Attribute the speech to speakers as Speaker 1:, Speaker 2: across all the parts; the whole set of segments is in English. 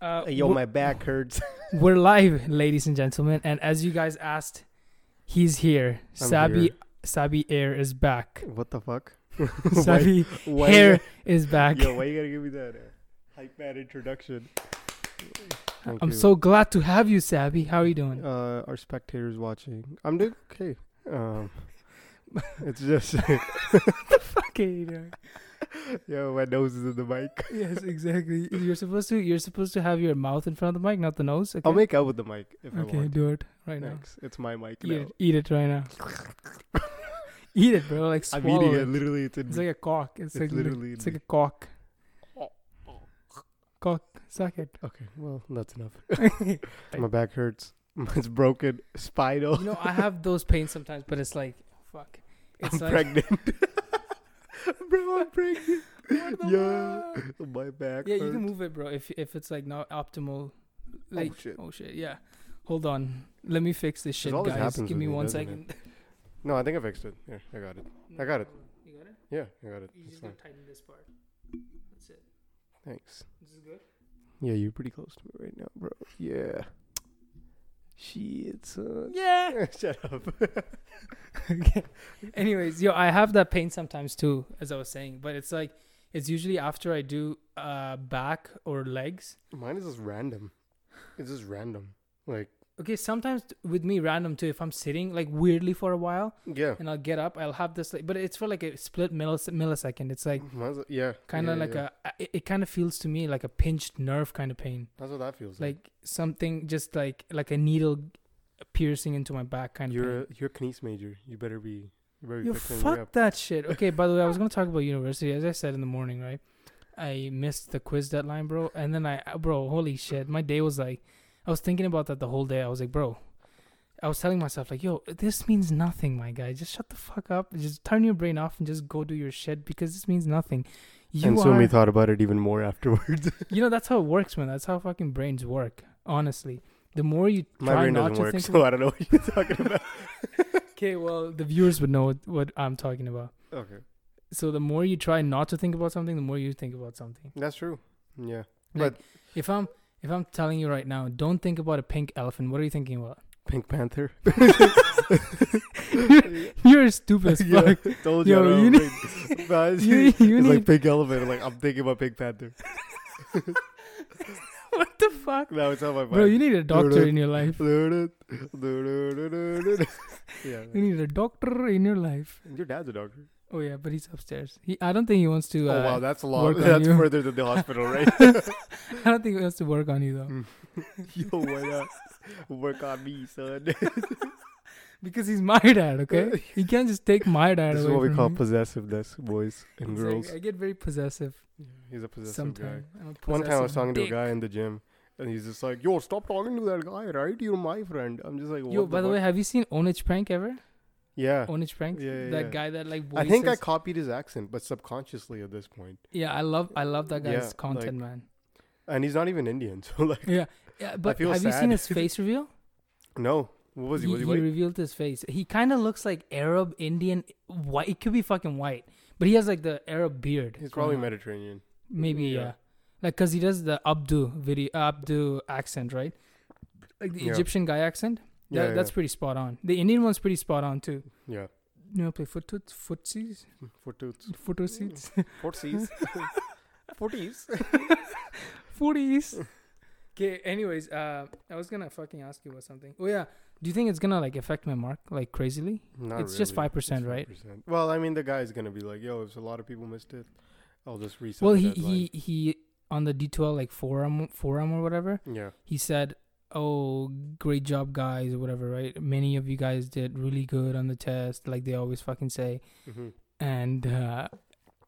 Speaker 1: Uh,
Speaker 2: Hey, Yo,
Speaker 1: we're,
Speaker 2: my back hurts.
Speaker 1: we're live, ladies and gentlemen, and as you guys asked, he's here.
Speaker 2: I'm
Speaker 1: Sabi
Speaker 2: here.
Speaker 1: Sabi Air is back.
Speaker 2: what the fuck?
Speaker 1: Sabi
Speaker 2: why
Speaker 1: Hair is back.
Speaker 2: Yo, why you gotta give me that uh, hype man introduction? Thank
Speaker 1: I'm
Speaker 2: you.
Speaker 1: so glad to have you, Sabi. How are you doing?
Speaker 2: Uh, our spectators watching. I'm doing okay. Um, it's just
Speaker 1: Okay.
Speaker 2: yo, my nose is in the mic.
Speaker 1: yes, exactly. You're supposed to you're supposed to have your mouth in front of the mic, not the nose. Okay,
Speaker 2: I'll make out with the mic if I
Speaker 1: okay
Speaker 2: want.
Speaker 1: do it right now.
Speaker 2: Thanks. It's my mic
Speaker 1: Eat
Speaker 2: now.
Speaker 1: it, eat it right now. eat it, bro. Like
Speaker 2: I'm
Speaker 1: swallow
Speaker 2: eating
Speaker 1: it.
Speaker 2: it. Literally, it's in.
Speaker 1: It's like a cock. It's,
Speaker 2: It's
Speaker 1: like
Speaker 2: literally
Speaker 1: literally it's like
Speaker 2: in
Speaker 1: a cock. Cock. Suck it.
Speaker 2: okay, well, that's enough.
Speaker 1: you
Speaker 2: My back hurts. It's broken. Spinal.
Speaker 1: know, I have those pains sometimes, but it's like fuck. It's
Speaker 2: I'm
Speaker 1: like
Speaker 2: pregnant. Bro, I'm pregnant.
Speaker 1: what the
Speaker 2: Yeah.
Speaker 1: fuck?
Speaker 2: My back
Speaker 1: Yeah,
Speaker 2: hurts.
Speaker 1: you can move it, bro. If if it's like not optimal, like oh
Speaker 2: shit.
Speaker 1: shit, yeah. Hold on, let me fix this shit,
Speaker 2: always
Speaker 1: guys.
Speaker 2: happens
Speaker 1: Give
Speaker 2: with
Speaker 1: me
Speaker 2: me,
Speaker 1: one
Speaker 2: doesn't it?
Speaker 1: second.
Speaker 2: No, I think I fixed it. Here, I got it. I got it.
Speaker 1: You got it.
Speaker 2: Yeah, I got it.
Speaker 1: You
Speaker 2: It's
Speaker 1: just
Speaker 2: fine.
Speaker 1: gotta tighten this part. That's it.
Speaker 2: Thanks.
Speaker 1: This is good.
Speaker 2: Yeah, you're pretty close to me right now, bro. Yeah. Shit, son.
Speaker 1: Yeah.
Speaker 2: Shut up.
Speaker 1: Anyways, yo, I have that pain sometimes too, as I was saying, but it's like it's usually after I do uh back or legs.
Speaker 2: Mine is just random. It's just random. Like,
Speaker 1: Okay, sometimes t- with me random too. If I'm sitting like weirdly for a while,
Speaker 2: yeah.
Speaker 1: and I'll get up. I'll have this, like, but it's for like a split millis- millisecond. It's like
Speaker 2: Mine's, yeah.
Speaker 1: kind of
Speaker 2: yeah,
Speaker 1: like
Speaker 2: yeah.
Speaker 1: a. It, it kind of feels to me like a pinched nerve kind of pain,
Speaker 2: That's what that feels like.
Speaker 1: like something just like like a needle piercing into my back kind
Speaker 2: You're
Speaker 1: of.
Speaker 2: a, you're a kines major. You better be. You
Speaker 1: Pain.
Speaker 2: better be
Speaker 1: Yo,
Speaker 2: fixing me
Speaker 1: fuck
Speaker 2: up.
Speaker 1: that shit. Okay, by the way, I was gonna talk about university. As I said in the morning, right? I missed the quiz deadline, bro. And then I, uh, bro, holy shit, my day was like, I was thinking about that the whole day. I was like, bro. I was telling myself like, "Yo, this means nothing, my guy. Just shut the fuck up. Just turn your brain off and just go do your shit because this means nothing." You
Speaker 2: and
Speaker 1: are,
Speaker 2: Sumi thought about it even more afterwards.
Speaker 1: you know, that's how it works, man. That's how fucking brains work. Honestly, the more you
Speaker 2: My
Speaker 1: try
Speaker 2: brain
Speaker 1: not
Speaker 2: doesn't
Speaker 1: to
Speaker 2: work,
Speaker 1: think.
Speaker 2: so I don't know what you're talking about.
Speaker 1: okay, well, the viewers would know what, what I'm talking about.
Speaker 2: okay.
Speaker 1: So the more you try not to think about something, the more you think about something.
Speaker 2: That's true. Yeah.
Speaker 1: Like,
Speaker 2: But-
Speaker 1: if I'm if I'm telling you right now, don't think about a pink elephant. What are you thinking about?
Speaker 2: Pink Panther.
Speaker 1: You're stupid as fuck.
Speaker 2: Yeah, told
Speaker 1: Yo,
Speaker 2: you. I
Speaker 1: you
Speaker 2: don't
Speaker 1: need-
Speaker 2: think- Nah, it's-
Speaker 1: you-
Speaker 2: it's
Speaker 1: you need-
Speaker 2: like Pink Elephant. I'm Like I'm thinking about Pink Panther.
Speaker 1: what the fuck,
Speaker 2: Now it's on my mind.
Speaker 1: bro? You need a doctor in your life.
Speaker 2: yeah.
Speaker 1: You need a doctor in your life.
Speaker 2: Your dad's a doctor.
Speaker 1: Oh yeah, but he's upstairs. He, I don't think he wants to. Uh,
Speaker 2: oh wow, that's a lot.
Speaker 1: work on
Speaker 2: That's
Speaker 1: you.
Speaker 2: further than the hospital, right? Mm.
Speaker 1: I don't think he wants to work on you though.
Speaker 2: Yo, why not? Work on me, son.
Speaker 1: Because he's my dad, okay? He can't just take my dad
Speaker 2: this is
Speaker 1: away.
Speaker 2: what we
Speaker 1: from
Speaker 2: call
Speaker 1: me.
Speaker 2: possessiveness, boys and
Speaker 1: It's like,
Speaker 2: girls.
Speaker 1: I get very possessive
Speaker 2: He's a possessive guy.
Speaker 1: sometimes. I'm a
Speaker 2: One time I was
Speaker 1: possessive
Speaker 2: talking to a
Speaker 1: dick.
Speaker 2: guy in the gym, and he's just like, "Yo, stop talking to that guy, right? You're my friend." I'm just like, what
Speaker 1: Yo, by the
Speaker 2: fuck?
Speaker 1: way, have you seen Onich Prank ever?
Speaker 2: yeah."
Speaker 1: Onich Prank?
Speaker 2: Yeah, yeah,
Speaker 1: that
Speaker 2: yeah.
Speaker 1: guy that like
Speaker 2: I
Speaker 1: voices.
Speaker 2: think I copied his accent, but subconsciously at this point,
Speaker 1: yeah, I love I love that
Speaker 2: Yeah,
Speaker 1: guy's
Speaker 2: like-
Speaker 1: content, man.
Speaker 2: and he's not even Indian, so like,
Speaker 1: Yeah. Yeah, but
Speaker 2: feel
Speaker 1: have you seen
Speaker 2: sad.
Speaker 1: his face reveal?
Speaker 2: no. What was he? Was he, white?
Speaker 1: revealed his face. He kind of looks like Arab, Indian, white. It could be fucking white, but he has like the Arab beard.
Speaker 2: He's
Speaker 1: going
Speaker 2: probably
Speaker 1: on.
Speaker 2: Mediterranean.
Speaker 1: Maybe
Speaker 2: Yeah.
Speaker 1: yeah, like because he does the Abdu video, Abdu accent, right? Like the
Speaker 2: Yeah.
Speaker 1: Egyptian guy accent. That,
Speaker 2: Yeah, yeah,
Speaker 1: that's pretty spot on. The Indian one's pretty spot on too.
Speaker 2: yeah.
Speaker 1: You know, play foot toots, footsies,
Speaker 2: Four toots.
Speaker 1: photo seats,
Speaker 2: Four C's. Four T's.
Speaker 1: footies. Okay. Anyways, uh, I was gonna fucking ask you about something. Oh yeah, do you think it's gonna like affect my mark like crazily?
Speaker 2: Not
Speaker 1: It's just
Speaker 2: really.
Speaker 1: 5%,
Speaker 2: It's
Speaker 1: right?
Speaker 2: 5%. Well, I mean, the guy's gonna be like, "Yo, if a lot of people missed it, I'll just reset."
Speaker 1: well,
Speaker 2: the
Speaker 1: he
Speaker 2: deadline."
Speaker 1: he he on the D twelve like forum forum or whatever.
Speaker 2: Yeah.
Speaker 1: he said, "Oh, great job, guys, or whatever. Right? Many of you guys did really good on the test, like they always fucking say."
Speaker 2: hmm
Speaker 1: And uh,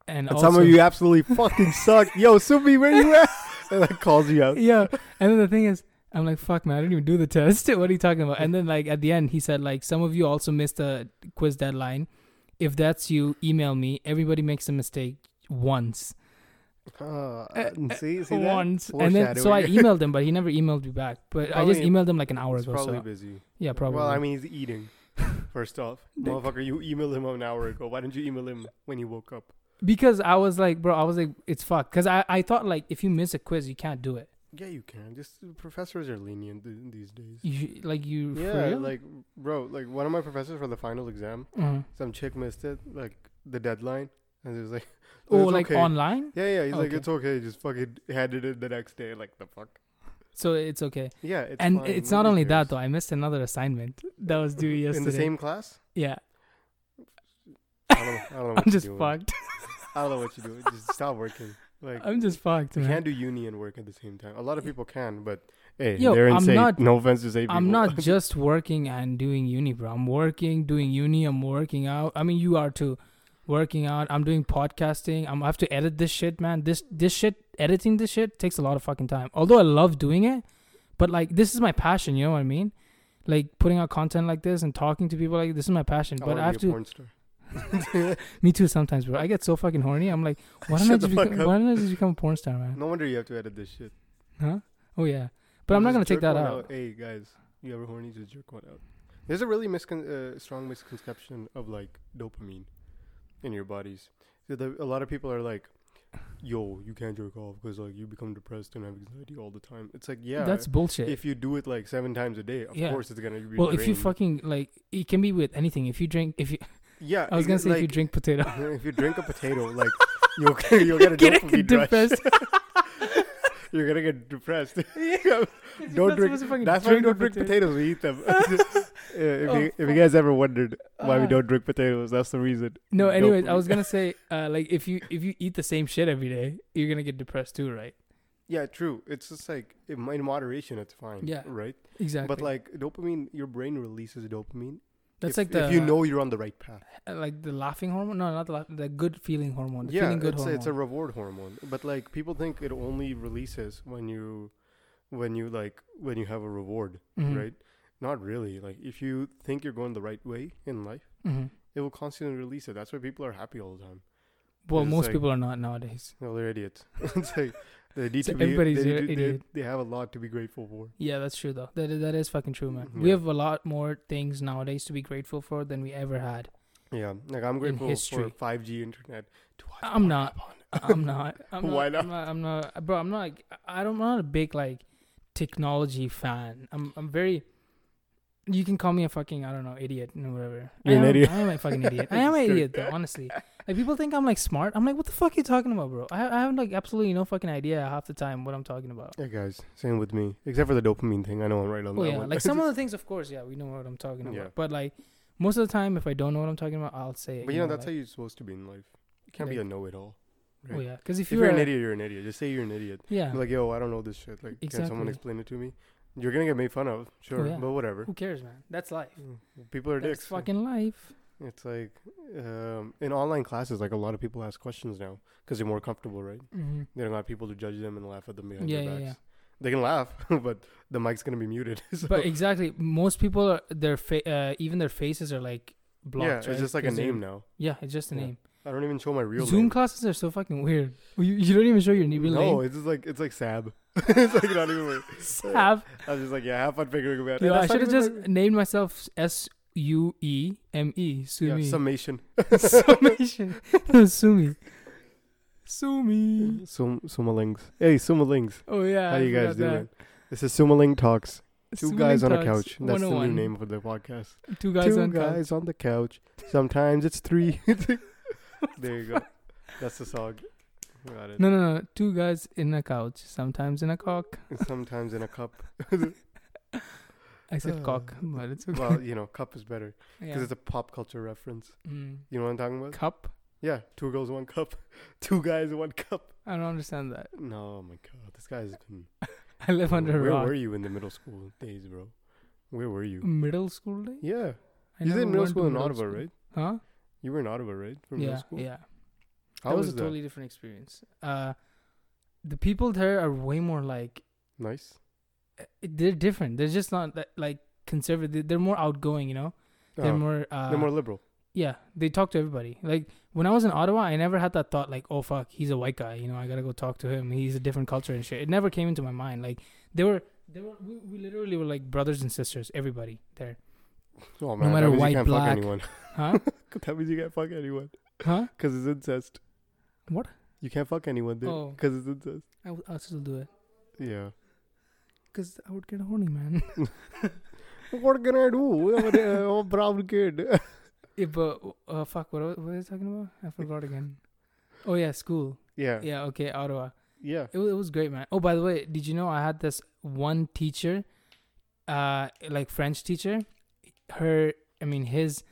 Speaker 1: and,
Speaker 2: And
Speaker 1: also,
Speaker 2: some of you absolutely fucking suck. Yo, Subi, where you at? And like calls you out.
Speaker 1: yeah. And then the thing is, I'm like, "Fuck, man, I didn't even do the test. what are you talking about?" And then like at the end, he said, "Like some of you also missed the quiz deadline. If that's you, email me. Everybody makes a mistake." once
Speaker 2: Uh,
Speaker 1: Eh, eh,
Speaker 2: see, see that?
Speaker 1: once and then so i
Speaker 2: Foreshadowing.
Speaker 1: emailed him but he never emailed me back but i just
Speaker 2: Probably-
Speaker 1: emailed him like an hour
Speaker 2: He's
Speaker 1: ago
Speaker 2: probably
Speaker 1: so
Speaker 2: busy.
Speaker 1: yeah probably
Speaker 2: Well, I mean, he's eating. First off,
Speaker 1: Dick.
Speaker 2: motherfucker, you emailed him an hour ago. Why didn't you email him when you woke up?
Speaker 1: Because I was like, bro, I was like, it's fucked. Because I, I thought like, if you miss a quiz, you can't do it.
Speaker 2: Yeah, you can. Just professors are lenient th- these days.
Speaker 1: You like you? for
Speaker 2: Yeah,
Speaker 1: real?
Speaker 2: like bro, like one of my professors for the final exam,
Speaker 1: Uh-huh.
Speaker 2: some chick missed it, like the deadline, and he was like,
Speaker 1: oh,
Speaker 2: it's
Speaker 1: like
Speaker 2: okay.
Speaker 1: online.
Speaker 2: "Yeah, yeah." He's like,
Speaker 1: Okay.
Speaker 2: "It's okay." Just fucking handed it the next day. Like the fuck.
Speaker 1: So it's okay.
Speaker 2: Yeah, it's
Speaker 1: and
Speaker 2: fine.
Speaker 1: it's not
Speaker 2: Nobody
Speaker 1: only that
Speaker 2: cares.
Speaker 1: though. I missed another assignment that was due yesterday.
Speaker 2: In the same class?
Speaker 1: yeah,
Speaker 2: I don't know, I don't know what
Speaker 1: I'm
Speaker 2: you're
Speaker 1: just
Speaker 2: doing.
Speaker 1: fucked.
Speaker 2: I don't know what you're doing. Just stop working. Like
Speaker 1: I'm just fucked,
Speaker 2: you
Speaker 1: man.
Speaker 2: can't do uni and work at the same time. A lot of people can, but hey,
Speaker 1: Yo,
Speaker 2: they're
Speaker 1: I'm
Speaker 2: insane.
Speaker 1: not-
Speaker 2: no offense to say people.
Speaker 1: I'm not just working and doing uni, bro. I'm working, doing uni. I'm working out. I mean, you are too. Working out. I'm doing podcasting. I'm I have to edit this shit, man. This this shit editing this shit takes a lot of fucking time. Although I love doing it, but like this is my passion. You know what I mean? Like putting out content like this and talking to people like this is my passion.
Speaker 2: I
Speaker 1: but
Speaker 2: wanna
Speaker 1: I have
Speaker 2: be a
Speaker 1: to.
Speaker 2: porn star.
Speaker 1: Me too. Sometimes, bro. I get so fucking horny. I'm like, why don't I
Speaker 2: Shut the
Speaker 1: just
Speaker 2: fuck
Speaker 1: become,
Speaker 2: up.
Speaker 1: why don't I just become a porn star, man?
Speaker 2: No wonder you have to edit this shit.
Speaker 1: Huh? Oh yeah. But I'm not
Speaker 2: Just
Speaker 1: gonna take
Speaker 2: jerk
Speaker 1: that
Speaker 2: one
Speaker 1: out.
Speaker 2: Hey guys, you ever horny? Just jerk one out. There's a really miscon- uh, strong misconception of like dopamine in your bodies. So the, a lot of people are like, "Yo, you can't jerk off because like you become depressed and have anxiety all the time." It's like, yeah,
Speaker 1: That's bullshit.
Speaker 2: if you do it like seven times a day, of
Speaker 1: Yeah.
Speaker 2: course it's gonna be.
Speaker 1: Well, if you
Speaker 2: drained.
Speaker 1: fucking like, it can be with anything. If you drink, if you,
Speaker 2: yeah,
Speaker 1: I was gonna say if you
Speaker 2: like,
Speaker 1: drink potato,
Speaker 2: if you drink a potato, like you'll you'll get a
Speaker 1: Get
Speaker 2: dopamine rush.
Speaker 1: depressed.
Speaker 2: You're gonna get depressed.
Speaker 1: You're
Speaker 2: don't
Speaker 1: not
Speaker 2: drink-
Speaker 1: supposed to fucking
Speaker 2: That's why we
Speaker 1: drink
Speaker 2: don't
Speaker 1: a
Speaker 2: drink
Speaker 1: potato.
Speaker 2: potatoes. We eat them. Uh, if,
Speaker 1: Oh,
Speaker 2: you, if you guys ever wondered why we
Speaker 1: Ah.
Speaker 2: don't drink potatoes, that's the reason.
Speaker 1: No, anyways, I
Speaker 2: Dopamine.
Speaker 1: was gonna say, uh, like, if you if you eat the same shit every day, you're gonna get depressed too, right?
Speaker 2: Yeah, true. It's just like in in moderation, it's fine.
Speaker 1: Yeah,
Speaker 2: right.
Speaker 1: Exactly.
Speaker 2: But like dopamine, your brain releases dopamine.
Speaker 1: that's
Speaker 2: if,
Speaker 1: like the uh,
Speaker 2: if you know you're on the right path.
Speaker 1: like the laughing hormone. No, not the laugh, the good feeling hormone. The
Speaker 2: yeah,
Speaker 1: feeling good
Speaker 2: it's, a-
Speaker 1: hormone.
Speaker 2: it's a reward hormone. But like people think it only releases when you, when you like when you have a reward,
Speaker 1: Mhm.
Speaker 2: right? Not really. Like if you think you're going the right way in life,
Speaker 1: Mhm.
Speaker 2: it will constantly release it. That's why people are happy all the time.
Speaker 1: Well,
Speaker 2: It's
Speaker 1: most
Speaker 2: like-
Speaker 1: people are not nowadays.
Speaker 2: No, they're idiots. it's like they need
Speaker 1: So
Speaker 2: to be.
Speaker 1: everybody's
Speaker 2: they,
Speaker 1: a
Speaker 2: need to-
Speaker 1: idiot.
Speaker 2: They, they have a lot to be grateful for.
Speaker 1: Yeah, that's true though. That that is fucking true, man.
Speaker 2: Mhm.
Speaker 1: We
Speaker 2: Yeah.
Speaker 1: have a lot more things nowadays to be grateful for than we ever had.
Speaker 2: Yeah, like I'm grateful for
Speaker 1: history.
Speaker 2: 5G internet. To watch
Speaker 1: I'm
Speaker 2: Pornhub
Speaker 1: not.
Speaker 2: on.
Speaker 1: I'm not. I'm
Speaker 2: Why
Speaker 1: not? I'm not, I'm not- Bro, I'm not. Like, I don't. I'm not a big like technology fan. I'm. I'm very. You can call me a fucking I don't know idiot and whatever. I
Speaker 2: You're an
Speaker 1: am-
Speaker 2: idiot.
Speaker 1: I am a fucking idiot. I am an
Speaker 2: Sure.
Speaker 1: idiot though. Honestly, like people think I'm like smart. I'm like, what the fuck are you talking about, bro? I I have like absolutely no fucking idea half the time what I'm talking about.
Speaker 2: Yeah, guys, same with me. Except for the dopamine thing, I know I'm right on
Speaker 1: Oh
Speaker 2: that
Speaker 1: yeah,
Speaker 2: one.
Speaker 1: like some of the things, of course, yeah, we know what I'm talking about.
Speaker 2: Yeah.
Speaker 1: But like most of the time, if I don't know what I'm talking about, I'll say it.
Speaker 2: but you know, that's how
Speaker 1: like,
Speaker 2: you're supposed to be in life. You can't be a
Speaker 1: Like-
Speaker 2: know-it-all.
Speaker 1: Oh
Speaker 2: right.
Speaker 1: yeah, because if,
Speaker 2: If you're an idiot, you're an idiot. Just say you're an idiot.
Speaker 1: yeah,
Speaker 2: Like, yo, I don't know this shit. Like, can someone
Speaker 1: Exactly.
Speaker 2: explain it to me? You're gonna get made fun of, sure,
Speaker 1: yeah.
Speaker 2: but whatever.
Speaker 1: who cares, man? That's life.
Speaker 2: Mm, People are
Speaker 1: That's
Speaker 2: dicks.
Speaker 1: fucking life.
Speaker 2: It's like um, in online classes, like a lot of people ask questions now because they're more comfortable, right?
Speaker 1: Mm-hmm.
Speaker 2: They don't want people to judge them and laugh at them behind
Speaker 1: Yeah,
Speaker 2: their
Speaker 1: yeah,
Speaker 2: backs.
Speaker 1: yeah.
Speaker 2: They can laugh, but the mic's gonna be muted. so,
Speaker 1: But exactly, most people are their fa- uh, even their faces are like blocked.
Speaker 2: yeah, it's
Speaker 1: right?
Speaker 2: just like a
Speaker 1: 'Cause they're-
Speaker 2: name now.
Speaker 1: Yeah, it's just a
Speaker 2: Yeah.
Speaker 1: name.
Speaker 2: I don't even show my real
Speaker 1: Zoom
Speaker 2: name.
Speaker 1: classes are so fucking weird. You, you don't even show your real
Speaker 2: no,
Speaker 1: name.
Speaker 2: it's just like it's like Sab. it's like not even. Weird.
Speaker 1: Sab.
Speaker 2: I was just like, yeah, have fun figuring it out.
Speaker 1: Dude,
Speaker 2: And
Speaker 1: I
Speaker 2: that's not
Speaker 1: should have
Speaker 2: even
Speaker 1: just
Speaker 2: my-
Speaker 1: named myself S U E M E.
Speaker 2: yeah,
Speaker 1: Sumi.
Speaker 2: summation.
Speaker 1: Summation. Sumi. Sumi.
Speaker 2: Sum Sumalings. Hey, Sumalings.
Speaker 1: Oh yeah.
Speaker 2: How
Speaker 1: I
Speaker 2: you guys
Speaker 1: forgot
Speaker 2: doing? This is Sumaling Talks.
Speaker 1: that.
Speaker 2: Two
Speaker 1: Sumi
Speaker 2: guys on a
Speaker 1: Talks
Speaker 2: couch. That's the new
Speaker 1: 101.
Speaker 2: name for the podcast.
Speaker 1: Two guys
Speaker 2: two
Speaker 1: on couch.
Speaker 2: guys on the couch. Sometimes it's three. there you go. That's the song. Got it.
Speaker 1: No, no, no. Two guys in a couch. Sometimes in a cock.
Speaker 2: Sometimes in a cup.
Speaker 1: I said
Speaker 2: Uh,
Speaker 1: cock, but it's okay.
Speaker 2: Well, you know, cup is better because
Speaker 1: Yeah.
Speaker 2: it's a pop culture reference.
Speaker 1: Mm.
Speaker 2: You know what I'm talking about?
Speaker 1: Cup.
Speaker 2: Yeah, two girls, one cup. Two guys, one cup.
Speaker 1: I don't understand that.
Speaker 2: No, oh my god, this guy's. Been,
Speaker 1: I live under a
Speaker 2: where
Speaker 1: rock.
Speaker 2: were you in the middle school days, bro? Where were you?
Speaker 1: Middle school day?
Speaker 2: Yeah,
Speaker 1: I
Speaker 2: you did
Speaker 1: never
Speaker 2: middle
Speaker 1: went
Speaker 2: school
Speaker 1: to
Speaker 2: in
Speaker 1: middle
Speaker 2: Ottawa,
Speaker 1: school.
Speaker 2: right?
Speaker 1: Huh?
Speaker 2: You were in Ottawa, right? For
Speaker 1: yeah,
Speaker 2: middle school.
Speaker 1: yeah.
Speaker 2: How
Speaker 1: that
Speaker 2: was,
Speaker 1: was a
Speaker 2: that?
Speaker 1: totally different experience. Uh, the people there are way more like
Speaker 2: nice.
Speaker 1: uh, they're different. They're just not that, like conservative. They- They're more outgoing, you know. They're
Speaker 2: Oh,
Speaker 1: more. Uh,
Speaker 2: they're more liberal.
Speaker 1: Yeah, they talk to everybody. Like when I was in Ottawa, I never had that thought like, "Oh fuck, he's a white guy." You know, I gotta go talk to him. He's a different culture and shit. It never came into my mind. Like they were, they were, we, we literally were like brothers and sisters. Everybody there,
Speaker 2: Oh man,
Speaker 1: matter
Speaker 2: that means
Speaker 1: white,
Speaker 2: you can't
Speaker 1: black.
Speaker 2: fuck anyone.
Speaker 1: huh?
Speaker 2: that means you can't fuck anyone.
Speaker 1: huh?
Speaker 2: Because it's incest.
Speaker 1: What?
Speaker 2: You can't fuck anyone, dude.
Speaker 1: Oh.
Speaker 2: Because it's incest.
Speaker 1: I, will I'll still do it.
Speaker 2: Yeah.
Speaker 1: because I would get horny, man.
Speaker 2: What can I do? I'm a, uh, I'm a brown kid.
Speaker 1: yeah, but uh, fuck, what, wa- what was I talking about? I forgot again. Oh yeah, school.
Speaker 2: yeah.
Speaker 1: Yeah, okay, Ottawa.
Speaker 2: Yeah.
Speaker 1: It, wa- it was great, man. Oh, by the way, did you know I had this one teacher, uh, like French teacher. Her, I mean, his,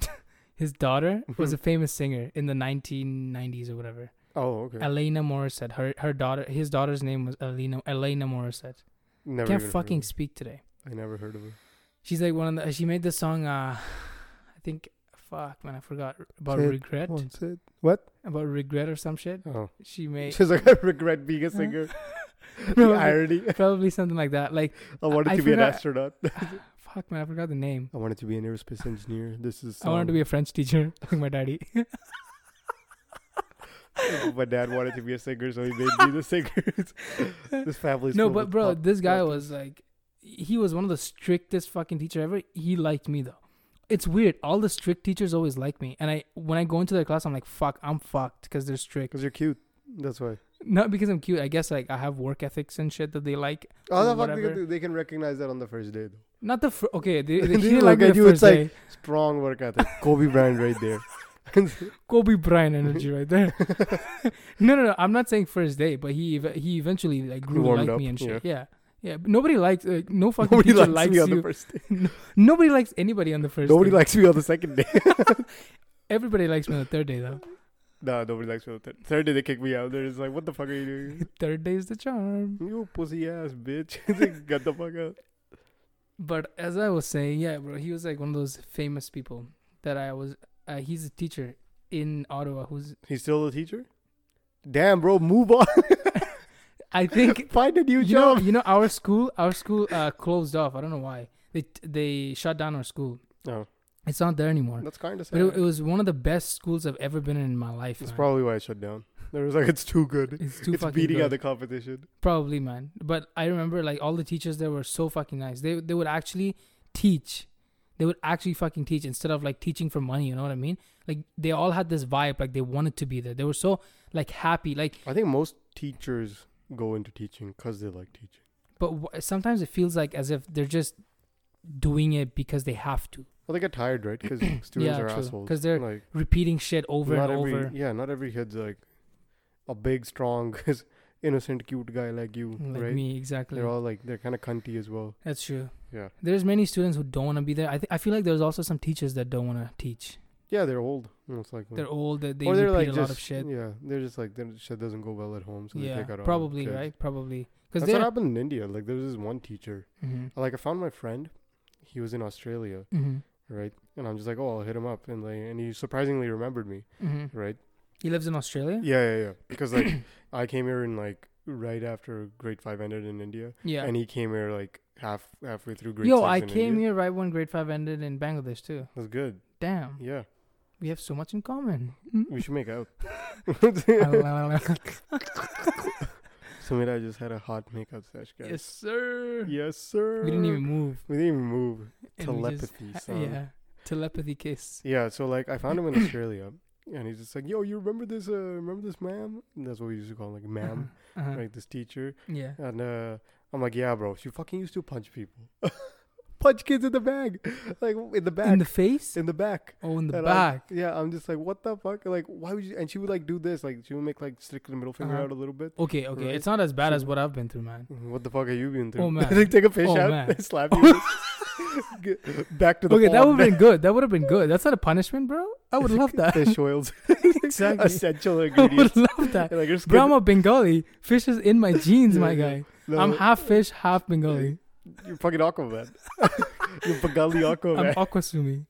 Speaker 1: his daughter was
Speaker 2: Mm-hmm.
Speaker 1: a famous singer in the 1990s or whatever.
Speaker 2: Oh, okay.
Speaker 1: Elena Morissette. Her her daughter, his daughter's name was Elena Elena Morissette.
Speaker 2: never
Speaker 1: Can't
Speaker 2: even heard of
Speaker 1: fucking
Speaker 2: her.
Speaker 1: speak today.
Speaker 2: I never heard of her.
Speaker 1: She's like one of the. She made the song. Uh, I think. Fuck man, I forgot about
Speaker 2: Say it
Speaker 1: regret.
Speaker 2: Once it- What?
Speaker 1: About regret or some shit.
Speaker 2: Oh.
Speaker 1: She made
Speaker 2: She's like, I regret being a singer. the
Speaker 1: No, but-
Speaker 2: irony.
Speaker 1: probably something like that. Like
Speaker 2: I wanted
Speaker 1: I
Speaker 2: to be an
Speaker 1: forgot-
Speaker 2: astronaut.
Speaker 1: fuck man, I forgot the name.
Speaker 2: I wanted to be an aerospace engineer. This is. um,
Speaker 1: I wanted to be a French teacher, like my daddy.
Speaker 2: be. My dad wanted to be a singer, so he made me the singer. this family's.
Speaker 1: no,
Speaker 2: filled
Speaker 1: but
Speaker 2: with
Speaker 1: bro,
Speaker 2: pop-
Speaker 1: this guy
Speaker 2: pop-
Speaker 1: was like, he was one of the strictest fucking teacher ever. He liked me though. It's weird. All the strict teachers always like me, and I when I go into their class, I'm like, fuck, I'm fucked because they're strict.
Speaker 2: Cause you're cute. That's why.
Speaker 1: Not because I'm cute. I guess like I have work ethics and shit that they like.
Speaker 2: Oh, the fuck, they,
Speaker 1: whatever.
Speaker 2: can- they can recognize that on the first day. Though.
Speaker 1: Not the fir- okay. They, they,
Speaker 2: They
Speaker 1: he didn't like
Speaker 2: look
Speaker 1: me
Speaker 2: at
Speaker 1: the
Speaker 2: you, it's
Speaker 1: first day.
Speaker 2: Strong work ethic. Kobe Bryant right there.
Speaker 1: Kobe Bryant energy right there. no, no, no. I'm not saying first day, but he ev- he eventually like grew to
Speaker 2: warmed
Speaker 1: like
Speaker 2: up,
Speaker 1: me and shit. Yeah, yeah. but nobody likes like, no fucking
Speaker 2: Nobody
Speaker 1: teacher
Speaker 2: likes,
Speaker 1: likes,
Speaker 2: me on the
Speaker 1: you.
Speaker 2: first day.
Speaker 1: Nobody likes anybody on the first.
Speaker 2: Nobody
Speaker 1: day.
Speaker 2: likes me on the second day.
Speaker 1: Everybody likes me on the third day though.
Speaker 2: no, nobody likes me on the third. Third day they kick me out. They're just like, what the fuck are you doing?
Speaker 1: Third day is the charm.
Speaker 2: You pussy ass bitch. They Get the fuck out.
Speaker 1: But as I was saying, yeah, bro, he was like one of those famous people that I was. Uh, he's a teacher in Ottawa who's
Speaker 2: He's still a teacher? Damn, bro, move on.
Speaker 1: I think
Speaker 2: Find a new
Speaker 1: you know
Speaker 2: job.
Speaker 1: you know our school our school uh, closed off. I don't know why they they shut down our school.
Speaker 2: Oh.
Speaker 1: It's not there anymore.
Speaker 2: That's kind of sad.
Speaker 1: But it, it was one of the best schools I've ever been in in my life.
Speaker 2: That's
Speaker 1: man.
Speaker 2: probably why I shut down. There was like, it's too good.
Speaker 1: it's too
Speaker 2: it's
Speaker 1: fucking
Speaker 2: beating
Speaker 1: good.
Speaker 2: out the competition.
Speaker 1: Probably, man. But I remember like all the teachers there were so fucking nice. They they would actually teach. They would actually fucking teach instead of like teaching for money. You know what I mean? Like they all had this vibe, like they wanted to be there. They were so like happy. Like,
Speaker 2: I think most teachers go into teaching because they like teaching.
Speaker 1: but w- sometimes it feels like as if they're just doing it because they have to,
Speaker 2: Well, they get tired, right? Because students
Speaker 1: Yeah,
Speaker 2: are
Speaker 1: true.
Speaker 2: assholes.
Speaker 1: 'Cause they're
Speaker 2: like
Speaker 1: repeating shit over
Speaker 2: not
Speaker 1: and
Speaker 2: every e-,
Speaker 1: over.
Speaker 2: yeah, not every kid's like a big, strong, innocent, cute guy like you,
Speaker 1: Like
Speaker 2: right?
Speaker 1: me, exactly.
Speaker 2: They're all like they're kind of cunty as well.
Speaker 1: That's true.
Speaker 2: Yeah,
Speaker 1: There's many students who don't want to be there. I th- I feel like there's also some teachers that don't want to teach.
Speaker 2: yeah, they're old. and It's like
Speaker 1: They're old. They, they
Speaker 2: or
Speaker 1: repeat
Speaker 2: they're like
Speaker 1: a
Speaker 2: just
Speaker 1: lot of shit.
Speaker 2: yeah, they're just like their shit doesn't go well at home, so they
Speaker 1: Yeah,
Speaker 2: take out on
Speaker 1: probably
Speaker 2: kids.
Speaker 1: right. Probably because
Speaker 2: That's what
Speaker 1: they're.
Speaker 2: happened in India. Like there was this one teacher.
Speaker 1: Mhm.
Speaker 2: Like I found my friend, he was in Australia,
Speaker 1: Mhm.
Speaker 2: right? And I'm just like, oh, I'll hit him up, and like, and he surprisingly remembered me,
Speaker 1: Mhm.
Speaker 2: right?
Speaker 1: He lives in Australia.
Speaker 2: Yeah, yeah, yeah. Because like I came here in like right after grade five ended in India,
Speaker 1: Yeah.
Speaker 2: and he came here like half halfway through grade.
Speaker 1: Yo,
Speaker 2: six
Speaker 1: I
Speaker 2: in
Speaker 1: came
Speaker 2: India.
Speaker 1: here right when grade five ended in Bangladesh too.
Speaker 2: That's good.
Speaker 1: Damn,
Speaker 2: Yeah,
Speaker 1: we have so much in common.
Speaker 2: we should make out. Samira I just had a hot makeout sesh, guys.
Speaker 1: yes, sir.
Speaker 2: Yes, sir.
Speaker 1: We didn't even move.
Speaker 2: We didn't even move.
Speaker 1: and we just-
Speaker 2: Telepathy. son.
Speaker 1: yeah. Telepathy kiss.
Speaker 2: Yeah. So like, I found him in Australia, and he's just like, "Yo, you remember this? Uh, remember this, ma'am?" And that's what we used to call him, like, ma'am,
Speaker 1: Uh-huh. Uh-huh.
Speaker 2: like this teacher.
Speaker 1: Yeah.
Speaker 2: And uh, I'm like, yeah, bro, she fucking used to punch people. punch kids in the bag. Like, in the back.
Speaker 1: In the face.
Speaker 2: in the back.
Speaker 1: Oh, in the
Speaker 2: And I'm-
Speaker 1: back.
Speaker 2: yeah, I'm just like, what the fuck? Like, why would you? And she would, like, do this. Like, she would make, like, stick the middle finger
Speaker 1: Uh-huh.
Speaker 2: out a little bit.
Speaker 1: Okay, okay.
Speaker 2: Right.
Speaker 1: It's not as bad as
Speaker 2: So-
Speaker 1: what I've been through, man.
Speaker 2: What the fuck are you being through?
Speaker 1: Oh, man.
Speaker 2: like, take a fish
Speaker 1: Oh,
Speaker 2: out
Speaker 1: man.
Speaker 2: and slap you. Get back to the
Speaker 1: Okay, that would
Speaker 2: pond.
Speaker 1: have been good. That would have been good. That's not a punishment, bro. I would love that.
Speaker 2: Fish oils.
Speaker 1: Exactly.
Speaker 2: Essential
Speaker 1: I would
Speaker 2: ingredients.
Speaker 1: love that.
Speaker 2: And, like, you're just
Speaker 1: Bro, I'm
Speaker 2: good-
Speaker 1: a Bengali. Fish is in my jeans, my
Speaker 2: Yeah,
Speaker 1: guy.
Speaker 2: No,
Speaker 1: I'm half fish, half Bengali.
Speaker 2: You're fucking Aquaman. you're Bengali
Speaker 1: I'm
Speaker 2: Aquaman.
Speaker 1: Aquasumi.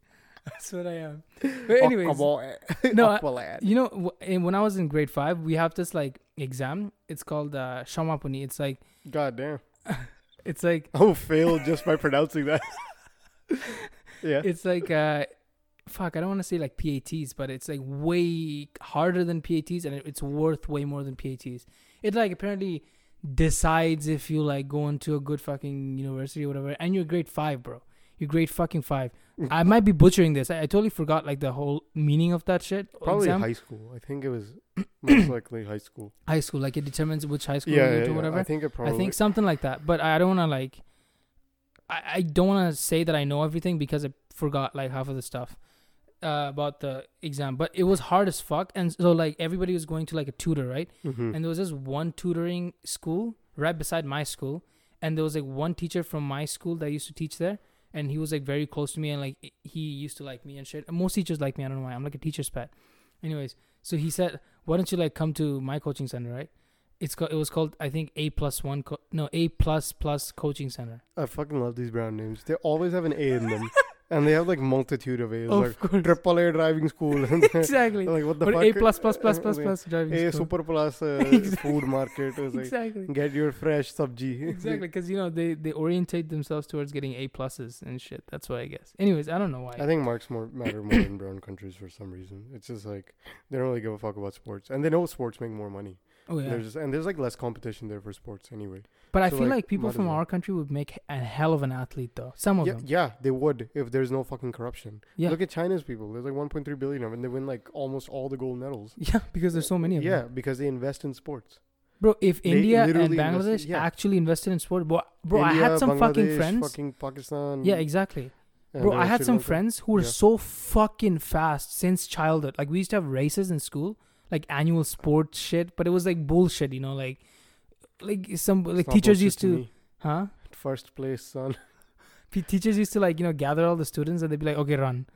Speaker 1: That's what I am. But anyways,
Speaker 2: Aquaman.
Speaker 1: No, I-
Speaker 2: Aqualad.
Speaker 1: you know, wh- and when I was in grade five, we have this like exam. It's called uh, Shamapuni. It's like,
Speaker 2: God damn.
Speaker 1: it's like,
Speaker 2: I will fail Oh, just by pronouncing that. yeah.
Speaker 1: it's like, uh, fuck. I don't want to say like PATs, but it's like way harder than PATs, and it- it's worth way more than PATs. It like apparently decides if you like go into a good fucking university or whatever, and you're grade five, bro. You're grade fucking five.
Speaker 2: Mm.
Speaker 1: I might be butchering this. I, I totally forgot like the whole meaning of that shit.
Speaker 2: Probably
Speaker 1: Exam-
Speaker 2: high school. I think it was most likely high school.
Speaker 1: high school. Like it determines which high school
Speaker 2: yeah,
Speaker 1: you
Speaker 2: yeah,
Speaker 1: go to,
Speaker 2: yeah.
Speaker 1: whatever.
Speaker 2: I think it probably.
Speaker 1: I think something like that. But I don't want to like. I, I don't want to say that I know everything because I forgot like half of the stuff uh, about the exam. But it was hard as fuck, and so like everybody was going to like a tutor, right?
Speaker 2: Mhm.
Speaker 1: And there was this one tutoring school right beside my school, and there was like one teacher from my school that used to teach there, and he was like very close to me, and like he used to like me and shit. And most teachers like me. I don't know why. I'm like a teacher's pet. Anyways, so he said, "Why don't you like come to my coaching center, right?" It's called. It was called I think A plus one. Co- no, A plus plus coaching center.
Speaker 2: I fucking love these brand names. They always have an A in them, and they have like multitude of A's, like
Speaker 1: of course,
Speaker 2: triple A driving school. and
Speaker 1: Oh, exactly.
Speaker 2: like what the
Speaker 1: But
Speaker 2: fuck?
Speaker 1: A plus plus plus
Speaker 2: Uh,
Speaker 1: plus
Speaker 2: like,
Speaker 1: plus driving
Speaker 2: A
Speaker 1: school.
Speaker 2: super plus uh,
Speaker 1: Exactly.
Speaker 2: food market. It's like,
Speaker 1: exactly.
Speaker 2: Get your fresh sabji.
Speaker 1: exactly because you know they they orientate themselves towards getting a pluses and shit that's why i guess anyways i don't know why
Speaker 2: I think marks more matter more in brown countries for some reason. It's just like they don't really give a fuck about sports, and they know sports make more money.
Speaker 1: oh yeah
Speaker 2: There's just, and there's like less competition there for sports anyway.
Speaker 1: but i
Speaker 2: so,
Speaker 1: feel like,
Speaker 2: like,
Speaker 1: people
Speaker 2: might as
Speaker 1: from
Speaker 2: well.
Speaker 1: our country would make a hell of an athlete though some of
Speaker 2: Yeah,
Speaker 1: them
Speaker 2: yeah, they would if there's no fucking corruption.
Speaker 1: Yeah.
Speaker 2: Look at China's people. There's like 1.3 billion of them, and they win like almost all the gold medals.
Speaker 1: yeah because there's so many of
Speaker 2: Yeah,
Speaker 1: them
Speaker 2: because they invest in sports.
Speaker 1: bro if
Speaker 2: They
Speaker 1: india and
Speaker 2: literally invest-
Speaker 1: bangladesh
Speaker 2: yeah.
Speaker 1: actually invested in sport bro, bro i
Speaker 2: India,
Speaker 1: had some fucking
Speaker 2: Bangladesh,
Speaker 1: friends
Speaker 2: Fucking Pakistan.
Speaker 1: yeah exactly
Speaker 2: and,
Speaker 1: bro
Speaker 2: uh,
Speaker 1: i had
Speaker 2: Sri
Speaker 1: some
Speaker 2: Lanka.
Speaker 1: friends who were
Speaker 2: Yeah.
Speaker 1: so fucking fast since childhood like we used to have races in school like annual sports shit but it was like bullshit you know like like some
Speaker 2: It's
Speaker 1: like
Speaker 2: not
Speaker 1: teachers
Speaker 2: bullshit
Speaker 1: used to
Speaker 2: me.
Speaker 1: huh
Speaker 2: first place, son.
Speaker 1: P- teachers used to like you know gather all the students and they'd be like okay run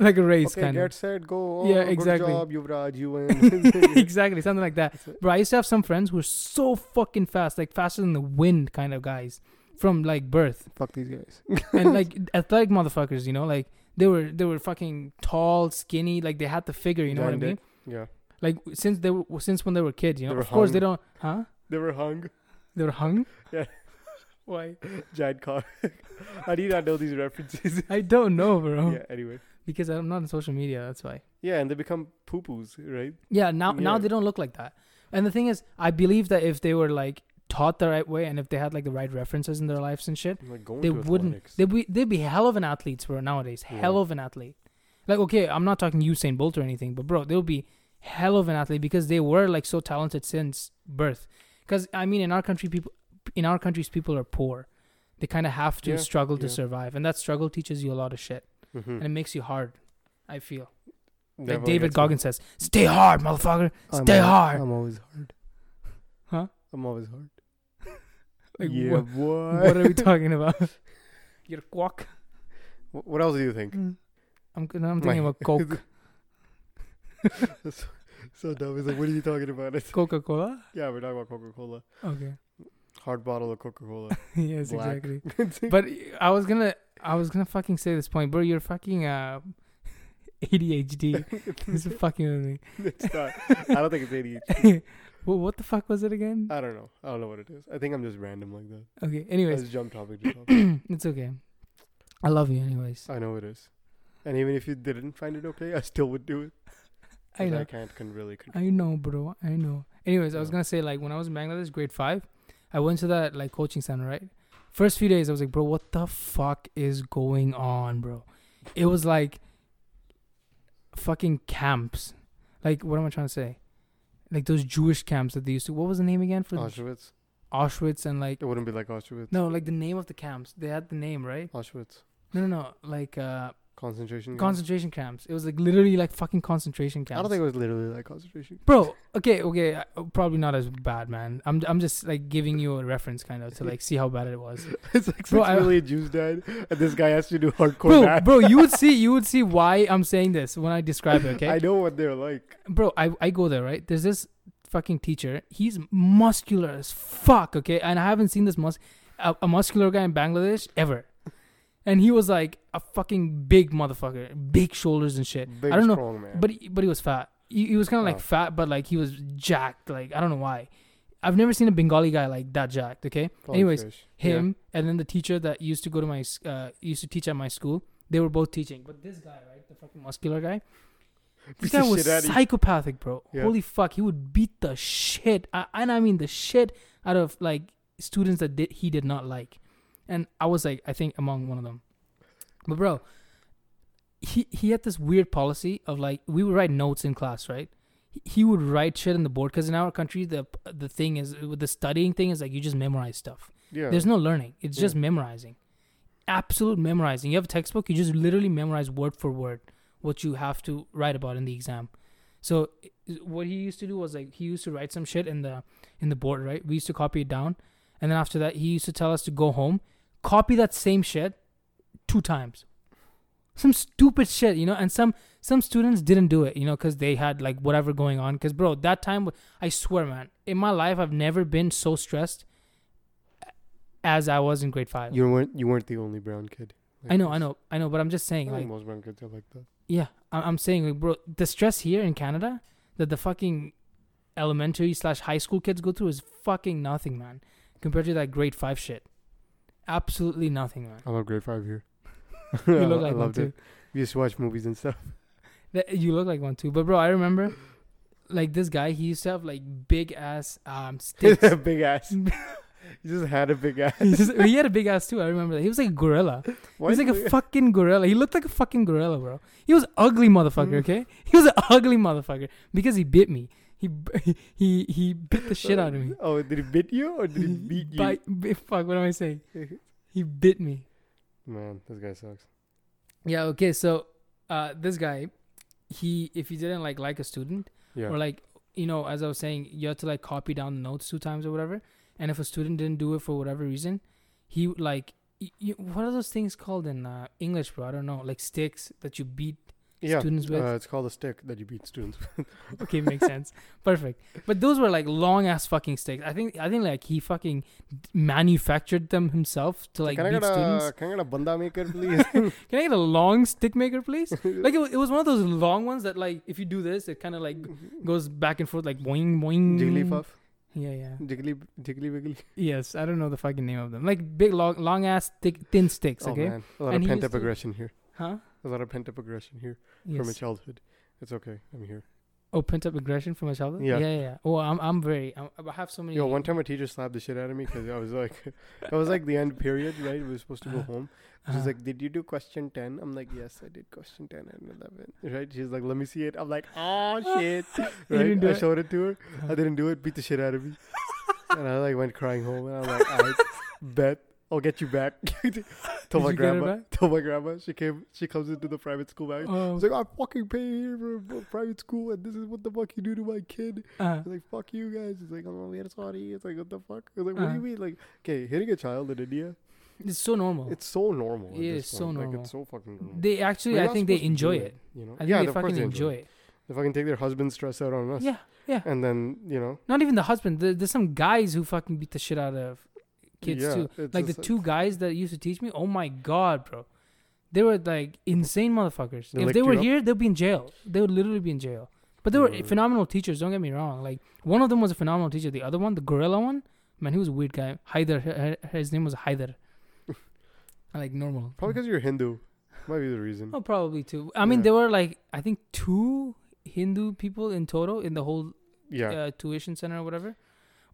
Speaker 1: like a race
Speaker 2: okay,
Speaker 1: kind
Speaker 2: get
Speaker 1: of
Speaker 2: set, go. Oh,
Speaker 1: Yeah,
Speaker 2: Good
Speaker 1: exactly.
Speaker 2: job, Yuvraj. You win.
Speaker 1: exactly something like that
Speaker 2: That's it.
Speaker 1: bro i used to have some friends who were so fucking fast like faster than the wind kind of guys from like birth
Speaker 2: Fuck these guys.
Speaker 1: and like athletic motherfuckers you know like they were they were fucking tall skinny like they had the figure you know what i
Speaker 2: Jacked
Speaker 1: mean
Speaker 2: it. Yeah.
Speaker 1: like since they were since when they were kids you know
Speaker 2: They were
Speaker 1: of course they
Speaker 2: hung.
Speaker 1: don't huh
Speaker 2: They were hung.
Speaker 1: they were hung
Speaker 2: Yeah.
Speaker 1: why
Speaker 2: Giant car. I do not know these references.
Speaker 1: i don't know bro
Speaker 2: yeah, anyway.
Speaker 1: because i'm not on social media that's why
Speaker 2: Yeah, and they become poo poos, right?
Speaker 1: Yeah, now now
Speaker 2: Yeah.
Speaker 1: they don't look like that. And the thing is, I believe that if they were like taught the right way and if they had like the right references in their lives and shit,
Speaker 2: I'm like going
Speaker 1: they
Speaker 2: to
Speaker 1: wouldn't.
Speaker 2: athletics.
Speaker 1: They'd be they'd be hell of an athletes bro nowadays. Hell
Speaker 2: Yeah.
Speaker 1: of an athlete. Like okay, I'm not talking Usain Bolt or anything, but bro, they'll be hell of an athlete because they were like so talented since birth. Because I mean, in our country, people in our countries, people are poor. They kind of have to
Speaker 2: Yeah,
Speaker 1: struggle to
Speaker 2: yeah.
Speaker 1: survive, and that struggle teaches you a lot of shit,
Speaker 2: Mhm.
Speaker 1: and it makes you hard. I feel like
Speaker 2: Definitely
Speaker 1: David
Speaker 2: gets them.
Speaker 1: Goggins says, "Stay hard, motherfucker."
Speaker 2: I'm
Speaker 1: Stay
Speaker 2: al-
Speaker 1: hard.
Speaker 2: I'm always hard.
Speaker 1: Huh?
Speaker 2: I'm always hard.
Speaker 1: Like,
Speaker 2: yeah,
Speaker 1: what-
Speaker 2: boy.
Speaker 1: what are we talking about? Your quack.
Speaker 2: Wh- what else do you think?
Speaker 1: I'm Mm-hmm. I'm thinking
Speaker 2: My-
Speaker 1: about Coke,
Speaker 2: so, so dumb. It's like, what are you talking about? It's,
Speaker 1: Coca Cola.
Speaker 2: yeah, we're talking about Coca Cola.
Speaker 1: Okay.
Speaker 2: Hard bottle of Coca Cola.
Speaker 1: yes,
Speaker 2: Black.
Speaker 1: exactly. But I was gonna, I was gonna fucking say this point, bro. You're fucking uh, ADHD. this is fucking with me.
Speaker 2: it's not. I don't think it's ADHD.
Speaker 1: Wha- what the fuck was it again?
Speaker 2: I don't know. I don't know what it is. I think I'm just random like that.
Speaker 1: Okay.
Speaker 2: I
Speaker 1: Anyways,
Speaker 2: just jump topic to topic.
Speaker 1: it's okay. I love you, anyways.
Speaker 2: I know it is. And even if you didn't find it okay, I still would do it.
Speaker 1: I
Speaker 2: 'cause
Speaker 1: know.
Speaker 2: I can't can really control.
Speaker 1: I know, bro. I know. Anyways, I was
Speaker 2: Yeah.
Speaker 1: gonna say like when I was in Bangladesh, grade five, I went to that like coaching center, right? First few days, I was like, bro, what the fuck is going on, bro? It was like fucking camps. Like, what am I trying to say? Like those Jewish camps that they used to. What was the name again for
Speaker 2: Auschwitz.
Speaker 1: Auschwitz and like
Speaker 2: It wouldn't be like Auschwitz.
Speaker 1: no, like the name of the camps. They had the name, right?
Speaker 2: Auschwitz.
Speaker 1: No, no, no. Like uh,
Speaker 2: Concentration. camp.
Speaker 1: concentration camps. It was like literally like fucking concentration camps.
Speaker 2: Mm. I don't think it was literally like concentration.
Speaker 1: Bro, okay, okay, uh, probably not as bad, man. I'm, I'm just like giving you a reference, kind of, to like see how bad it was.
Speaker 2: it's like six
Speaker 1: Bro,
Speaker 2: million
Speaker 1: I-
Speaker 2: Jews died, and this guy has to do hardcore
Speaker 1: Bro,
Speaker 2: math.
Speaker 1: bro, you would see, you would see why I'm saying this when I describe it.
Speaker 2: I
Speaker 1: Okay,
Speaker 2: know what they're like.
Speaker 1: bro, I, I go there, right? There's this fucking teacher. He's muscular as fuck, okay, and I haven't seen this mus a, a muscular guy in Bangladesh ever. And he was like a fucking big motherfucker, big shoulders and shit.
Speaker 2: Big
Speaker 1: I don't know,
Speaker 2: strong man.
Speaker 1: But he, but he was fat. He, he was kind of like
Speaker 2: Oh.
Speaker 1: fat, but like he was jacked. Like I don't know why. I've never seen a Bengali guy like that jacked. Okay.
Speaker 2: Probably
Speaker 1: anyways,
Speaker 2: fish.
Speaker 1: Him and then the teacher that used to go to my s- uh, used to teach at my school. They were both teaching, but this guy, right, the fucking muscular guy,
Speaker 2: Yeah.
Speaker 1: this
Speaker 2: Piece
Speaker 1: guy
Speaker 2: of
Speaker 1: was
Speaker 2: shit outta you.
Speaker 1: psychopathic, bro.
Speaker 2: Yeah.
Speaker 1: Holy fuck, he would beat the shit, I, and I mean the shit out of like students that did, he did not like, and I was like, I think among one of them. But bro, he he had this weird policy of like we would write notes in class, right? He- He would write shit on the board because in our country the the thing is with the studying thing is like you just memorize stuff.
Speaker 2: Yeah.
Speaker 1: There's no learning. It's
Speaker 2: Yeah.
Speaker 1: just memorizing. Absolute memorizing. You have a textbook, you just literally memorize word for word what you have to write about in the exam. So i- what he used to do was like he used to write some shit in the in the board, right? We used to copy it down. And then after that, he used to tell us to go home, copy that same shit two times. Some stupid shit, you know, and some some students didn't do it, you know, cuz they had like whatever going on cuz bro, that time wa- I swear man, in my life I've never been so stressed as I was in grade 5.
Speaker 2: you weren't you weren't the only brown kid. like
Speaker 1: I know,
Speaker 2: this.
Speaker 1: I know, I know, but I'm just
Speaker 2: I
Speaker 1: saying
Speaker 2: think
Speaker 1: like
Speaker 2: most brown kids are like that.
Speaker 1: yeah, I- I'm saying, like, bro, the stress here in Canada that the fucking elementary slash high school kids go through is fucking nothing, man, compared to that grade five shit. Absolutely nothing, man.
Speaker 2: I love grade five here.
Speaker 1: You look like
Speaker 2: I
Speaker 1: one
Speaker 2: loved
Speaker 1: too.
Speaker 2: it. We used to watch movies and stuff.
Speaker 1: That- You look like one too. But bro, I remember, like this guy, he used to have like big ass um sticks.
Speaker 2: big ass. he just had a big ass.
Speaker 1: he, just- he had a big ass too. I remember that. He was like a gorilla.
Speaker 2: Why
Speaker 1: he was like
Speaker 2: do
Speaker 1: a
Speaker 2: we-
Speaker 1: fucking gorilla. He looked like a fucking gorilla, bro. He was ugly
Speaker 2: Mm.
Speaker 1: motherfucker. Okay, he was an ugly motherfucker because he bit me. He b- he he bit the shit out of me.
Speaker 2: Oh, did he bit you or did he
Speaker 1: He
Speaker 2: beat you?
Speaker 1: bite- bi- fuck, what am I saying? He bit me.
Speaker 2: Man, this guy sucks.
Speaker 1: Yeah, okay, so uh, this guy, he if he didn't like like a student
Speaker 2: Yeah.
Speaker 1: or like you know, as I was saying, you had to like copy down the notes two times or whatever. And if a student didn't do it for whatever reason, he would, like y you, what are those things called in uh, English, bro? I don't know, like sticks that you beat.
Speaker 2: yeah.
Speaker 1: students with-
Speaker 2: Uh, it's called a stick that you beat students with.
Speaker 1: Okay, makes sense. Perfect. But those were like long ass fucking sticks. I think I think like he fucking manufactured them himself to like
Speaker 2: can, I
Speaker 1: beat
Speaker 2: get
Speaker 1: students.
Speaker 2: a, can I get a banda maker, please?
Speaker 1: Can I get a long stick maker, please? like it, wa- it was one of those long ones that, like, if you do this, it kind of like mm. goes back and forth, like boing boing.
Speaker 2: Jigglypuff?
Speaker 1: Yeah, yeah.
Speaker 2: Jiggly, Jiggly Wiggly?
Speaker 1: Yes, I don't know the fucking name of them. Like big, long, long ass, thick, thin sticks.
Speaker 2: Oh,
Speaker 1: okay,
Speaker 2: man. A lot
Speaker 1: And
Speaker 2: of
Speaker 1: he
Speaker 2: pent up
Speaker 1: used to-
Speaker 2: aggression here.
Speaker 1: huh?
Speaker 2: A lot of pent up aggression here from my
Speaker 1: Yes.
Speaker 2: childhood. It's okay. I'm here.
Speaker 1: Oh, pent up aggression from a childhood.
Speaker 2: Yeah.
Speaker 1: yeah, yeah. Oh, I'm, I'm very. I'm, I have so many.
Speaker 2: Yo, one time a teacher slapped the shit out of me because I was like, I was like the end period, right? We were supposed to go home. She's
Speaker 1: Uh-huh.
Speaker 2: like, "Did you do question 10? I'm like, "Yes, I did question 10 and 11." Right? She's like, "Let me see it." I'm like, "Oh shit!"
Speaker 1: You
Speaker 2: Right?
Speaker 1: didn't do
Speaker 2: I
Speaker 1: it? Uh-huh.
Speaker 2: showed it to her. I didn't do it. Beat the shit out of me, and I like went crying home. And I'm like, "I bet I'll get you back." told
Speaker 1: Did
Speaker 2: my
Speaker 1: you get her
Speaker 2: grandma.
Speaker 1: back?
Speaker 2: Told my grandma. She came. She comes into the private school bag. I
Speaker 1: Oh,
Speaker 2: was like, "I'm fucking paying here for a private school, and this is what the fuck you do to my kid."
Speaker 1: uh,
Speaker 2: It's like, fuck you guys. It's like, oh, we're sorry. It's like, what the fuck? It's like, what do
Speaker 1: Uh-huh.
Speaker 2: you mean? Like, okay, hitting a child in India,
Speaker 1: it's so normal.
Speaker 2: it's so normal. at
Speaker 1: Yeah,
Speaker 2: this
Speaker 1: it's Oh. so
Speaker 2: point. Like,
Speaker 1: normal.
Speaker 2: it's so fucking normal.
Speaker 1: they
Speaker 2: We're
Speaker 1: actually, I
Speaker 2: not
Speaker 1: think they
Speaker 2: supposed to do
Speaker 1: enjoy it.
Speaker 2: You know?
Speaker 1: I think
Speaker 2: yeah,
Speaker 1: they
Speaker 2: of course
Speaker 1: fucking enjoy it.
Speaker 2: They fucking take their husband's stress out on us.
Speaker 1: Yeah, yeah.
Speaker 2: And then, you know.
Speaker 1: Not even the husband. There, there's some guys who fucking beat the shit out of kids
Speaker 2: yeah,
Speaker 1: too.
Speaker 2: it's
Speaker 1: like the
Speaker 2: just
Speaker 1: two guys that used to teach me. Oh my god, bro, they were like insane motherfuckers.
Speaker 2: They
Speaker 1: if
Speaker 2: licked
Speaker 1: they
Speaker 2: you
Speaker 1: were
Speaker 2: up?
Speaker 1: here, they'd be in jail. They would literally be in jail. But they were
Speaker 2: Mm.
Speaker 1: phenomenal teachers. Don't get me wrong. Like one of them was a phenomenal teacher. The other one, the gorilla one, man, he was a weird guy. Haider, h- h- his name was Haider. I like normal.
Speaker 2: Probably because you're Hindu. Might be the reason.
Speaker 1: Oh, probably too. I mean,
Speaker 2: Yeah.
Speaker 1: there were like I think two Hindu people in total in the whole
Speaker 2: yeah.
Speaker 1: uh, tuition center or whatever.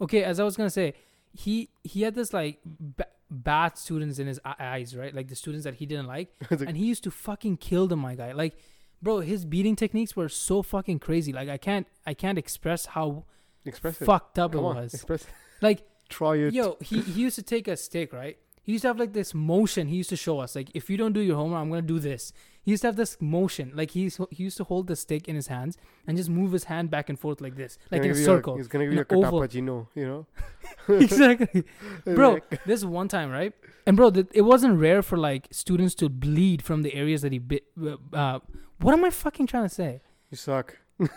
Speaker 1: Okay, as I was gonna say, he he had this like b- bad students in his e- eyes, right? Like the students that he didn't like,
Speaker 2: It's like-
Speaker 1: and he used to fucking kill them, my guy. Like, bro, his beating techniques were so fucking crazy. Like, I can't I can't express how
Speaker 2: express it.
Speaker 1: fucked up
Speaker 2: Come
Speaker 1: it
Speaker 2: on.
Speaker 1: was.
Speaker 2: Express
Speaker 1: Like,
Speaker 2: Try it.
Speaker 1: yo, he he used to take a stick, right? He used to have like this motion. He used to show us, like, if you don't do your homework, I'm gonna do this. He used to have this motion, like he's he used to hold the stick in his hands and just move his hand back and forth like this,
Speaker 2: He's
Speaker 1: like
Speaker 2: gonna
Speaker 1: in a
Speaker 2: give you
Speaker 1: circle.
Speaker 2: He's going to
Speaker 1: in
Speaker 2: give you a
Speaker 1: an oval.
Speaker 2: Catapacino, you know?
Speaker 1: exactly. Bro,
Speaker 2: Like,
Speaker 1: this one time, right? And bro, th- it wasn't rare for like students to bleed from the areas that he bit. Uh, what am I fucking trying to say?
Speaker 2: you suck.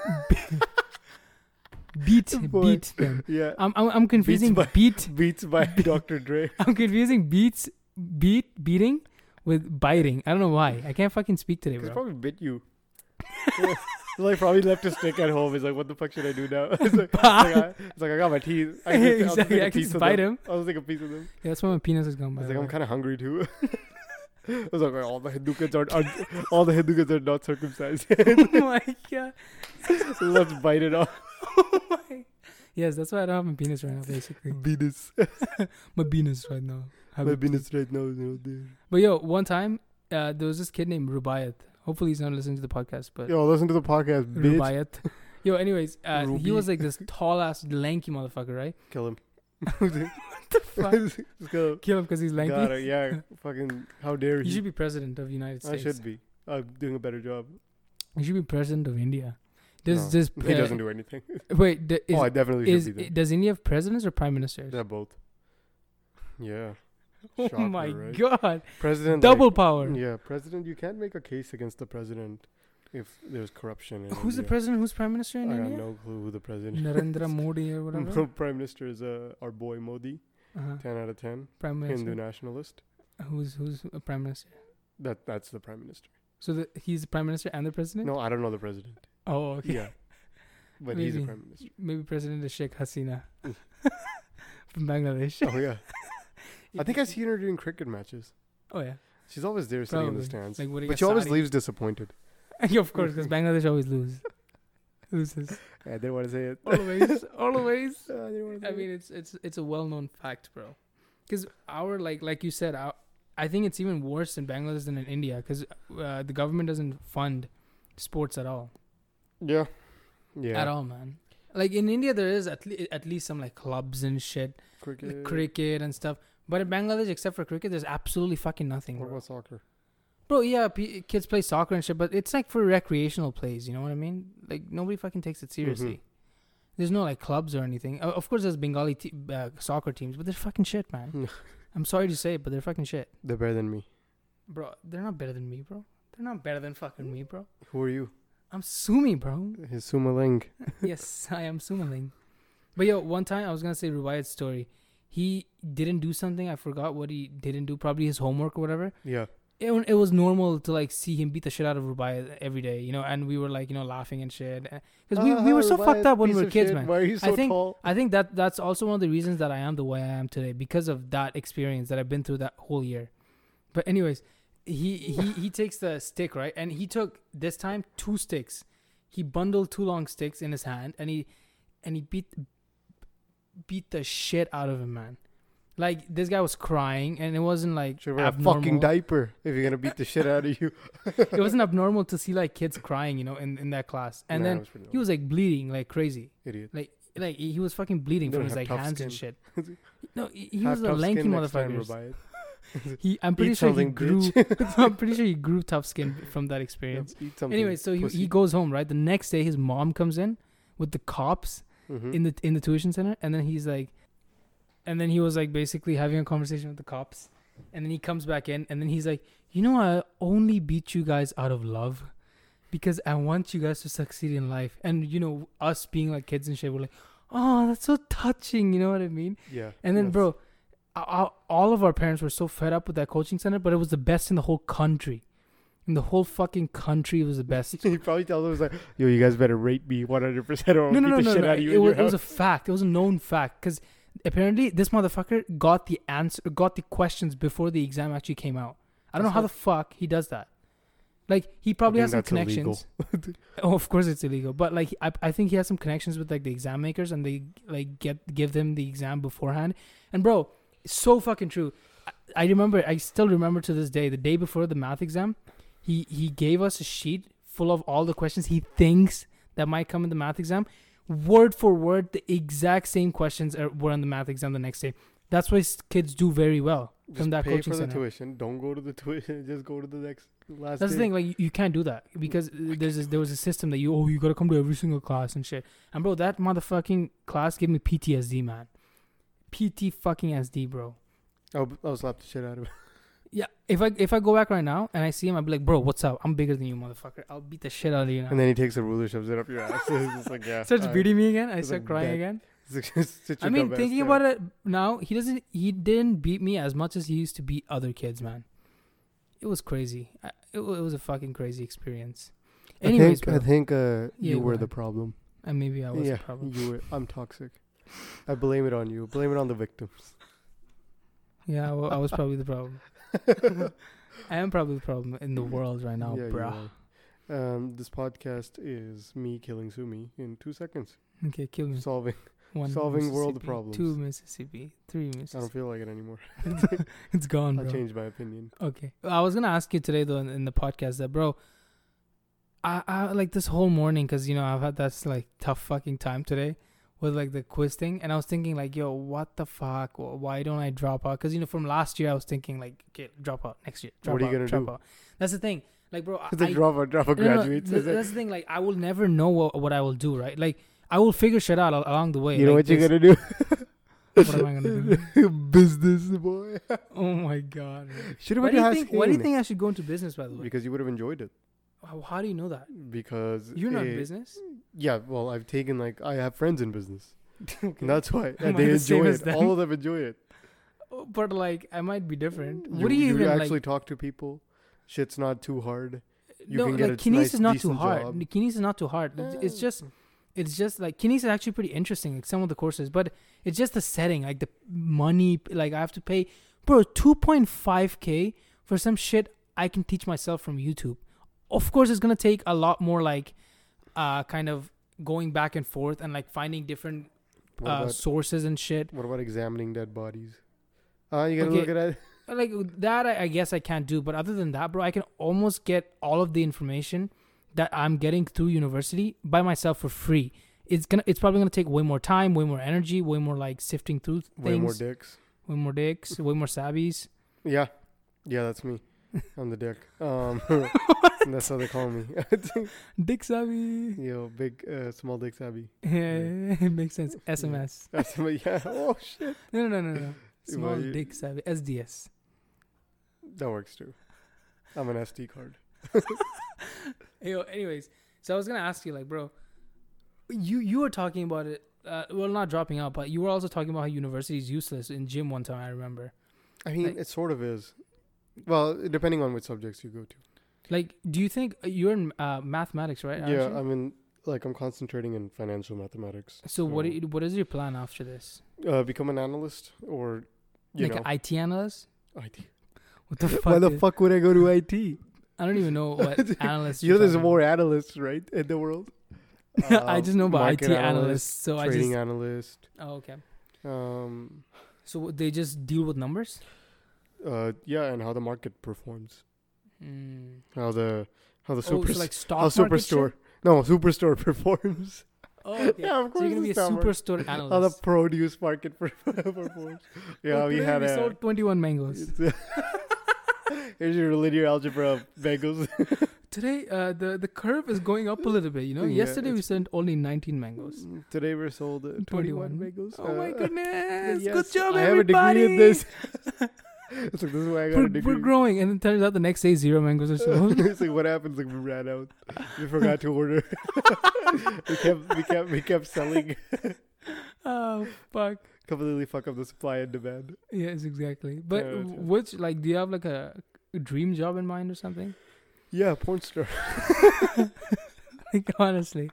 Speaker 1: Beat,
Speaker 2: Boy.
Speaker 1: beat them.
Speaker 2: Yeah.
Speaker 1: I'm, I'm, I'm confusing
Speaker 2: by-
Speaker 1: beat.
Speaker 2: Beats by Dr. Dre.
Speaker 1: I'm confusing beats, beat, beating with biting. I don't know why. I can't fucking speak today,
Speaker 2: He's
Speaker 1: bro.
Speaker 2: probably bit you. Yeah. like probably left a stick at home. He's like, what the fuck should I do now? it's, like, it's, like, I, it's like I got my teeth. I can just- I'll just
Speaker 1: Exactly,
Speaker 2: take a
Speaker 1: I can
Speaker 2: piece
Speaker 1: just
Speaker 2: of
Speaker 1: bite
Speaker 2: them.
Speaker 1: him.
Speaker 2: I'll take a piece of them.
Speaker 1: Yeah, that's why my penis is gone.
Speaker 2: I
Speaker 1: By
Speaker 2: was
Speaker 1: the
Speaker 2: like, I'm
Speaker 1: way.
Speaker 2: kind of hungry too. I was like, all the Hindu kids are un- all the Hindu kids are not circumcised.
Speaker 1: oh my god.
Speaker 2: Let's bite it off.
Speaker 1: Oh my. Yes, that's why I don't have my penis right now. Basically,
Speaker 2: Venus,
Speaker 1: my penis right now. Have
Speaker 2: my
Speaker 1: a-
Speaker 2: Venus right now. You know, the-
Speaker 1: But yo, one time, uh, there was this kid named Rubaiyat. Hopefully, he's not listening to the podcast, but
Speaker 2: Yo, listen to the podcast, bitch.
Speaker 1: Rubaiyat. Yo, anyways, uh, he
Speaker 2: Ruby.
Speaker 1: was like this tall ass lanky motherfucker, right?
Speaker 2: Kill him. what the
Speaker 1: fuck?
Speaker 2: Let's go.
Speaker 1: Kill him because he's lanky.
Speaker 2: Got it. Yeah. Fucking. How dare
Speaker 1: You
Speaker 2: you?
Speaker 1: should be president of the United
Speaker 2: I
Speaker 1: States.
Speaker 2: should be. I'm doing a better job.
Speaker 1: You should be president of India. Does
Speaker 2: No,
Speaker 1: this uh,
Speaker 2: He doesn't do anything.
Speaker 1: Wait, d- is,
Speaker 2: oh, I definitely
Speaker 1: is
Speaker 2: should be. There.
Speaker 1: does India have presidents or prime ministers?
Speaker 2: Yeah, both. Yeah.
Speaker 1: oh
Speaker 2: Shocker,
Speaker 1: my
Speaker 2: right?
Speaker 1: god,
Speaker 2: President.
Speaker 1: double power.
Speaker 2: Like, yeah, president. You can't make a case against the president if there's corruption. In
Speaker 1: Who's the
Speaker 2: India.
Speaker 1: president? Who's prime minister in
Speaker 2: I got
Speaker 1: India?
Speaker 2: no clue who the president.
Speaker 1: Narendra
Speaker 2: is.
Speaker 1: Modi or whatever.
Speaker 2: Prime Minister is uh, our boy Modi.
Speaker 1: Uh-huh.
Speaker 2: Ten out of ten.
Speaker 1: Prime
Speaker 2: Hindu
Speaker 1: minister.
Speaker 2: nationalist.
Speaker 1: Who's who's a prime minister?
Speaker 2: That that's the prime minister.
Speaker 1: So the, he's the prime minister and the president.
Speaker 2: No, I don't know the president.
Speaker 1: Oh, okay.
Speaker 2: Yeah, but he's the
Speaker 1: Maybe.
Speaker 2: prime minister.
Speaker 1: Maybe president is Sheikh Hasina from Bangladesh.
Speaker 2: Mm. Oh yeah. I think I seen her doing cricket matches.
Speaker 1: Oh yeah.
Speaker 2: She's always there sitting in the
Speaker 1: Probably.
Speaker 2: stands,
Speaker 1: Like what?
Speaker 2: but she always leaves disappointed.
Speaker 1: yeah, of course, because Bangladesh always lose. Loses
Speaker 2: I didn't want to say it.
Speaker 1: always, always.
Speaker 2: I didn't wanna say
Speaker 1: I
Speaker 2: it.
Speaker 1: mean, it's it's it's a well-known fact, bro. Because our like like you said, our, I think it's even worse in Bangladesh than in India because uh, the government doesn't fund sports at all,
Speaker 2: yeah, yeah.
Speaker 1: at all, man. Like in India, there is at, le- at least some like clubs and shit, like,
Speaker 2: Cricket.
Speaker 1: cricket and stuff. But in Bangladesh, except for cricket, there's absolutely fucking nothing,
Speaker 2: What
Speaker 1: bro.
Speaker 2: about soccer?
Speaker 1: Bro, yeah, p- kids play soccer and shit, but it's like for recreational plays. You know what I mean? Like nobody fucking takes it seriously. There's no like clubs or anything. O- of course, there's Bengali te- uh, soccer teams, but they're fucking shit, man. I'm sorry to say it, but they're fucking shit,
Speaker 2: They're better than me.
Speaker 1: bro. They're not better than me, bro. They're not better than fucking me, bro.
Speaker 2: Who are you?
Speaker 1: I'm Sumi, bro.
Speaker 2: His Sumaling.
Speaker 1: yes, I am Sumaling. But yo, one time I was gonna say Rubaiyat's story. He didn't do something. I forgot what he didn't do. Probably his homework or whatever.
Speaker 2: Yeah,
Speaker 1: it, wa- it was normal to like see him beat the shit out of Rubai every day, you know, and we were like, you know, laughing and shit. Because
Speaker 2: Uh-huh,
Speaker 1: we, we were
Speaker 2: Ah,
Speaker 1: so fucked up when we were kids, man.
Speaker 2: Why are you
Speaker 1: I
Speaker 2: so
Speaker 1: think-
Speaker 2: tall?
Speaker 1: I think that that's also one of the reasons that I am the way I am today because of that experience that I've been through that whole year. But anyways, he he he takes the stick right, and he took this time two sticks. He bundled two long sticks in his hand, and he and he beat beat the shit out of him, man. Like this guy was crying, and it wasn't like
Speaker 2: Should wear a fucking
Speaker 1: abnormal
Speaker 2: diaper if you're gonna beat the shit out of you.
Speaker 1: it wasn't abnormal to see like kids crying, you know, in, in that class. And
Speaker 2: Nah, it
Speaker 1: then
Speaker 2: was pretty
Speaker 1: he was like bleeding like crazy,
Speaker 2: normal. idiot.
Speaker 1: like he he was fucking bleeding
Speaker 2: They
Speaker 1: from
Speaker 2: don't
Speaker 1: his
Speaker 2: have
Speaker 1: like
Speaker 2: tough
Speaker 1: hands and
Speaker 2: skin.
Speaker 1: shit. No, he, he
Speaker 2: Have
Speaker 1: was a
Speaker 2: tough
Speaker 1: lanky
Speaker 2: skin next time,
Speaker 1: motherfucker.
Speaker 2: Rubaiyat.
Speaker 1: He, I'm pretty
Speaker 2: Eat
Speaker 1: sure he
Speaker 2: something,
Speaker 1: grew.
Speaker 2: bitch.
Speaker 1: I'm pretty sure he grew tough skin from that experience.
Speaker 2: Eat something,
Speaker 1: Anyway, so he, he
Speaker 2: pussy.
Speaker 1: goes home right. The next day, his mom comes in with the cops
Speaker 2: Mhm.
Speaker 1: in the in the tuition center, and then he's like, and then he was like basically having a conversation with the cops, and then he comes back in, and then he's like, you know, I only beat you guys out of love, because I want you guys to succeed in life, and you know, us being like kids and shit, we're like, oh, that's so touching, you know what I mean?
Speaker 2: yeah,
Speaker 1: And then,
Speaker 2: yes.
Speaker 1: bro, I, all of our parents were so fed up with that coaching center, but it was the best in the whole country. In the whole fucking country, it was the best.
Speaker 2: he probably tells us like, "Yo, you guys better rate me 100 percent, or I'll
Speaker 1: no, no,
Speaker 2: beat
Speaker 1: no,
Speaker 2: the
Speaker 1: no,
Speaker 2: shit
Speaker 1: no.
Speaker 2: out of you
Speaker 1: It,
Speaker 2: in
Speaker 1: was,
Speaker 2: your
Speaker 1: it was a
Speaker 2: house."
Speaker 1: fact. It was a known fact because apparently this motherfucker got the answer, got the questions before the exam actually came out. I don't know
Speaker 2: That's
Speaker 1: how the
Speaker 2: not-
Speaker 1: fuck he does that. Like he probably
Speaker 2: think
Speaker 1: has some
Speaker 2: that's illegal.
Speaker 1: connections. oh, of course it's illegal, but like I, I think he has some connections with like the exam makers, and they like get give them the exam beforehand. And bro, it's so fucking true. I, I remember, I still remember to this day, the day before the math exam, he he gave us a sheet full of all the questions he thinks that might come in the math exam. Word for word, the exact same questions are, were on the math exam the next day. That's why s- kids do very well
Speaker 2: Just
Speaker 1: from that
Speaker 2: pay
Speaker 1: coaching
Speaker 2: for the
Speaker 1: center.
Speaker 2: tuition. Don't go to the tuition. Just go to the next last.
Speaker 1: That's the
Speaker 2: day.
Speaker 1: thing. Like you, you can't do that because uh, there's this, there was a system that you oh you gotta come to every single class and shit. And bro, that motherfucking class gave me PTSD, man. PT fucking SD, bro.
Speaker 2: I'll, I'll Oh, slap the shit out of him.
Speaker 1: Yeah, if I if I go back right now and I see him, I'd be like, bro, what's up? I'm bigger than you, motherfucker. I'll beat the shit out of you now.
Speaker 2: And then he takes a ruler, shoves it up your ass. it's just like yeah.
Speaker 1: Starts
Speaker 2: all right.
Speaker 1: beating me again. I
Speaker 2: It's
Speaker 1: start
Speaker 2: like
Speaker 1: crying
Speaker 2: that.
Speaker 1: again.
Speaker 2: It's like, sit
Speaker 1: I
Speaker 2: your
Speaker 1: mean,
Speaker 2: dumb ass
Speaker 1: thinking
Speaker 2: down.
Speaker 1: about it now, he doesn't. He didn't beat me as much as he used to beat other kids, man. It was crazy. I, it, wa- it was a fucking crazy experience. Anyways,
Speaker 2: I think, I
Speaker 1: bro,
Speaker 2: think uh,
Speaker 1: Yeah,
Speaker 2: you were
Speaker 1: what?
Speaker 2: the problem.
Speaker 1: and maybe I was
Speaker 2: yeah,
Speaker 1: probably.
Speaker 2: you were. I'm toxic. I blame it on you. Blame it on the victims.
Speaker 1: Yeah, well, I was probably the problem. I am probably the problem in the world right now,
Speaker 2: Yeah, you
Speaker 1: bruh.
Speaker 2: are. Um, this podcast is me killing Sumi in two seconds.
Speaker 1: Okay, kill me.
Speaker 2: Solving
Speaker 1: One
Speaker 2: Solving world
Speaker 1: Mississippi,
Speaker 2: problems. Oh.
Speaker 1: Two Mississippi. Three
Speaker 2: I
Speaker 1: Mississippi.
Speaker 2: don't feel like it anymore.
Speaker 1: It's gone,
Speaker 2: I
Speaker 1: bro.
Speaker 2: changed my opinion.
Speaker 1: Okay. I was gonna ask you today though in, in the podcast that bro, I I like this whole morning because you know I've had this like tough fucking time today with like the quiz thing, and I was thinking like, yo, what the fuck? Wh- Why don't I drop out? Because you know from last year I was thinking like, okay, drop out next year. Drop
Speaker 2: What are you
Speaker 1: out,
Speaker 2: gonna
Speaker 1: drop
Speaker 2: do?
Speaker 1: out. That's the thing. Like, bro, I,
Speaker 2: The
Speaker 1: I-
Speaker 2: drop out, drop out
Speaker 1: no, no, no,
Speaker 2: graduates.
Speaker 1: th-
Speaker 2: is it?
Speaker 1: that's the thing. Like, I will never know what, what I will do. Right? Like, I will figure shit out al- along the way.
Speaker 2: you know
Speaker 1: like
Speaker 2: what you're
Speaker 1: this-
Speaker 2: gonna do?
Speaker 1: What am I gonna
Speaker 2: do? Business boy.
Speaker 1: Oh my god. man.
Speaker 2: Should have
Speaker 1: Why
Speaker 2: been
Speaker 1: do you
Speaker 2: asking.
Speaker 1: think? Why do you think I should go into business? By the way,
Speaker 2: Because you would have enjoyed it.
Speaker 1: how, how do you know that?
Speaker 2: Because
Speaker 1: You're not in
Speaker 2: it-
Speaker 1: business.
Speaker 2: Yeah, well, I've taken like I have friends in business.
Speaker 1: Okay.
Speaker 2: And that's why
Speaker 1: Am
Speaker 2: and
Speaker 1: I
Speaker 2: they
Speaker 1: the same
Speaker 2: enjoy
Speaker 1: as
Speaker 2: it.
Speaker 1: them?
Speaker 2: All of them enjoy it.
Speaker 1: Oh, but like I might be different.
Speaker 2: you,
Speaker 1: What do you, even
Speaker 2: actually
Speaker 1: like?
Speaker 2: talk to people? Shit's not too hard. you
Speaker 1: no,
Speaker 2: can get
Speaker 1: like
Speaker 2: a
Speaker 1: kines
Speaker 2: nice,
Speaker 1: is not too
Speaker 2: decent
Speaker 1: hard.
Speaker 2: job.
Speaker 1: Kines is not too hard. It's- It's
Speaker 2: Eh.
Speaker 1: just, it's just like kines is actually pretty interesting. Like some of the courses, but it's just the setting, like the money. Like I have to pay, bro, two point five k for some shit I can teach myself from YouTube. Of course, it's gonna take a lot more like, uh, kind of going back and forth and like finding different
Speaker 2: What,
Speaker 1: uh,
Speaker 2: about,
Speaker 1: sources and shit.
Speaker 2: what about examining dead bodies? Uh, you gotta
Speaker 1: Okay.
Speaker 2: look at it.
Speaker 1: like that I, I guess i can't do but other than that bro i can almost get all of the information that i'm getting through university by myself for free it's gonna it's probably gonna take way more time way more energy way more like sifting through things
Speaker 2: Way more dicks.
Speaker 1: way more dicks way more sabbies
Speaker 2: Yeah, yeah, that's me. I'm the dick. Um, that's how they call me.
Speaker 1: dick savvy
Speaker 2: Yo, big, uh, small dick Abby.
Speaker 1: yeah it makes sense sms
Speaker 2: That's my, yeah. Oh shit,
Speaker 1: no no no no, no.
Speaker 2: Well,
Speaker 1: small
Speaker 2: you-
Speaker 1: dick savvy sds
Speaker 2: that works too. I'm an SD card.
Speaker 1: Yo, anyways, so I was gonna ask you, like, bro, you you were talking about it. Uh, well, not dropping out, but you were also talking about how university is useless in gym one time. I remember.
Speaker 2: I mean,
Speaker 1: Like-
Speaker 2: it sort of is. Well, depending on which subjects you go to.
Speaker 1: Like, do you think you're in uh, mathematics, right? aren't
Speaker 2: yeah,
Speaker 1: you?
Speaker 2: I mean, like I'm concentrating in financial mathematics.
Speaker 1: so what do you- what is your plan after this?
Speaker 2: uh, become an analyst or you
Speaker 1: like
Speaker 2: know
Speaker 1: an IT analyst?
Speaker 2: IT.
Speaker 1: What the fuck?
Speaker 2: Why the
Speaker 1: is-
Speaker 2: fuck would I go to IT? You
Speaker 1: I don't even know what analyst.
Speaker 2: know,
Speaker 1: you're
Speaker 2: there's
Speaker 1: talking
Speaker 2: more analysts, right, in the world.
Speaker 1: about. I
Speaker 2: Um,
Speaker 1: just know about IT
Speaker 2: market
Speaker 1: analysts. so I
Speaker 2: trading
Speaker 1: just.
Speaker 2: analyst.
Speaker 1: Oh, okay.
Speaker 2: Um,
Speaker 1: So what- they just deal with numbers.
Speaker 2: uh, yeah, and how the market performs,
Speaker 1: Mm.
Speaker 2: how the how the
Speaker 1: Oh,
Speaker 2: super
Speaker 1: so like stock
Speaker 2: how
Speaker 1: market shit?
Speaker 2: superstore no superstore performs,
Speaker 1: Oh, okay.
Speaker 2: Yeah, of
Speaker 1: so you're
Speaker 2: course
Speaker 1: gonna be a
Speaker 2: it's stock market.
Speaker 1: superstore analyst.
Speaker 2: how the produce market per- performs. Yeah,
Speaker 1: Well,
Speaker 2: we
Speaker 1: today
Speaker 2: had a.
Speaker 1: sold 21 mangoes.
Speaker 2: Here's your linear algebra of bagels.
Speaker 1: Today, uh, the the curve is going up a little bit. You know,
Speaker 2: Yeah,
Speaker 1: yesterday we
Speaker 2: it's-
Speaker 1: sent only 19 mangoes.
Speaker 2: Today we're sold uh, 21
Speaker 1: 21.
Speaker 2: bagels.
Speaker 1: Oh my
Speaker 2: Uh,
Speaker 1: goodness!
Speaker 2: Yes,
Speaker 1: Good job,
Speaker 2: I
Speaker 1: everybody.
Speaker 2: have a degree in this. it's like this is why I got a
Speaker 1: We're,
Speaker 2: degree.
Speaker 1: we're growing, and it turns out the next day zero mangoes are sold.
Speaker 2: it's like what happens like we ran out. We forgot to order. we kept we kept we kept selling
Speaker 1: oh fuck!
Speaker 2: completely fuck up the supply and demand.
Speaker 1: Yes, exactly. But
Speaker 2: Yeah,
Speaker 1: w-
Speaker 2: it's-
Speaker 1: which, like, do you have like a dream job in mind or something?
Speaker 2: Yeah, porn star.
Speaker 1: Like, honestly,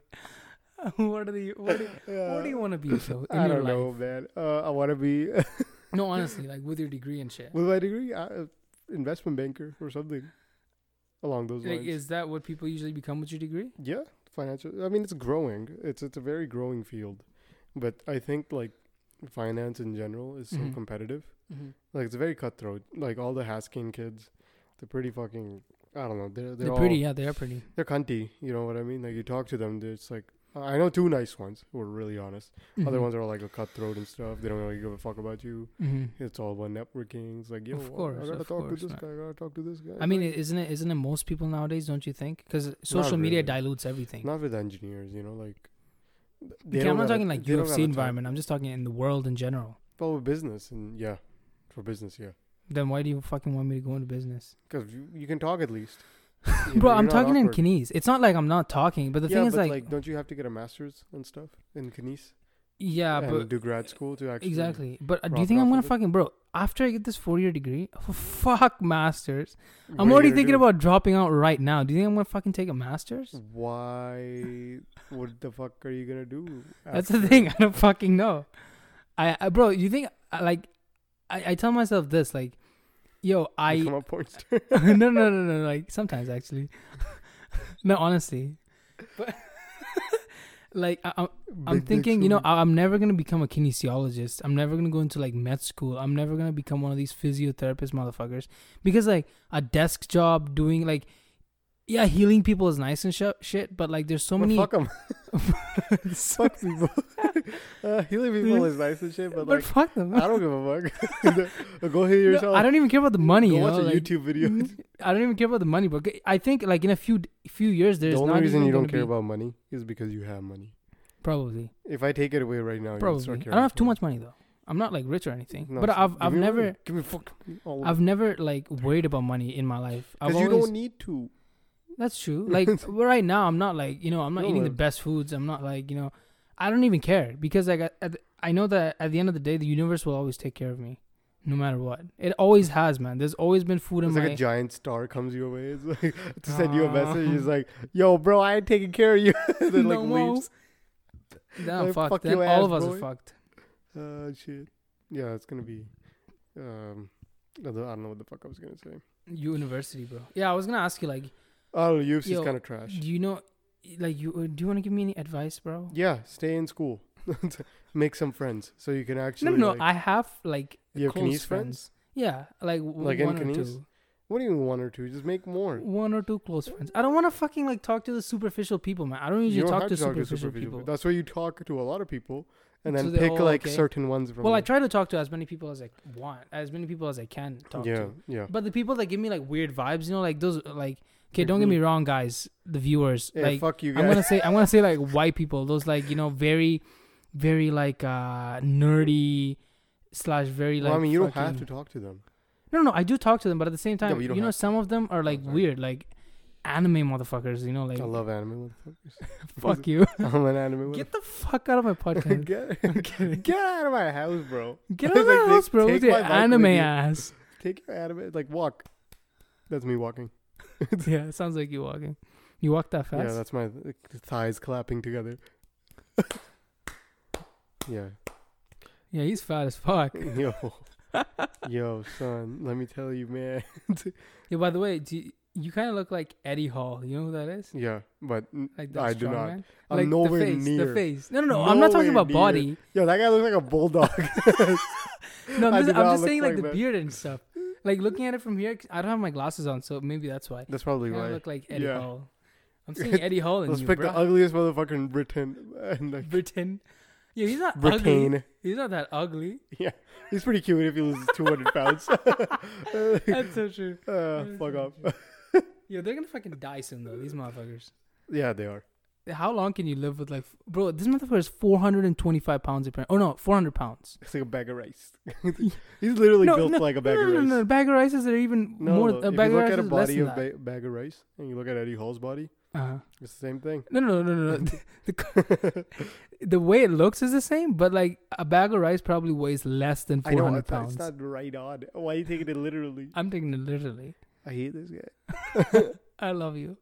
Speaker 1: what are the what do, what
Speaker 2: Yeah.
Speaker 1: do you want to be so in
Speaker 2: I
Speaker 1: your
Speaker 2: don't
Speaker 1: life?
Speaker 2: know, man. Uh, I want to be
Speaker 1: No, honestly, like with your degree and shit.
Speaker 2: with my degree, uh, investment banker or something along those
Speaker 1: Like,
Speaker 2: lines.
Speaker 1: is that what people usually become with your degree?
Speaker 2: Yeah, financial. I mean, it's growing. It's it's a very growing field, but I think like finance in general is so
Speaker 1: Mhm.
Speaker 2: competitive. Like it's very cutthroat. Like all the Haskin kids, they're pretty fucking. I don't know. They're they're,
Speaker 1: They're,
Speaker 2: all,
Speaker 1: pretty. Yeah, they are pretty.
Speaker 2: They're cunty. You know what I mean? Like you talk to them, they're it's like I know two nice ones who are really honest. Other
Speaker 1: Mhm.
Speaker 2: ones are all like a cutthroat and stuff. They don't really give a fuck about you.
Speaker 1: Mm-hmm.
Speaker 2: It's all about networking. It's like yo,
Speaker 1: Of
Speaker 2: I-
Speaker 1: course,
Speaker 2: I gotta
Speaker 1: of
Speaker 2: talk
Speaker 1: course,
Speaker 2: to this
Speaker 1: man.
Speaker 2: guy. I gotta talk to this guy.
Speaker 1: I mean, i- isn't it isn't it most people nowadays? Don't you think? Because social media
Speaker 2: really.
Speaker 1: dilutes everything.
Speaker 2: not with engineers. You know, like. th- they
Speaker 1: Okay,
Speaker 2: don't
Speaker 1: I'm not
Speaker 2: gotta-
Speaker 1: talking like
Speaker 2: they don't
Speaker 1: UFC
Speaker 2: gotta talk.
Speaker 1: environment. I'm just talking in the world in general.
Speaker 2: Well, with business and yeah, for business, yeah,
Speaker 1: Then why do you fucking want me to go into business,
Speaker 2: because you, you can talk at least. You know,
Speaker 1: bro? I'm
Speaker 2: you're not
Speaker 1: talking in
Speaker 2: awkward.
Speaker 1: Kines. It's not like I'm not talking, but the
Speaker 2: yeah,
Speaker 1: thing is
Speaker 2: but
Speaker 1: like,
Speaker 2: don't you have to get a master's and stuff in Kines?
Speaker 1: yeah,
Speaker 2: and
Speaker 1: but
Speaker 2: do grad school to actually
Speaker 1: exactly. But uh, do you
Speaker 2: rock
Speaker 1: think I'm
Speaker 2: off
Speaker 1: gonna
Speaker 2: with it.
Speaker 1: fucking bro? After I get this four year degree, fuck masters.
Speaker 2: What are
Speaker 1: I'm
Speaker 2: you
Speaker 1: already
Speaker 2: gonna
Speaker 1: thinking
Speaker 2: do?
Speaker 1: about dropping out right now. Do you think I'm gonna fucking take a masters?
Speaker 2: why. What the fuck are you gonna do?
Speaker 1: That's the
Speaker 2: after?
Speaker 1: thing. I don't fucking know. I, I bro, you think I, like I, I tell myself this like, yo, I
Speaker 2: Become a porn star.
Speaker 1: no, no, no, no. Like sometimes, actually. no, honestly, but like I, I,
Speaker 2: Big
Speaker 1: I'm
Speaker 2: dick
Speaker 1: thinking, you know,
Speaker 2: swimming.
Speaker 1: I, I'm never gonna become a kinesiologist. I'm never gonna go into like med school. I'm never gonna become one of these physiotherapist motherfuckers because like a desk job doing like, yeah, healing people is nice and sh- shit, but like there's so
Speaker 2: Well,
Speaker 1: many.
Speaker 2: fuck 'em. fuck people. uh, healing people is nice and shit, but,
Speaker 1: but
Speaker 2: like,
Speaker 1: fuck them.
Speaker 2: I don't give a fuck. Go heal
Speaker 1: No,
Speaker 2: yourself.
Speaker 1: I don't even care about the money.
Speaker 2: Go
Speaker 1: you
Speaker 2: watch
Speaker 1: know,
Speaker 2: a
Speaker 1: like, mm-hmm.
Speaker 2: YouTube video.
Speaker 1: I don't even care about the money, but I think like in a few few years there's
Speaker 2: the
Speaker 1: not
Speaker 2: only reason
Speaker 1: even
Speaker 2: you don't
Speaker 1: gonna
Speaker 2: care
Speaker 1: be-
Speaker 2: about money is because you have money.
Speaker 1: probably
Speaker 2: If I take it away right now, you'll
Speaker 1: probably.
Speaker 2: start
Speaker 1: I
Speaker 2: caring.
Speaker 1: don't have
Speaker 2: for
Speaker 1: too
Speaker 2: it.
Speaker 1: much money though. I'm not like rich or anything,
Speaker 2: No,
Speaker 1: but
Speaker 2: it's-
Speaker 1: I've
Speaker 2: give
Speaker 1: I've
Speaker 2: me money.
Speaker 1: never.
Speaker 2: give me fuck all
Speaker 1: I've never like worried about money in my life. I've
Speaker 2: because you
Speaker 1: always,
Speaker 2: don't need to.
Speaker 1: that's true. Like right now, I'm not like you know, I'm not
Speaker 2: No,
Speaker 1: eating the
Speaker 2: but-
Speaker 1: best foods. I'm not like you know, I don't even care because like I, I, I know that at the end of the day, the universe will always take care of me, no matter what. It always has, man. There's always been food in
Speaker 2: It's
Speaker 1: my.
Speaker 2: like a giant star comes your way. It's like to send you a message. He's
Speaker 1: Um,
Speaker 2: like, "Yo, bro, I ain't taking care of you." and then like
Speaker 1: No more.
Speaker 2: leaves.
Speaker 1: Then I'm
Speaker 2: Like,
Speaker 1: fucked.
Speaker 2: fuck
Speaker 1: Then
Speaker 2: your
Speaker 1: all
Speaker 2: ass,
Speaker 1: of us are
Speaker 2: boy.
Speaker 1: fucked.
Speaker 2: Uh, shit. Yeah, it's gonna be. Um, I don't I don't know what the fuck I was gonna say.
Speaker 1: University, bro. Yeah, I was gonna ask you like,
Speaker 2: Oh, UFC's
Speaker 1: Yo,
Speaker 2: kind of trash.
Speaker 1: do you know, like, you uh, do you want to give me any advice, bro?
Speaker 2: Yeah, stay in school, make some friends, so you can
Speaker 1: no,
Speaker 2: actually.
Speaker 1: no, no.
Speaker 2: like,
Speaker 1: I have like
Speaker 2: you have
Speaker 1: close
Speaker 2: Canese friends.
Speaker 1: Yeah, like, w-
Speaker 2: Like in
Speaker 1: one or
Speaker 2: Canese?
Speaker 1: two.
Speaker 2: What do you mean one or two? Just make more.
Speaker 1: one or two close friends. I don't want to fucking like talk to the superficial people, man. I don't usually
Speaker 2: You don't
Speaker 1: talk,
Speaker 2: have
Speaker 1: to,
Speaker 2: to talk to
Speaker 1: superficial
Speaker 2: super people.
Speaker 1: people.
Speaker 2: That's why you talk to a lot of people, and
Speaker 1: So
Speaker 2: then
Speaker 1: they-
Speaker 2: pick
Speaker 1: oh,
Speaker 2: like
Speaker 1: okay.
Speaker 2: certain ones from.
Speaker 1: Well, I
Speaker 2: them.
Speaker 1: try to talk to as many people as I want, as many people as I can talk
Speaker 2: Yeah,
Speaker 1: to.
Speaker 2: yeah.
Speaker 1: But the people that give me like weird vibes, you know, like those, like okay,
Speaker 2: Like
Speaker 1: don't get
Speaker 2: who?
Speaker 1: me wrong, guys, the viewers,
Speaker 2: Hey,
Speaker 1: like
Speaker 2: fuck you
Speaker 1: I'm
Speaker 2: guys.
Speaker 1: gonna say, I'm gonna say like white people, those like you know very, very like uh nerdy slash very like.
Speaker 2: well, I mean, you don't have
Speaker 1: fucking-
Speaker 2: to talk to them.
Speaker 1: No, no, I do talk to them, but at the same
Speaker 2: Yeah,
Speaker 1: time,
Speaker 2: but you
Speaker 1: you,
Speaker 2: don't
Speaker 1: know,
Speaker 2: have to.
Speaker 1: some of them are like
Speaker 2: sorry.
Speaker 1: weird, like anime motherfuckers. You know, like
Speaker 2: I love anime. motherfuckers.
Speaker 1: fuck you.
Speaker 2: I'm an anime.
Speaker 1: Get the fuck out of my
Speaker 2: motherfucker.
Speaker 1: podcast. I'm kidding.
Speaker 2: get, get out of my house, bro.
Speaker 1: Get out of my
Speaker 2: Like,
Speaker 1: house,
Speaker 2: take-
Speaker 1: bro,
Speaker 2: take
Speaker 1: with your
Speaker 2: my mic with
Speaker 1: anime
Speaker 2: you.
Speaker 1: ass.
Speaker 2: Take your anime. Like walk. That's me walking.
Speaker 1: yeah, it sounds like you walking. You walk that fast?
Speaker 2: Yeah, that's my th- thighs clapping together. yeah.
Speaker 1: Yeah, he's fat as fuck.
Speaker 2: Yo. Yo, son, let me tell you, man.
Speaker 1: Yeah, by the way, do you, you kind of look like Eddie Hall. You know who that is?
Speaker 2: Yeah, but n-
Speaker 1: Like that
Speaker 2: I do
Speaker 1: strong
Speaker 2: not.
Speaker 1: man.
Speaker 2: I'm
Speaker 1: like
Speaker 2: nowhere
Speaker 1: the face,
Speaker 2: near.
Speaker 1: The face. No, no, no. I'm not talking
Speaker 2: Nowhere
Speaker 1: about
Speaker 2: near.
Speaker 1: body.
Speaker 2: Yo, that guy looks like a bulldog.
Speaker 1: No,
Speaker 2: I
Speaker 1: I'm
Speaker 2: do
Speaker 1: just,
Speaker 2: not
Speaker 1: I'm just
Speaker 2: look
Speaker 1: saying like,
Speaker 2: like
Speaker 1: the
Speaker 2: that.
Speaker 1: beard and stuff. Like looking at it from here, 'cause I don't have my glasses on, so maybe that's why.
Speaker 2: That's probably
Speaker 1: I
Speaker 2: right.
Speaker 1: look like Eddie
Speaker 2: Yeah.
Speaker 1: Hall. I'm seeing Eddie Hall in
Speaker 2: Let's
Speaker 1: you,
Speaker 2: pick the
Speaker 1: bruh.
Speaker 2: ugliest motherfucker in Britain. And like,
Speaker 1: Britain. Yeah, he's not ugly.
Speaker 2: Britain.
Speaker 1: He's not that ugly.
Speaker 2: He's pretty cute if he loses 200 pounds.
Speaker 1: That's so true.
Speaker 2: uh, fuck off.
Speaker 1: Yo, they're gonna fucking die soon though. These motherfuckers.
Speaker 2: Yeah, they are.
Speaker 1: How long can you live with like, f- bro? This motherfucker is 425 pounds apparently. Oh no, 400 pounds.
Speaker 2: It's like a bag of rice. He's literally
Speaker 1: No,
Speaker 2: built
Speaker 1: no,
Speaker 2: like
Speaker 1: No,
Speaker 2: a bag
Speaker 1: no,
Speaker 2: of
Speaker 1: no,
Speaker 2: rice.
Speaker 1: no, Bag of rices are even
Speaker 2: No,
Speaker 1: more.
Speaker 2: no,
Speaker 1: a
Speaker 2: if
Speaker 1: bag
Speaker 2: you look
Speaker 1: of rice
Speaker 2: at a
Speaker 1: is less
Speaker 2: body
Speaker 1: than
Speaker 2: of
Speaker 1: that.
Speaker 2: ba- bag of rice and you look at Eddie Hall's body,
Speaker 1: uh-huh.
Speaker 2: it's the same thing.
Speaker 1: No, no, no, no, no. the, the co- the way it looks is the same, but like a bag of rice probably weighs less than
Speaker 2: I know
Speaker 1: 400
Speaker 2: it's not-
Speaker 1: pounds.
Speaker 2: it's not right on. Why are you taking it literally?
Speaker 1: I'm taking it literally.
Speaker 2: I hate this guy.
Speaker 1: I love you.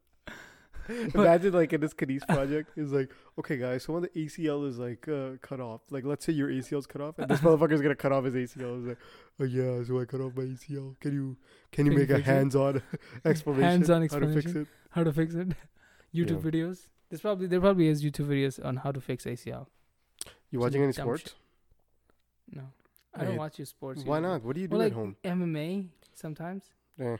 Speaker 2: Imagine like in this Cadiz project is like, okay guys, so when the ACL is like uh, cut off, like let's say your ACL is cut off, and this motherfucker is gonna cut off his ACL. It's like, oh yeah, so I cut off my ACL. Can you can
Speaker 1: Can you
Speaker 2: you make a
Speaker 1: fix it?
Speaker 2: hands-on explanation?
Speaker 1: Hands-on
Speaker 2: How to fix
Speaker 1: explanation?
Speaker 2: it?
Speaker 1: How to fix it? YouTube
Speaker 2: Yeah.
Speaker 1: videos. There's probably there probably is YouTube videos on how to fix ACL.
Speaker 2: You
Speaker 1: Some
Speaker 2: watching any
Speaker 1: dumb
Speaker 2: sports?
Speaker 1: No, I don't
Speaker 2: Hey,
Speaker 1: watch your sports.
Speaker 2: Why
Speaker 1: usually.
Speaker 2: not? What do you do
Speaker 1: Well,
Speaker 2: at
Speaker 1: like
Speaker 2: home?
Speaker 1: MMA sometimes.
Speaker 2: Eh.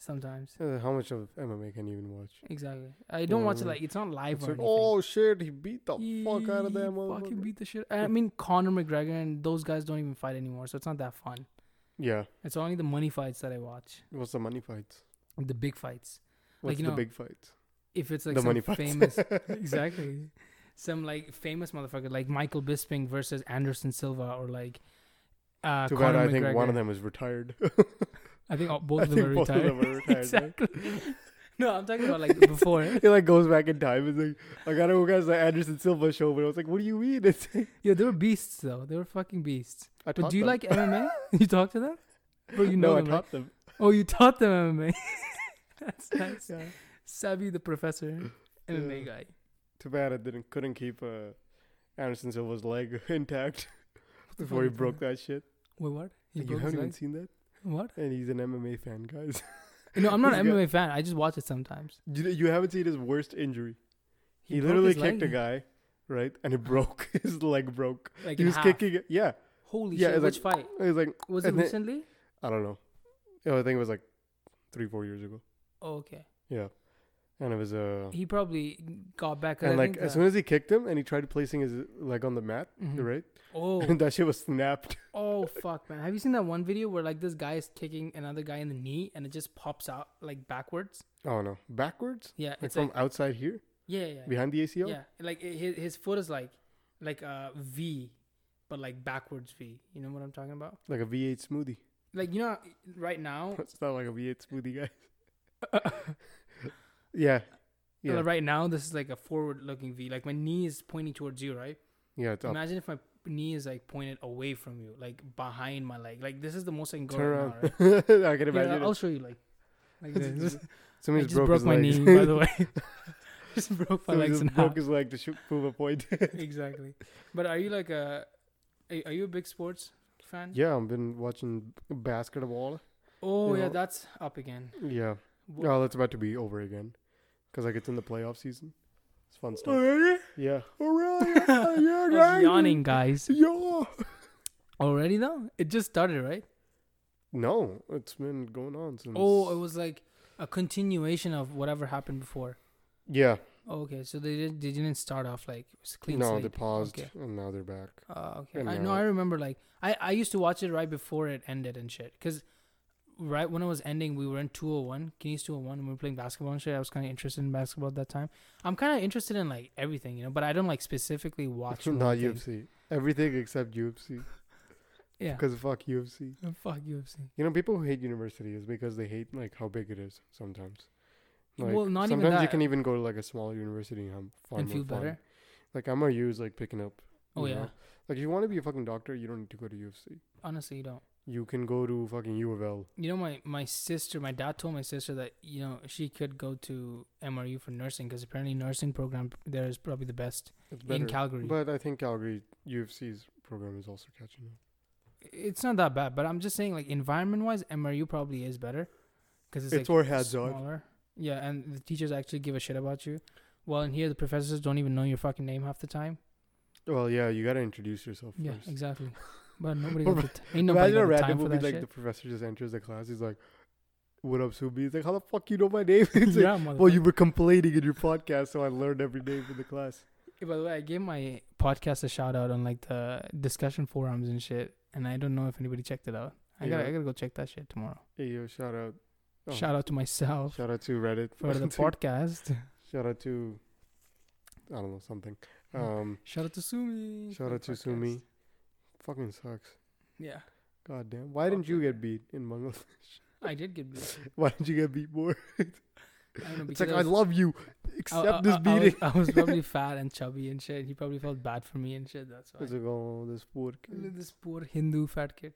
Speaker 1: Sometimes.
Speaker 2: Uh, how much of MMA can you even watch?
Speaker 1: Exactly. I don't watch it
Speaker 2: Mm.
Speaker 1: like it's not live
Speaker 2: It's
Speaker 1: or
Speaker 2: like,
Speaker 1: anything.
Speaker 2: oh shit, he beat the fuck out of
Speaker 1: Yee,
Speaker 2: that
Speaker 1: Fucking
Speaker 2: motherfucker.
Speaker 1: beat the shit. I mean, Conor McGregor and those guys don't even fight anymore, so it's not that fun.
Speaker 2: yeah.
Speaker 1: It's only the money fights that I watch,
Speaker 2: What's the money fights?
Speaker 1: the big fights.
Speaker 2: What's
Speaker 1: you
Speaker 2: the
Speaker 1: know,
Speaker 2: big fights?
Speaker 1: If it's like
Speaker 2: the
Speaker 1: some
Speaker 2: money fights.
Speaker 1: famous, exactly, some like famous motherfucker like Michael Bisping versus Anderson Silva or like. Uh,
Speaker 2: Too bad
Speaker 1: Conor
Speaker 2: I
Speaker 1: McGregor.
Speaker 2: think one of them is retired.
Speaker 1: I think all, both
Speaker 2: I
Speaker 1: of them
Speaker 2: think
Speaker 1: are
Speaker 2: both of
Speaker 1: retired.
Speaker 2: them are retired, right?
Speaker 1: exactly. No, I'm talking about like before.
Speaker 2: It like goes back in time. It's like I gotta go guys the Anderson Silva show, but I was like, what do you mean? It's like,
Speaker 1: Yeah, they were beasts though. They were fucking beasts.
Speaker 2: I
Speaker 1: But
Speaker 2: taught
Speaker 1: do you
Speaker 2: them.
Speaker 1: like MMA? you talk to them? Bro, you know
Speaker 2: no, I
Speaker 1: them, right?
Speaker 2: taught them.
Speaker 1: Oh, you taught them MMA. That's nice.
Speaker 2: Yeah.
Speaker 1: Savvy the professor, MMA guy.
Speaker 2: Too bad I didn't couldn't keep uh, Anderson Silva's leg intact
Speaker 1: the
Speaker 2: before he
Speaker 1: fuck?
Speaker 2: broke that shit.
Speaker 1: Wait, what? He
Speaker 2: you
Speaker 1: broke his
Speaker 2: haven't even
Speaker 1: leg?
Speaker 2: seen that?
Speaker 1: What?
Speaker 2: And he's an MMA fan, guys.
Speaker 1: No, I'm not
Speaker 2: He's
Speaker 1: an
Speaker 2: got-
Speaker 1: MMA fan. I just watch it sometimes.
Speaker 2: You, you haven't seen his worst injury. He,
Speaker 1: broke
Speaker 2: literally
Speaker 1: his
Speaker 2: kicked a
Speaker 1: leg.
Speaker 2: guy right? And it broke. his leg broke.
Speaker 1: Like
Speaker 2: he
Speaker 1: in
Speaker 2: was
Speaker 1: half.
Speaker 2: kicking it. Yeah.
Speaker 1: Holy
Speaker 2: Yeah,
Speaker 1: shit!
Speaker 2: it's
Speaker 1: Which
Speaker 2: like-
Speaker 1: fight
Speaker 2: It was like
Speaker 1: was it
Speaker 2: and then-
Speaker 1: recently?
Speaker 2: I don't know. Yeah, I think it was like three, four years ago.
Speaker 1: Oh, okay.
Speaker 2: Yeah. And it was uh
Speaker 1: He probably got back. 'cause
Speaker 2: and
Speaker 1: I
Speaker 2: like
Speaker 1: think uh,
Speaker 2: as
Speaker 1: the-
Speaker 2: soon as he kicked him and he tried placing his leg on the mat,
Speaker 1: Mhm.
Speaker 2: right?
Speaker 1: Oh,
Speaker 2: And that shit was snapped.
Speaker 1: oh fuck, man! Have you seen that one video where like this guy is kicking another guy in the knee and it just pops out like backwards?
Speaker 2: Oh no. Backwards?
Speaker 1: Yeah,
Speaker 2: Like
Speaker 1: it's
Speaker 2: from
Speaker 1: like
Speaker 2: outside here?
Speaker 1: yeah, yeah, yeah.
Speaker 2: Behind the ACL?
Speaker 1: yeah. Like i- his his foot is like like a V, but like backwards V. You know what I'm talking about?
Speaker 2: Like a V eight smoothie.
Speaker 1: Like you know, how right now,
Speaker 2: It's not like a V eight smoothie guy. yeah. Yeah.
Speaker 1: like, right now, this is like a forward-looking V. Like my knee is pointing towards you, right?
Speaker 2: Yeah, it's up.
Speaker 1: Imagine if my knee is like pointed away from you, like behind my leg. Like this is the most I can go
Speaker 2: Turn
Speaker 1: right
Speaker 2: around.
Speaker 1: now, right?
Speaker 2: I can
Speaker 1: Yeah,
Speaker 2: imagine.
Speaker 1: I'll-
Speaker 2: it.
Speaker 1: I'll show you like. like this.
Speaker 2: Just-
Speaker 1: I
Speaker 2: Somebody
Speaker 1: just broke,
Speaker 2: his
Speaker 1: my
Speaker 2: legs.
Speaker 1: knee, by the way. just broke my
Speaker 2: Somebody
Speaker 1: legs
Speaker 2: just
Speaker 1: in
Speaker 2: broke
Speaker 1: half.
Speaker 2: his leg to shoot, prove a point.
Speaker 1: exactly. But are you like a? Are are you a big sports fan?
Speaker 2: yeah, I've been watching basketball.
Speaker 1: Oh
Speaker 2: You
Speaker 1: yeah,
Speaker 2: know-
Speaker 1: that's up again.
Speaker 2: Yeah.
Speaker 1: Wh-
Speaker 2: Oh, that's about to be over again. Because, like, it's in the playoff season. It's fun stuff.
Speaker 1: Already?
Speaker 2: Yeah.
Speaker 1: I was yawning, guys.
Speaker 2: Yeah.
Speaker 1: Already though? It just started, right?
Speaker 2: No, it's been going on since.
Speaker 1: Oh, it was like a continuation of whatever happened before.
Speaker 2: Yeah.
Speaker 1: Okay, so they did. They didn't start off like s- clean
Speaker 2: no, they
Speaker 1: slate.
Speaker 2: paused
Speaker 1: Okay.
Speaker 2: and now they're back.
Speaker 1: Uh, okay,
Speaker 2: And
Speaker 1: I know.
Speaker 2: now-
Speaker 1: I remember like I I used to watch it right before it ended and shit. Cause right when it was ending, we were in two hundred one, Kenny's two hundred one, and we were playing basketball and shit. I was kind of interested in basketball at that time. I'm kind of interested in like everything, you know, but I don't like specifically watch. one
Speaker 2: Not
Speaker 1: thing.
Speaker 2: UFC. Everything except UFC.
Speaker 1: Yeah.
Speaker 2: Because fuck UFC.
Speaker 1: Oh, Fuck UFC.
Speaker 2: You know, people who hate university is because they hate, like, how big it is sometimes.
Speaker 1: well, not even
Speaker 2: sometimes
Speaker 1: that.
Speaker 2: you can even go to like a smaller university and have far
Speaker 1: and
Speaker 2: more
Speaker 1: feel
Speaker 2: fun.
Speaker 1: better.
Speaker 2: Like MRU is like picking up.
Speaker 1: Oh
Speaker 2: you
Speaker 1: yeah,
Speaker 2: know? Like if you want to be a fucking doctor, you don't need to go to UFC.
Speaker 1: honestly, you don't.
Speaker 2: You can go to fucking U of L.
Speaker 1: You know, my my sister, my dad told my sister that you know she could go to MRU for nursing because apparently nursing program there is probably the best
Speaker 2: It's better.
Speaker 1: in Calgary.
Speaker 2: But I think Calgary UFC's program is also catching up.
Speaker 1: it's not that bad, but I'm just saying like environment wise, MRU probably is better because it's,
Speaker 2: It's
Speaker 1: like
Speaker 2: more hands-on.
Speaker 1: smaller. Yeah, and the teachers actually give a shit about you. Well, in here the professors don't even know your fucking name half the time.
Speaker 2: Well, yeah, you gotta introduce yourself
Speaker 1: Yeah,
Speaker 2: first.
Speaker 1: exactly. But nobody
Speaker 2: Or
Speaker 1: got the t- ain't nobody
Speaker 2: Imagine a
Speaker 1: got the
Speaker 2: random
Speaker 1: time for
Speaker 2: movie
Speaker 1: that
Speaker 2: like
Speaker 1: shit.
Speaker 2: the professor just enters the class. He's like, "What up, Subi?" He's like, "How the fuck you know my name?" He's like,
Speaker 1: yeah,
Speaker 2: "Well,
Speaker 1: motherfucker.
Speaker 2: you were complaining in your podcast, so I learned every name in the class."
Speaker 1: Hey, By the way, I gave my podcast a shout out on like the discussion forums and shit, and I don't know if anybody checked it out. I
Speaker 2: Yeah.
Speaker 1: gotta, I gotta go check that shit tomorrow.
Speaker 2: Hey, yo, shout out, Oh.
Speaker 1: Shout out to myself
Speaker 2: shout out to Reddit
Speaker 1: for the podcast.
Speaker 2: Shout out to I don't know something.
Speaker 1: Mm.
Speaker 2: Um,
Speaker 1: Shout out to Sumi.
Speaker 2: shout
Speaker 1: for
Speaker 2: out
Speaker 1: the
Speaker 2: to Sumi.
Speaker 1: podcast.
Speaker 2: Fucking sucks.
Speaker 1: Yeah,
Speaker 2: God damn. Why didn't you get beat in Bangladesh?
Speaker 1: I did get beat.
Speaker 2: Why didn't you get beat more?
Speaker 1: I don't know,
Speaker 2: It's
Speaker 1: because
Speaker 2: like
Speaker 1: I
Speaker 2: I
Speaker 1: was-
Speaker 2: love you.
Speaker 1: I-
Speaker 2: Accept
Speaker 1: I-
Speaker 2: this
Speaker 1: I- I was-
Speaker 2: beating.
Speaker 1: I was, probably fat and chubby and shit. He probably felt bad for me and shit. That's why.
Speaker 2: It's like oh, this poor
Speaker 1: Look at
Speaker 2: kid.
Speaker 1: this poor Hindu fat kid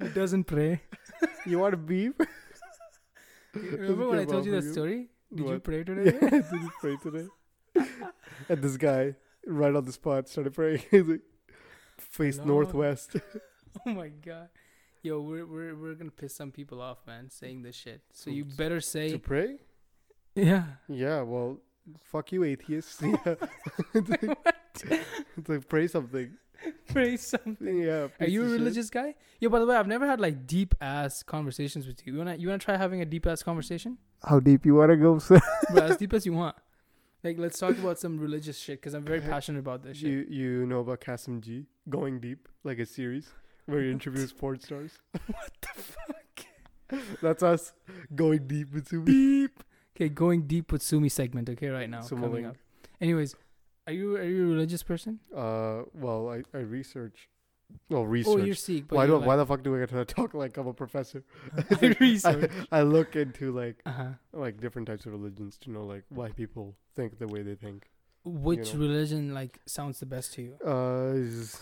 Speaker 1: who doesn't pray.
Speaker 2: you want a beef?
Speaker 1: Remember when I
Speaker 2: came
Speaker 1: told
Speaker 2: out
Speaker 1: you
Speaker 2: for
Speaker 1: that
Speaker 2: you.
Speaker 1: story? Did you
Speaker 2: What?
Speaker 1: pray
Speaker 2: Yeah,
Speaker 1: today?
Speaker 2: did you pray today? and this guy, right on the spot, started praying. He's like, face
Speaker 1: Hello?
Speaker 2: northwest.
Speaker 1: Oh my god. Yo, we're we're we're gonna piss some people off, man, saying this shit. So you
Speaker 2: Oops.
Speaker 1: better
Speaker 2: to
Speaker 1: say
Speaker 2: pray?
Speaker 1: Yeah.
Speaker 2: Yeah, well, fuck you, atheists. Yeah. it's like pray something.
Speaker 1: Pray some
Speaker 2: Yeah.
Speaker 1: Are
Speaker 2: piece
Speaker 1: you a
Speaker 2: of shit.
Speaker 1: religious guy? Yo, by the way, I've never had like deep ass conversations with you. You wanna you wanna try having a deep ass conversation?
Speaker 2: How deep you wanna go, sir?
Speaker 1: Bro, as deep as you want. Like let's talk about some religious shit because I'm very passionate about this shit.
Speaker 2: You you know about Kasim G going deep like a series where he interviews porn stars. what the fuck? That's us going deep with Sumi.
Speaker 1: Deep. Okay, going deep with Sumi segment. Okay, right now
Speaker 2: Sumo
Speaker 1: coming
Speaker 2: link.
Speaker 1: up. Anyways, are you are you a religious person?
Speaker 2: Uh, well, I I research. Well, research.
Speaker 1: Oh, you're Sikh. But
Speaker 2: why do
Speaker 1: you're
Speaker 2: I why
Speaker 1: like,
Speaker 2: the fuck do I get to talk like I'm a professor?
Speaker 1: I research?
Speaker 2: I, I look into like
Speaker 1: Uh huh.
Speaker 2: like different types of religions to know like why people think the way they think.
Speaker 1: Which
Speaker 2: know.
Speaker 1: religion like sounds the best to you?
Speaker 2: Uh, is-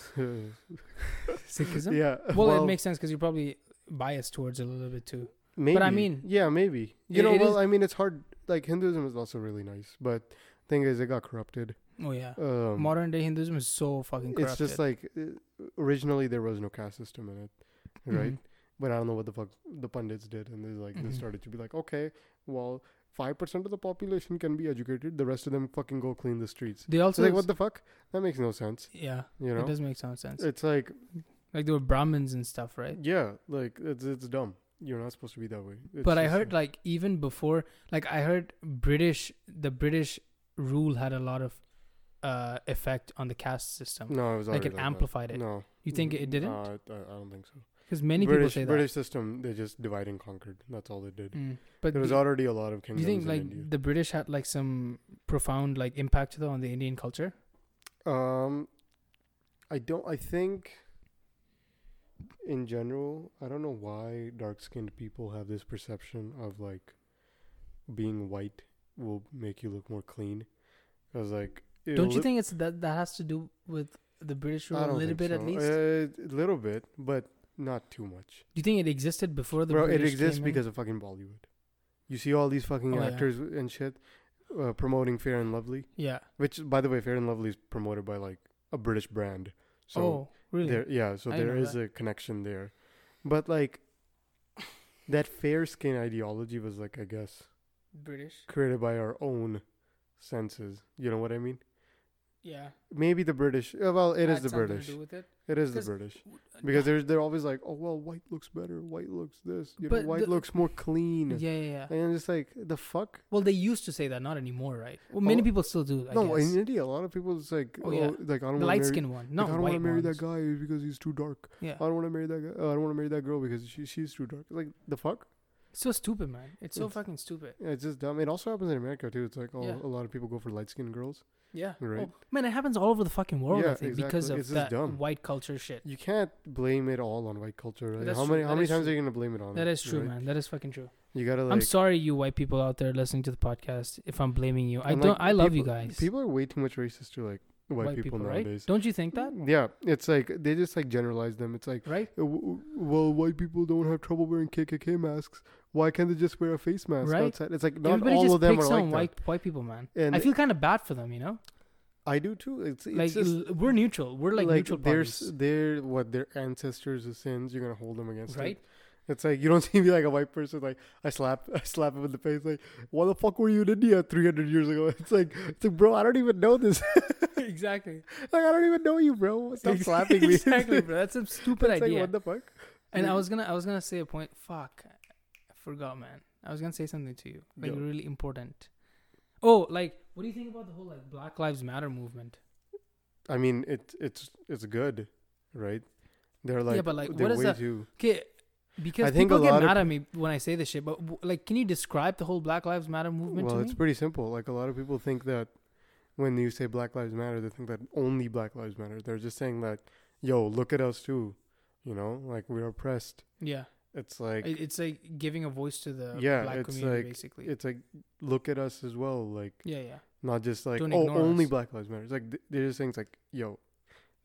Speaker 1: Sikhism.
Speaker 2: yeah.
Speaker 1: Well, it makes sense because you're probably biased towards it a little bit too.
Speaker 2: Maybe.
Speaker 1: I mean-
Speaker 2: yeah, maybe. You
Speaker 1: It-
Speaker 2: know,
Speaker 1: it
Speaker 2: well,
Speaker 1: is-
Speaker 2: I mean, it's hard. Like Hinduism is also really nice, but thing is, it got corrupted.
Speaker 1: Oh yeah.
Speaker 2: Um,
Speaker 1: Modern day Hinduism is so fucking corrupted.
Speaker 2: it's just like uh, originally there was no caste system in it, right?
Speaker 1: Mhm.
Speaker 2: But I don't know what the fuck the pundits did, and they like
Speaker 1: Mhm.
Speaker 2: they started to be like, okay, well, five percent of the population can be educated. The rest of them fucking go clean the streets.
Speaker 1: They
Speaker 2: It's
Speaker 1: also
Speaker 2: like what the fuck? That makes no sense.
Speaker 1: yeah.
Speaker 2: You know,
Speaker 1: It does make some sense.
Speaker 2: it's like
Speaker 1: like there were Brahmins and stuff, right?
Speaker 2: yeah, like it's it's dumb. You're not supposed to be that way. It's
Speaker 1: but I
Speaker 2: just,
Speaker 1: heard
Speaker 2: uh,
Speaker 1: like even before, like I heard British, the British rule had a lot of uh effect on the caste system.
Speaker 2: no, it was
Speaker 1: like
Speaker 2: Mm, already
Speaker 1: it
Speaker 2: that.
Speaker 1: amplified it.
Speaker 2: No,
Speaker 1: You think
Speaker 2: Mm,
Speaker 1: it didn't?
Speaker 2: uh, I, I don't think so.
Speaker 1: Because many
Speaker 2: British,
Speaker 1: people say
Speaker 2: British system, they just divide and conquered. That's all they did.
Speaker 1: that. Mm. But
Speaker 2: there was
Speaker 1: do-
Speaker 2: already a lot of
Speaker 1: do
Speaker 2: kingdoms
Speaker 1: you think
Speaker 2: in
Speaker 1: like
Speaker 2: India.
Speaker 1: the British had like some profound like impact though on the Indian culture?
Speaker 2: Um, I don't. I think in general, I don't know why dark-skinned people have this perception of like being white will make you look more clean. Because like, it
Speaker 1: Don't you
Speaker 2: li-
Speaker 1: think it's that that has to do with the British rule
Speaker 2: I
Speaker 1: a
Speaker 2: don't
Speaker 1: little
Speaker 2: think
Speaker 1: bit at
Speaker 2: so.
Speaker 1: least?
Speaker 2: Uh, a little bit, but not too much.
Speaker 1: do you think it existed before the
Speaker 2: Bro,
Speaker 1: British
Speaker 2: it exists
Speaker 1: came in?
Speaker 2: because of fucking Bollywood. You see all these fucking
Speaker 1: Oh, yeah.
Speaker 2: actors and shit uh, promoting Fair and Lovely,
Speaker 1: yeah.
Speaker 2: which by the way, Fair and Lovely is promoted by like a British brand. So
Speaker 1: oh, really?
Speaker 2: There, yeah, so
Speaker 1: I
Speaker 2: there
Speaker 1: know
Speaker 2: is
Speaker 1: that.
Speaker 2: a connection there. But like that fair skin ideology was like I guess
Speaker 1: British.
Speaker 2: created by our own senses. You know what I mean?
Speaker 1: Yeah.
Speaker 2: Maybe the British. uh, Well, it is
Speaker 1: Had
Speaker 2: the
Speaker 1: something to
Speaker 2: British.
Speaker 1: do with it.
Speaker 2: It is the
Speaker 1: 'Cause-
Speaker 2: British because they're they're always like, oh well, white looks better. White looks this. You know,
Speaker 1: But
Speaker 2: white
Speaker 1: the-
Speaker 2: looks more clean.
Speaker 1: Yeah, yeah, yeah.
Speaker 2: And I'm just like, the fuck?
Speaker 1: Well, they used to say that, not anymore, right? Well, many
Speaker 2: Oh,
Speaker 1: people still do. I
Speaker 2: no,
Speaker 1: guess.
Speaker 2: in India, a lot of people is like,
Speaker 1: Oh,
Speaker 2: oh,
Speaker 1: yeah.
Speaker 2: like I don't
Speaker 1: the
Speaker 2: want
Speaker 1: light
Speaker 2: to marry.
Speaker 1: skin one,
Speaker 2: Like,
Speaker 1: not
Speaker 2: I don't
Speaker 1: white
Speaker 2: want to marry
Speaker 1: ones.
Speaker 2: that guy because he's too dark.
Speaker 1: Yeah,
Speaker 2: I don't want to marry that guy. I don't want to marry that girl because she she's too dark. Like the fuck?
Speaker 1: it's so stupid, man. It's so
Speaker 2: It's-
Speaker 1: fucking stupid.
Speaker 2: Yeah, it's just dumb. It also happens in America too. It's like oh,
Speaker 1: Yeah.
Speaker 2: a lot of people go for light skinned girls.
Speaker 1: Yeah,
Speaker 2: Right.
Speaker 1: Oh, man, it happens all over the fucking world. I
Speaker 2: Yeah,
Speaker 1: think because
Speaker 2: exactly.
Speaker 1: of
Speaker 2: It's
Speaker 1: that
Speaker 2: just dumb.
Speaker 1: white culture shit.
Speaker 2: You can't blame it all on white culture. Right?
Speaker 1: That's
Speaker 2: How
Speaker 1: true.
Speaker 2: many
Speaker 1: That
Speaker 2: how many
Speaker 1: is
Speaker 2: times
Speaker 1: true.
Speaker 2: are you gonna blame it on?
Speaker 1: That
Speaker 2: it,
Speaker 1: is true,
Speaker 2: right?
Speaker 1: man. That is fucking true.
Speaker 2: You gotta like.
Speaker 1: I'm sorry, you white people out there listening to the podcast. If I'm blaming you, I
Speaker 2: and,
Speaker 1: don't.
Speaker 2: like,
Speaker 1: I love you
Speaker 2: people-
Speaker 1: guys.
Speaker 2: People are way too much racist to like white, people, nowadays.
Speaker 1: right? Don't you think that?
Speaker 2: Yeah, it's like they just like generalize them. It's like,
Speaker 1: Right?
Speaker 2: uh, w- w- well, white people don't have trouble wearing KKK masks. Why can't they just wear a face mask
Speaker 1: Right?
Speaker 2: outside? It's like not
Speaker 1: Everybody
Speaker 2: all
Speaker 1: just
Speaker 2: of them
Speaker 1: picks
Speaker 2: are like
Speaker 1: on
Speaker 2: that.
Speaker 1: white white people, man.
Speaker 2: And
Speaker 1: I feel kind of bad for them, you know.
Speaker 2: I do too. It's, it's
Speaker 1: Like
Speaker 2: just,
Speaker 1: l- we're neutral. We're like, neutral
Speaker 2: their
Speaker 1: parties,
Speaker 2: s- their what their ancestors' sins. You're gonna hold them against it.
Speaker 1: right?
Speaker 2: It's like you don't see me like a white person like I slap I slap him in the face like why the fuck were you in India 300 years ago? It's like, it's like bro, I don't even know this.
Speaker 1: exactly.
Speaker 2: like I don't even know you, bro. Stop slapping me.
Speaker 1: exactly, bro. That's a stupid
Speaker 2: it's like
Speaker 1: idea.
Speaker 2: what the fuck?
Speaker 1: and I was gonna, I was gonna say a point. Fuck, I forgot, man. I was gonna say something to you, like
Speaker 2: Go.
Speaker 1: really important. Oh, like what do you think about the whole like Black Lives Matter movement?
Speaker 2: I mean, it it's it's good, right? They're like
Speaker 1: but, like,
Speaker 2: they're
Speaker 1: what is
Speaker 2: way
Speaker 1: that-
Speaker 2: too.
Speaker 1: Okay, because
Speaker 2: I think
Speaker 1: people
Speaker 2: a
Speaker 1: get
Speaker 2: lot of
Speaker 1: mad at me when I say this shit. But w- like, can you describe the whole Black Lives Matter movement
Speaker 2: Well,
Speaker 1: to
Speaker 2: it's
Speaker 1: me?
Speaker 2: pretty simple. Like a lot of people think that when you say Black Lives Matter, they think that only Black Lives Matter. They're just saying that, yo, look at us too, you know, like we're oppressed.
Speaker 1: Yeah,
Speaker 2: It's like
Speaker 1: It- it's like giving a voice to the
Speaker 2: Yeah,
Speaker 1: black
Speaker 2: it's
Speaker 1: community,
Speaker 2: like-
Speaker 1: basically.
Speaker 2: it's like look at us as well, like
Speaker 1: yeah, yeah.
Speaker 2: not just like
Speaker 1: Don't
Speaker 2: oh
Speaker 1: ignore
Speaker 2: only
Speaker 1: us.
Speaker 2: Black Lives Matter. It's like th- they're just saying it's like yo,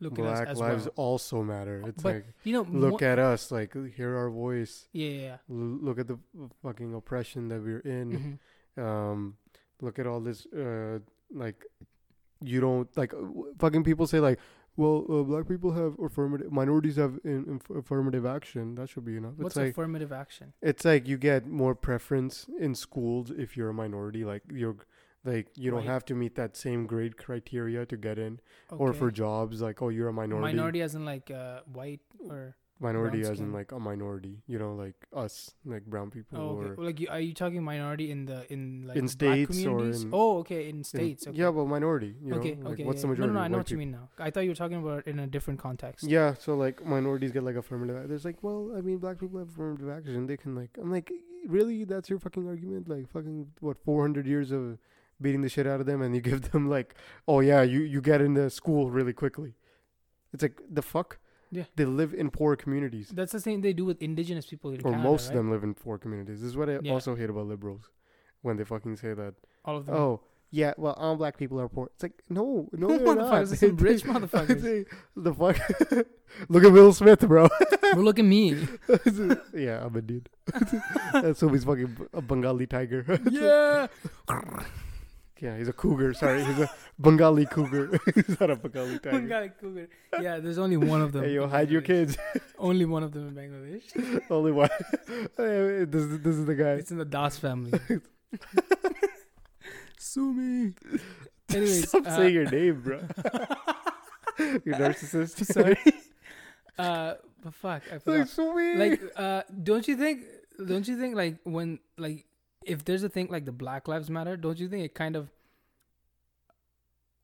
Speaker 1: Look
Speaker 2: Black
Speaker 1: at us as
Speaker 2: Lives
Speaker 1: well. Uh,
Speaker 2: also matter. It's
Speaker 1: But
Speaker 2: like
Speaker 1: You know,
Speaker 2: look
Speaker 1: mo-
Speaker 2: at us, like hear our voice,
Speaker 1: yeah, yeah,
Speaker 2: L- look at the fucking oppression that we're in.
Speaker 1: yeah. hmm
Speaker 2: um look at all this uh like you don't like uh, w- fucking people say like well uh, black people have affirmative minorities have in, inf- affirmative action that should be enough
Speaker 1: What's
Speaker 2: it's like
Speaker 1: affirmative action?
Speaker 2: it's like you get more preference in schools if you're a minority like you're like you don't
Speaker 1: Right.
Speaker 2: have to meet that same grade criteria to get in or for jobs like oh you're a minority minority,
Speaker 1: minority as in like uh, white or brown
Speaker 2: as in
Speaker 1: skin.
Speaker 2: like a minority you know like us like brown people
Speaker 1: oh, okay.
Speaker 2: or
Speaker 1: like you, are you talking minority in the in like
Speaker 2: In
Speaker 1: black
Speaker 2: states or
Speaker 1: communities?
Speaker 2: in-
Speaker 1: oh okay in states okay.
Speaker 2: yeah well minority you
Speaker 1: okay
Speaker 2: know like,
Speaker 1: okay
Speaker 2: what's
Speaker 1: yeah.
Speaker 2: the majority
Speaker 1: no no, no I
Speaker 2: White
Speaker 1: know what
Speaker 2: people.
Speaker 1: you mean now I thought you were talking about in a different context
Speaker 2: Yeah, so like minorities get like affirmative. There's like, well, I mean, black people have affirmative action. They can like, I'm like, really? That's your fucking argument? Like, fucking what? 400 years of beating the shit out of them, and you give them like, oh yeah, you you get into school really quickly. It's like the fuck.
Speaker 1: Yeah.
Speaker 2: They live in poor communities,
Speaker 1: that's the same they do with indigenous people in
Speaker 2: or
Speaker 1: Canada,
Speaker 2: most
Speaker 1: right?
Speaker 2: of them live in poor communities. This is what I
Speaker 1: Yeah.
Speaker 2: also hate about liberals, when they fucking say that.
Speaker 1: all of them
Speaker 2: Oh. Yeah, well, all black people are poor. It's like no, no, they're not.
Speaker 1: motherfuckers are some rich motherfuckers
Speaker 2: They- the fuck? Look at Will Smith, bro.
Speaker 1: well, look at me
Speaker 2: yeah, I'm a dude. That's always fucking b- a Bengali tiger.
Speaker 1: yeah
Speaker 2: yeah, he's a cougar. Sorry, he's a Bengali cougar. he's not a Bengali tiger.
Speaker 1: Bengali cougar. yeah there's only one of them
Speaker 2: Hey, yo,
Speaker 1: in
Speaker 2: hide your
Speaker 1: Bangladesh.
Speaker 2: kids.
Speaker 1: only one of them in Bangladesh
Speaker 2: Only one. Hey, this, is- this is the guy.
Speaker 1: it's in the Das family Sue me. Anyways,
Speaker 2: Stop
Speaker 1: uh,
Speaker 2: saying your name, bro. you narcissist.
Speaker 1: Sorry. uh, but fuck, I
Speaker 2: like
Speaker 1: forgot.
Speaker 2: so weird.
Speaker 1: Like, uh, don't you think? Don't you think like when like if there's a thing like the Black Lives Matter, don't you think it kind of?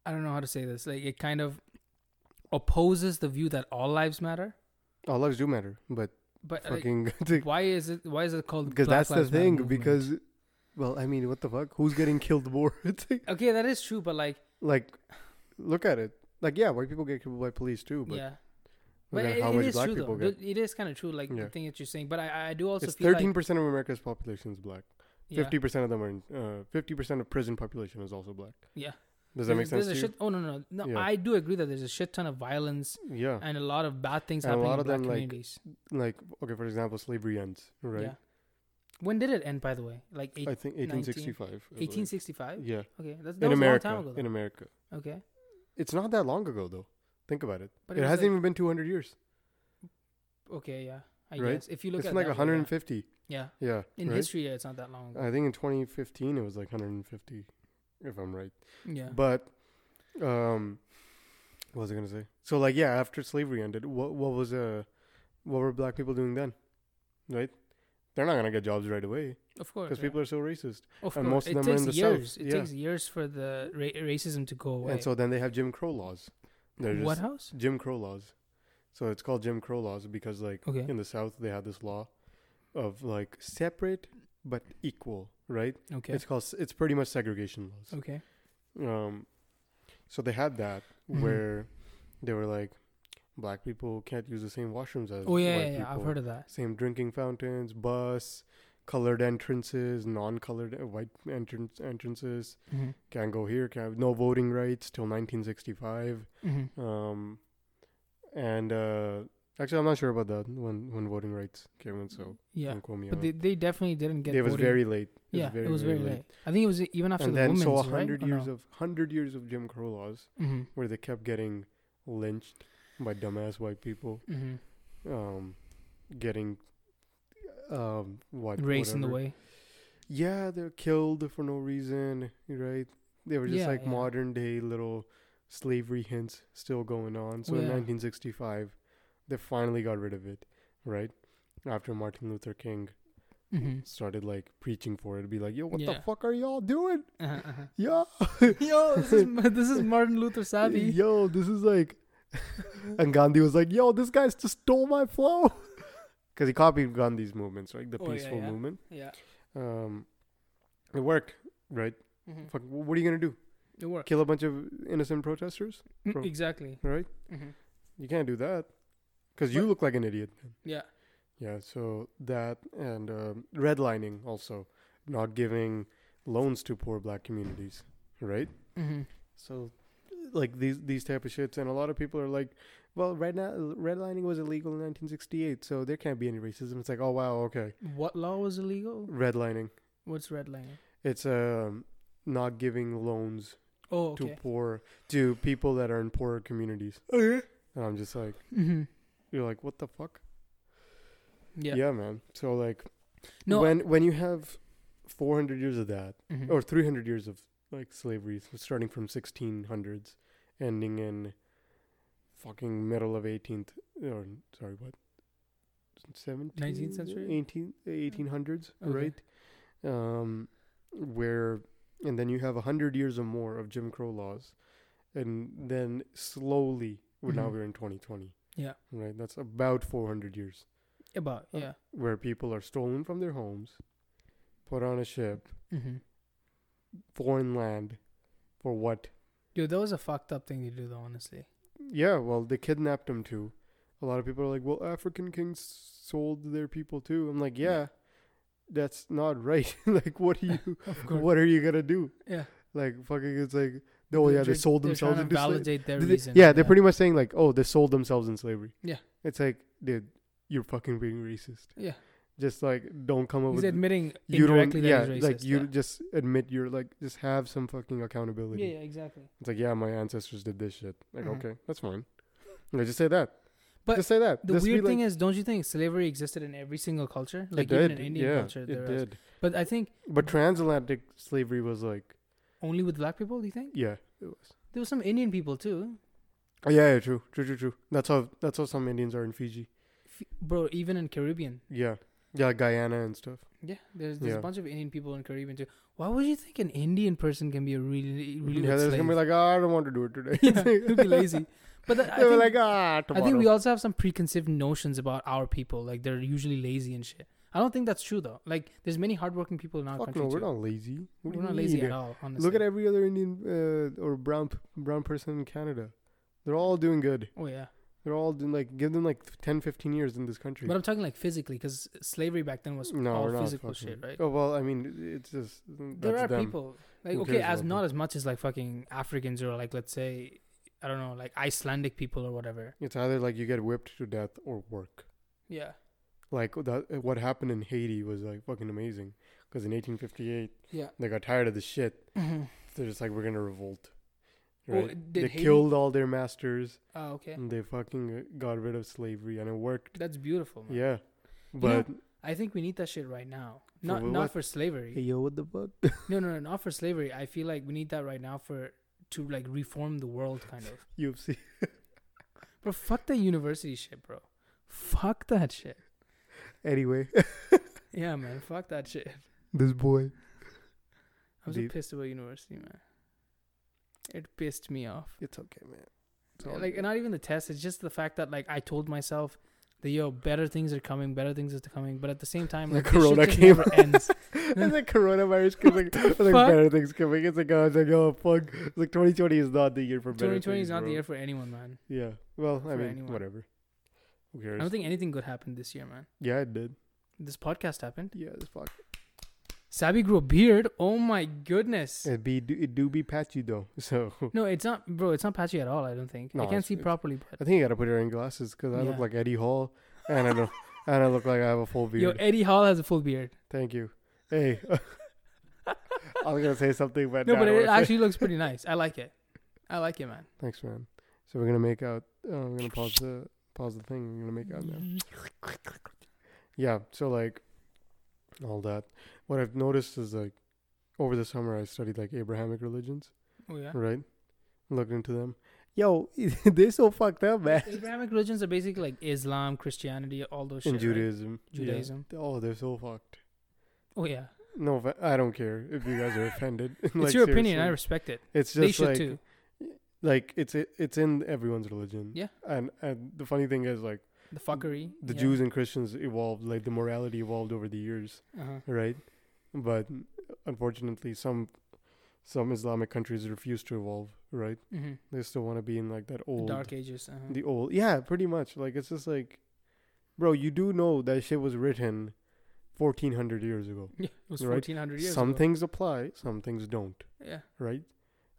Speaker 1: I don't know how to say this. Like, it kind of opposes the view that all lives matter.
Speaker 2: all lives do matter, but
Speaker 1: But like,
Speaker 2: fucking because
Speaker 1: why is it? Why is it called? Black
Speaker 2: that's the
Speaker 1: Lives Matter
Speaker 2: thing.
Speaker 1: movement?
Speaker 2: Because, well, I mean, what the fuck? Who's getting killed more? It's like-
Speaker 1: okay, that is true. But like,
Speaker 2: like, look at it. Like, yeah, white people get killed by police too, but
Speaker 1: yeah.
Speaker 2: look
Speaker 1: But
Speaker 2: at
Speaker 1: it,
Speaker 2: how
Speaker 1: it
Speaker 2: much
Speaker 1: is
Speaker 2: black
Speaker 1: true
Speaker 2: people
Speaker 1: though.
Speaker 2: get.
Speaker 1: Th- It is kind of true, like
Speaker 2: Yeah.
Speaker 1: the thing that you're saying. But I- I, I do also
Speaker 2: It's
Speaker 1: feel
Speaker 2: thirteen
Speaker 1: like
Speaker 2: percent of America's population is black.
Speaker 1: yeah,
Speaker 2: Fifty percent of them are in. Fifty percent of prison population is also black.
Speaker 1: Yeah.
Speaker 2: Does that
Speaker 1: there's-
Speaker 2: make sense?
Speaker 1: There's
Speaker 2: to
Speaker 1: a
Speaker 2: you?
Speaker 1: shit. Oh no, no, no.
Speaker 2: Yeah.
Speaker 1: I do agree that there's a shit ton of violence
Speaker 2: Yeah.
Speaker 1: and a lot of bad things
Speaker 2: And a
Speaker 1: happening in
Speaker 2: lot of
Speaker 1: black
Speaker 2: them, like,
Speaker 1: communities.
Speaker 2: Like, okay, for example, slavery ends, right?
Speaker 1: Yeah. When did it end, by the way? Like eight,
Speaker 2: I think 1865. I believe.
Speaker 1: 1865.
Speaker 2: Yeah.
Speaker 1: Okay, that's that
Speaker 2: In
Speaker 1: was a
Speaker 2: America.
Speaker 1: long time ago.
Speaker 2: In America.
Speaker 1: though. okay,
Speaker 2: It's not that long ago, though. Think about it.
Speaker 1: But
Speaker 2: it
Speaker 1: it was
Speaker 2: hasn't
Speaker 1: like-
Speaker 2: even been 200 years.
Speaker 1: okay, yeah. I
Speaker 2: Right?
Speaker 1: guess if you look
Speaker 2: it's
Speaker 1: at
Speaker 2: been like
Speaker 1: that way,
Speaker 2: 150.
Speaker 1: yeah,
Speaker 2: Yeah.
Speaker 1: yeah. in
Speaker 2: right? Uh,
Speaker 1: history, yeah, it's not that long. ago.
Speaker 2: I think in 2015 it was like 150, if I'm right.
Speaker 1: yeah,
Speaker 2: But, um, what was I gonna say? So like, yeah, after slavery ended, what what was uh, what were black people doing then? Right? They're not gonna get jobs right away
Speaker 1: of course,
Speaker 2: because
Speaker 1: yeah.
Speaker 2: people are so racist,
Speaker 1: Of
Speaker 2: and
Speaker 1: course.
Speaker 2: most of
Speaker 1: it
Speaker 2: them are
Speaker 1: takes
Speaker 2: in the South,
Speaker 1: years. It
Speaker 2: yeah.
Speaker 1: takes years for the ra- racism to go away.
Speaker 2: and so then they have Jim Crow laws. They're just
Speaker 1: what house?
Speaker 2: Jim Crow laws. So it's called Jim Crow laws because like
Speaker 1: Okay.
Speaker 2: in the South they had this law of like separate but equal, right?
Speaker 1: Okay.
Speaker 2: It's called it's pretty much segregation laws.
Speaker 1: okay.
Speaker 2: Um, so they had that
Speaker 1: Mhm.
Speaker 2: where they were like, black people can't use the same washrooms as
Speaker 1: Oh yeah,
Speaker 2: white
Speaker 1: yeah, yeah. I've
Speaker 2: people.
Speaker 1: heard of that.
Speaker 2: Same drinking fountains, bus, colored entrances, non-colored uh, white entrance entrances.
Speaker 1: Mm-hmm.
Speaker 2: Can't go here. Can't no voting rights till 1965.
Speaker 1: Mm-hmm.
Speaker 2: Um, and uh, actually, I'm not sure about that when when voting rights came in. So
Speaker 1: Yeah,
Speaker 2: don't quote me
Speaker 1: but
Speaker 2: on
Speaker 1: they,
Speaker 2: it.
Speaker 1: they definitely didn't get.
Speaker 2: It was
Speaker 1: voting.
Speaker 2: very late. It
Speaker 1: Yeah, it was very, late. I think it was even after
Speaker 2: and
Speaker 1: the
Speaker 2: then
Speaker 1: women's
Speaker 2: so a
Speaker 1: right?
Speaker 2: hundred
Speaker 1: Or
Speaker 2: years
Speaker 1: no?
Speaker 2: of hundred years of Jim Crow laws
Speaker 1: Mm-hmm.
Speaker 2: where they kept getting lynched by dumbass white people,
Speaker 1: Mm-hmm.
Speaker 2: um, getting um what
Speaker 1: race in the
Speaker 2: whatever.
Speaker 1: way.
Speaker 2: Yeah, they're killed for no reason, right? They were just
Speaker 1: Yeah,
Speaker 2: like
Speaker 1: yeah.
Speaker 2: modern day little slavery hints still going on. So in
Speaker 1: Yeah.
Speaker 2: 1965, they finally got rid of it, right? After Martin Luther King
Speaker 1: Mm-hmm.
Speaker 2: started like preaching for it, be like, "Yo, what the
Speaker 1: Yeah.
Speaker 2: fuck are y'all doing?
Speaker 1: Uh-huh, uh-huh.
Speaker 2: Yo,
Speaker 1: Yo, this is this is Martin Luther Savvy.
Speaker 2: Yo, this is like, and Gandhi was like, yo, this guy's just stole my flow. Because he copied Gandhi's movements, right? The
Speaker 1: Oh, yeah,
Speaker 2: peaceful
Speaker 1: yeah.
Speaker 2: movement.
Speaker 1: Yeah,
Speaker 2: Um, it worked, right?
Speaker 1: mm-hmm.
Speaker 2: Fuck, wh- what are you going to do?
Speaker 1: it worked
Speaker 2: Kill a bunch of innocent protesters,
Speaker 1: Mm,
Speaker 2: pro-
Speaker 1: exactly.
Speaker 2: right?
Speaker 1: Mm-hmm.
Speaker 2: You can't do that. Because you
Speaker 1: But-
Speaker 2: look like an idiot.
Speaker 1: Yeah,
Speaker 2: Yeah, so that and um, redlining also. Not giving loans to poor black communities, right?
Speaker 1: mm-hmm.
Speaker 2: So, like these these type of shits, and a lot of people are like, "Well, right now, redlining was illegal in 1968, so there can't be any racism." It's like, "Oh wow, okay,
Speaker 1: What law was illegal?
Speaker 2: redlining.
Speaker 1: What's redlining?
Speaker 2: It's um not giving loans
Speaker 1: Oh,
Speaker 2: to
Speaker 1: okay.
Speaker 2: poor to people that are in poorer communities."
Speaker 1: Okay.
Speaker 2: And I'm just like,
Speaker 1: Mm-hmm.
Speaker 2: you're like, "What the fuck?"
Speaker 1: Yeah.
Speaker 2: Yeah, man. So like,
Speaker 1: No.
Speaker 2: when when you have 400 years of that,
Speaker 1: mhm.
Speaker 2: or 300 years of like slavery, so starting from 1600s, ending in fucking middle of 18th or sorry, what 17th
Speaker 1: 19th century?
Speaker 2: 18 1800s,
Speaker 1: Okay.
Speaker 2: right? Um, where and then you have a hundred years or more of Jim Crow laws, and then slowly, well, now
Speaker 1: Mhm.
Speaker 2: we're in 2020.
Speaker 1: Yeah.
Speaker 2: right. That's about 400 years
Speaker 1: about
Speaker 2: uh,
Speaker 1: yeah.
Speaker 2: where people are stolen from their homes, put on a ship,
Speaker 1: Mm-hmm.
Speaker 2: foreign land for what?
Speaker 1: Dude, that was a fucked up thing to do, though. Honestly.
Speaker 2: Yeah, well, they kidnapped him too. A lot of people are like, well, African kings sold their people too. I'm like, yeah,
Speaker 1: Yeah.
Speaker 2: that's not right. like, what are you,
Speaker 1: Of course.
Speaker 2: what are you gonna do?
Speaker 1: Yeah.
Speaker 2: Like, fucking, it's like, oh yeah, they
Speaker 1: They're
Speaker 2: sold
Speaker 1: trying
Speaker 2: themselves
Speaker 1: to
Speaker 2: into slavery.
Speaker 1: validate their reason.
Speaker 2: yeah, they're pretty much saying like, oh, they sold themselves in slavery.
Speaker 1: Yeah.
Speaker 2: it's like, dude, you're fucking being racist.
Speaker 1: Yeah.
Speaker 2: just like, don't come up
Speaker 1: He's
Speaker 2: with
Speaker 1: admitting
Speaker 2: you don't,
Speaker 1: indirectly
Speaker 2: yeah,
Speaker 1: that he's racist.
Speaker 2: like you
Speaker 1: yeah.
Speaker 2: just admit you're like, just have some fucking accountability.
Speaker 1: Yeah, yeah, exactly.
Speaker 2: It's like, yeah, my ancestors did this shit. Like,
Speaker 1: Mhm.
Speaker 2: okay, that's fine. Like, just say that.
Speaker 1: But
Speaker 2: just say that.
Speaker 1: The
Speaker 2: Just be
Speaker 1: weird thing
Speaker 2: like-
Speaker 1: is, don't you think slavery existed in every single culture?
Speaker 2: It
Speaker 1: Like even
Speaker 2: did,
Speaker 1: in Indian
Speaker 2: yeah,
Speaker 1: culture, there
Speaker 2: it
Speaker 1: was.
Speaker 2: did.
Speaker 1: But I think
Speaker 2: But transatlantic slavery was like
Speaker 1: only with black people? Do you think
Speaker 2: Yeah, it was.
Speaker 1: there was some Indian people too,
Speaker 2: Oh, yeah, yeah, true, true, true, true. That's how that's how some Indians are in Fiji.
Speaker 1: F- bro? Even in Caribbean,
Speaker 2: Yeah, yeah, Guyana and stuff.
Speaker 1: yeah, there's there's
Speaker 2: Yeah.
Speaker 1: a bunch of Indian people in Caribbean too. Why would you think an Indian person can be a really really good
Speaker 2: yeah, there's
Speaker 1: slave?
Speaker 2: gonna be like, ah, I don't want to do it today.
Speaker 1: yeah, who'd be lazy? But that, I
Speaker 2: they were
Speaker 1: think-
Speaker 2: like, ah,
Speaker 1: I
Speaker 2: tomorrow.
Speaker 1: think we also have some preconceived notions about our people. Like they're usually lazy and shit. I don't think that's true though. Like there's many hardworking people in our
Speaker 2: Fuck
Speaker 1: country.
Speaker 2: no, we're
Speaker 1: too.
Speaker 2: not lazy. What do
Speaker 1: We're
Speaker 2: you
Speaker 1: not lazy
Speaker 2: mean?
Speaker 1: at all. Honestly.
Speaker 2: Look at every other Indian uh, or brown p- brown person in Canada. They're all doing good.
Speaker 1: Oh yeah,
Speaker 2: They're all doing like give them like 10, 15 years in this country.
Speaker 1: but I'm talking like physically because slavery back then was
Speaker 2: no, we're
Speaker 1: all
Speaker 2: not
Speaker 1: physical
Speaker 2: fucking-
Speaker 1: shit, right?
Speaker 2: Oh well, I mean, it's just that's
Speaker 1: there are
Speaker 2: them.
Speaker 1: people like
Speaker 2: Who
Speaker 1: okay,
Speaker 2: cares
Speaker 1: as
Speaker 2: about
Speaker 1: not
Speaker 2: them?
Speaker 1: as much as like fucking Africans or like let's say I don't know like Icelandic people or whatever.
Speaker 2: It's either like you get whipped to death or work.
Speaker 1: Yeah,
Speaker 2: Like that, what happened in Haiti was like fucking amazing because in 1858
Speaker 1: yeah.
Speaker 2: they got tired of the shit.
Speaker 1: oh,
Speaker 2: They're just like we're gonna revolt. Right?
Speaker 1: did
Speaker 2: they
Speaker 1: Haiti-
Speaker 2: killed all their masters
Speaker 1: Oh, okay.
Speaker 2: and they fucking uh, got rid of slavery and it worked.
Speaker 1: That's beautiful. Man.
Speaker 2: Yeah,
Speaker 1: know,
Speaker 2: but
Speaker 1: I think we need that shit right now. Not
Speaker 2: what?
Speaker 1: not for slavery.
Speaker 2: yo, what the fuck?
Speaker 1: No, no, no, not for slavery. I feel like we need that right now for to like reform the world, kind of.
Speaker 2: UFC.
Speaker 1: Bro, fuck that university shit, bro. Fuck that shit.
Speaker 2: Anyway,
Speaker 1: Yeah, man. Fuck that shit.
Speaker 2: this boy.
Speaker 1: I'm so
Speaker 2: Deep.
Speaker 1: pissed about university, man. It pissed me off.
Speaker 2: It's okay, man. It's all
Speaker 1: Like,
Speaker 2: good.
Speaker 1: not even the test. It's just the fact that like I told myself that yo, better things are coming, better things are coming. But at the same time,
Speaker 2: The
Speaker 1: like this shit
Speaker 2: corona
Speaker 1: just
Speaker 2: came.
Speaker 1: never ends.
Speaker 2: and the coronavirus because like, like
Speaker 1: fuck?
Speaker 2: better things coming. It's like, oh, it's like, oh fuck. It's like 2020 is not the year for better
Speaker 1: 2020 is
Speaker 2: things,
Speaker 1: not the
Speaker 2: bro.
Speaker 1: year for anyone, man.
Speaker 2: Yeah. Well, I
Speaker 1: for
Speaker 2: mean,
Speaker 1: anyone.
Speaker 2: whatever. Who
Speaker 1: I
Speaker 2: cares?
Speaker 1: don't think anything good happened this year, man.
Speaker 2: yeah, it did.
Speaker 1: This podcast happened.
Speaker 2: Yeah, it's fuck.
Speaker 1: Sabi grew a beard. Oh my goodness.
Speaker 2: It be it do be patchy though. So
Speaker 1: No, it's not, bro. It's not patchy at all. I don't think.
Speaker 2: No,
Speaker 1: I can't
Speaker 2: it's-
Speaker 1: see
Speaker 2: it's-
Speaker 1: properly.
Speaker 2: I
Speaker 1: But
Speaker 2: think you gotta put her in glasses because I look
Speaker 1: Yeah.
Speaker 2: like Eddie Hall, and I don't, and I look like I have a full beard.
Speaker 1: yo, Eddie Hall has a full beard.
Speaker 2: Thank you. Hey, I was gonna say something, but
Speaker 1: No,
Speaker 2: now I
Speaker 1: but
Speaker 2: don't
Speaker 1: it
Speaker 2: wanna say-
Speaker 1: actually looks pretty nice. I like it. I like it, man.
Speaker 2: Thanks, man. So we're gonna make out. Oh, I'm gonna pause the pause the thing. We're gonna make out now. Yeah. So like, all that. What I've noticed is like, over the summer I studied like Abrahamic religions,
Speaker 1: Oh yeah.
Speaker 2: right? Looked into them. Yo, they're so fucked up, man.
Speaker 1: Abrahamic religions are basically like Islam, Christianity, all those shit.
Speaker 2: In
Speaker 1: right?
Speaker 2: Judaism. yeah.
Speaker 1: Judaism.
Speaker 2: Oh, they're so fucked.
Speaker 1: Oh yeah.
Speaker 2: No, offe- I don't care if you guys are offended. It's
Speaker 1: it's your opinion. I respect it.
Speaker 2: It's
Speaker 1: They
Speaker 2: just
Speaker 1: should
Speaker 2: like,
Speaker 1: too.
Speaker 2: like it's it's in everyone's religion.
Speaker 1: Yeah.
Speaker 2: And and the funny thing is like
Speaker 1: The fuckery.
Speaker 2: the
Speaker 1: yeah.
Speaker 2: Jews and Christians evolved, like the morality evolved over the years,
Speaker 1: Uh-huh.
Speaker 2: right? But unfortunately, some some Islamic countries refuse to evolve, right?
Speaker 1: Mhm.
Speaker 2: They still want to be in like that
Speaker 1: The
Speaker 2: old
Speaker 1: Dark Ages. Uh-huh.
Speaker 2: the old yeah pretty much like it's just like bro you do know that shit was written 1400 years ago
Speaker 1: yeah, it was
Speaker 2: right?
Speaker 1: 1400 years.
Speaker 2: some
Speaker 1: ago.
Speaker 2: things apply some things don't
Speaker 1: Yeah.
Speaker 2: right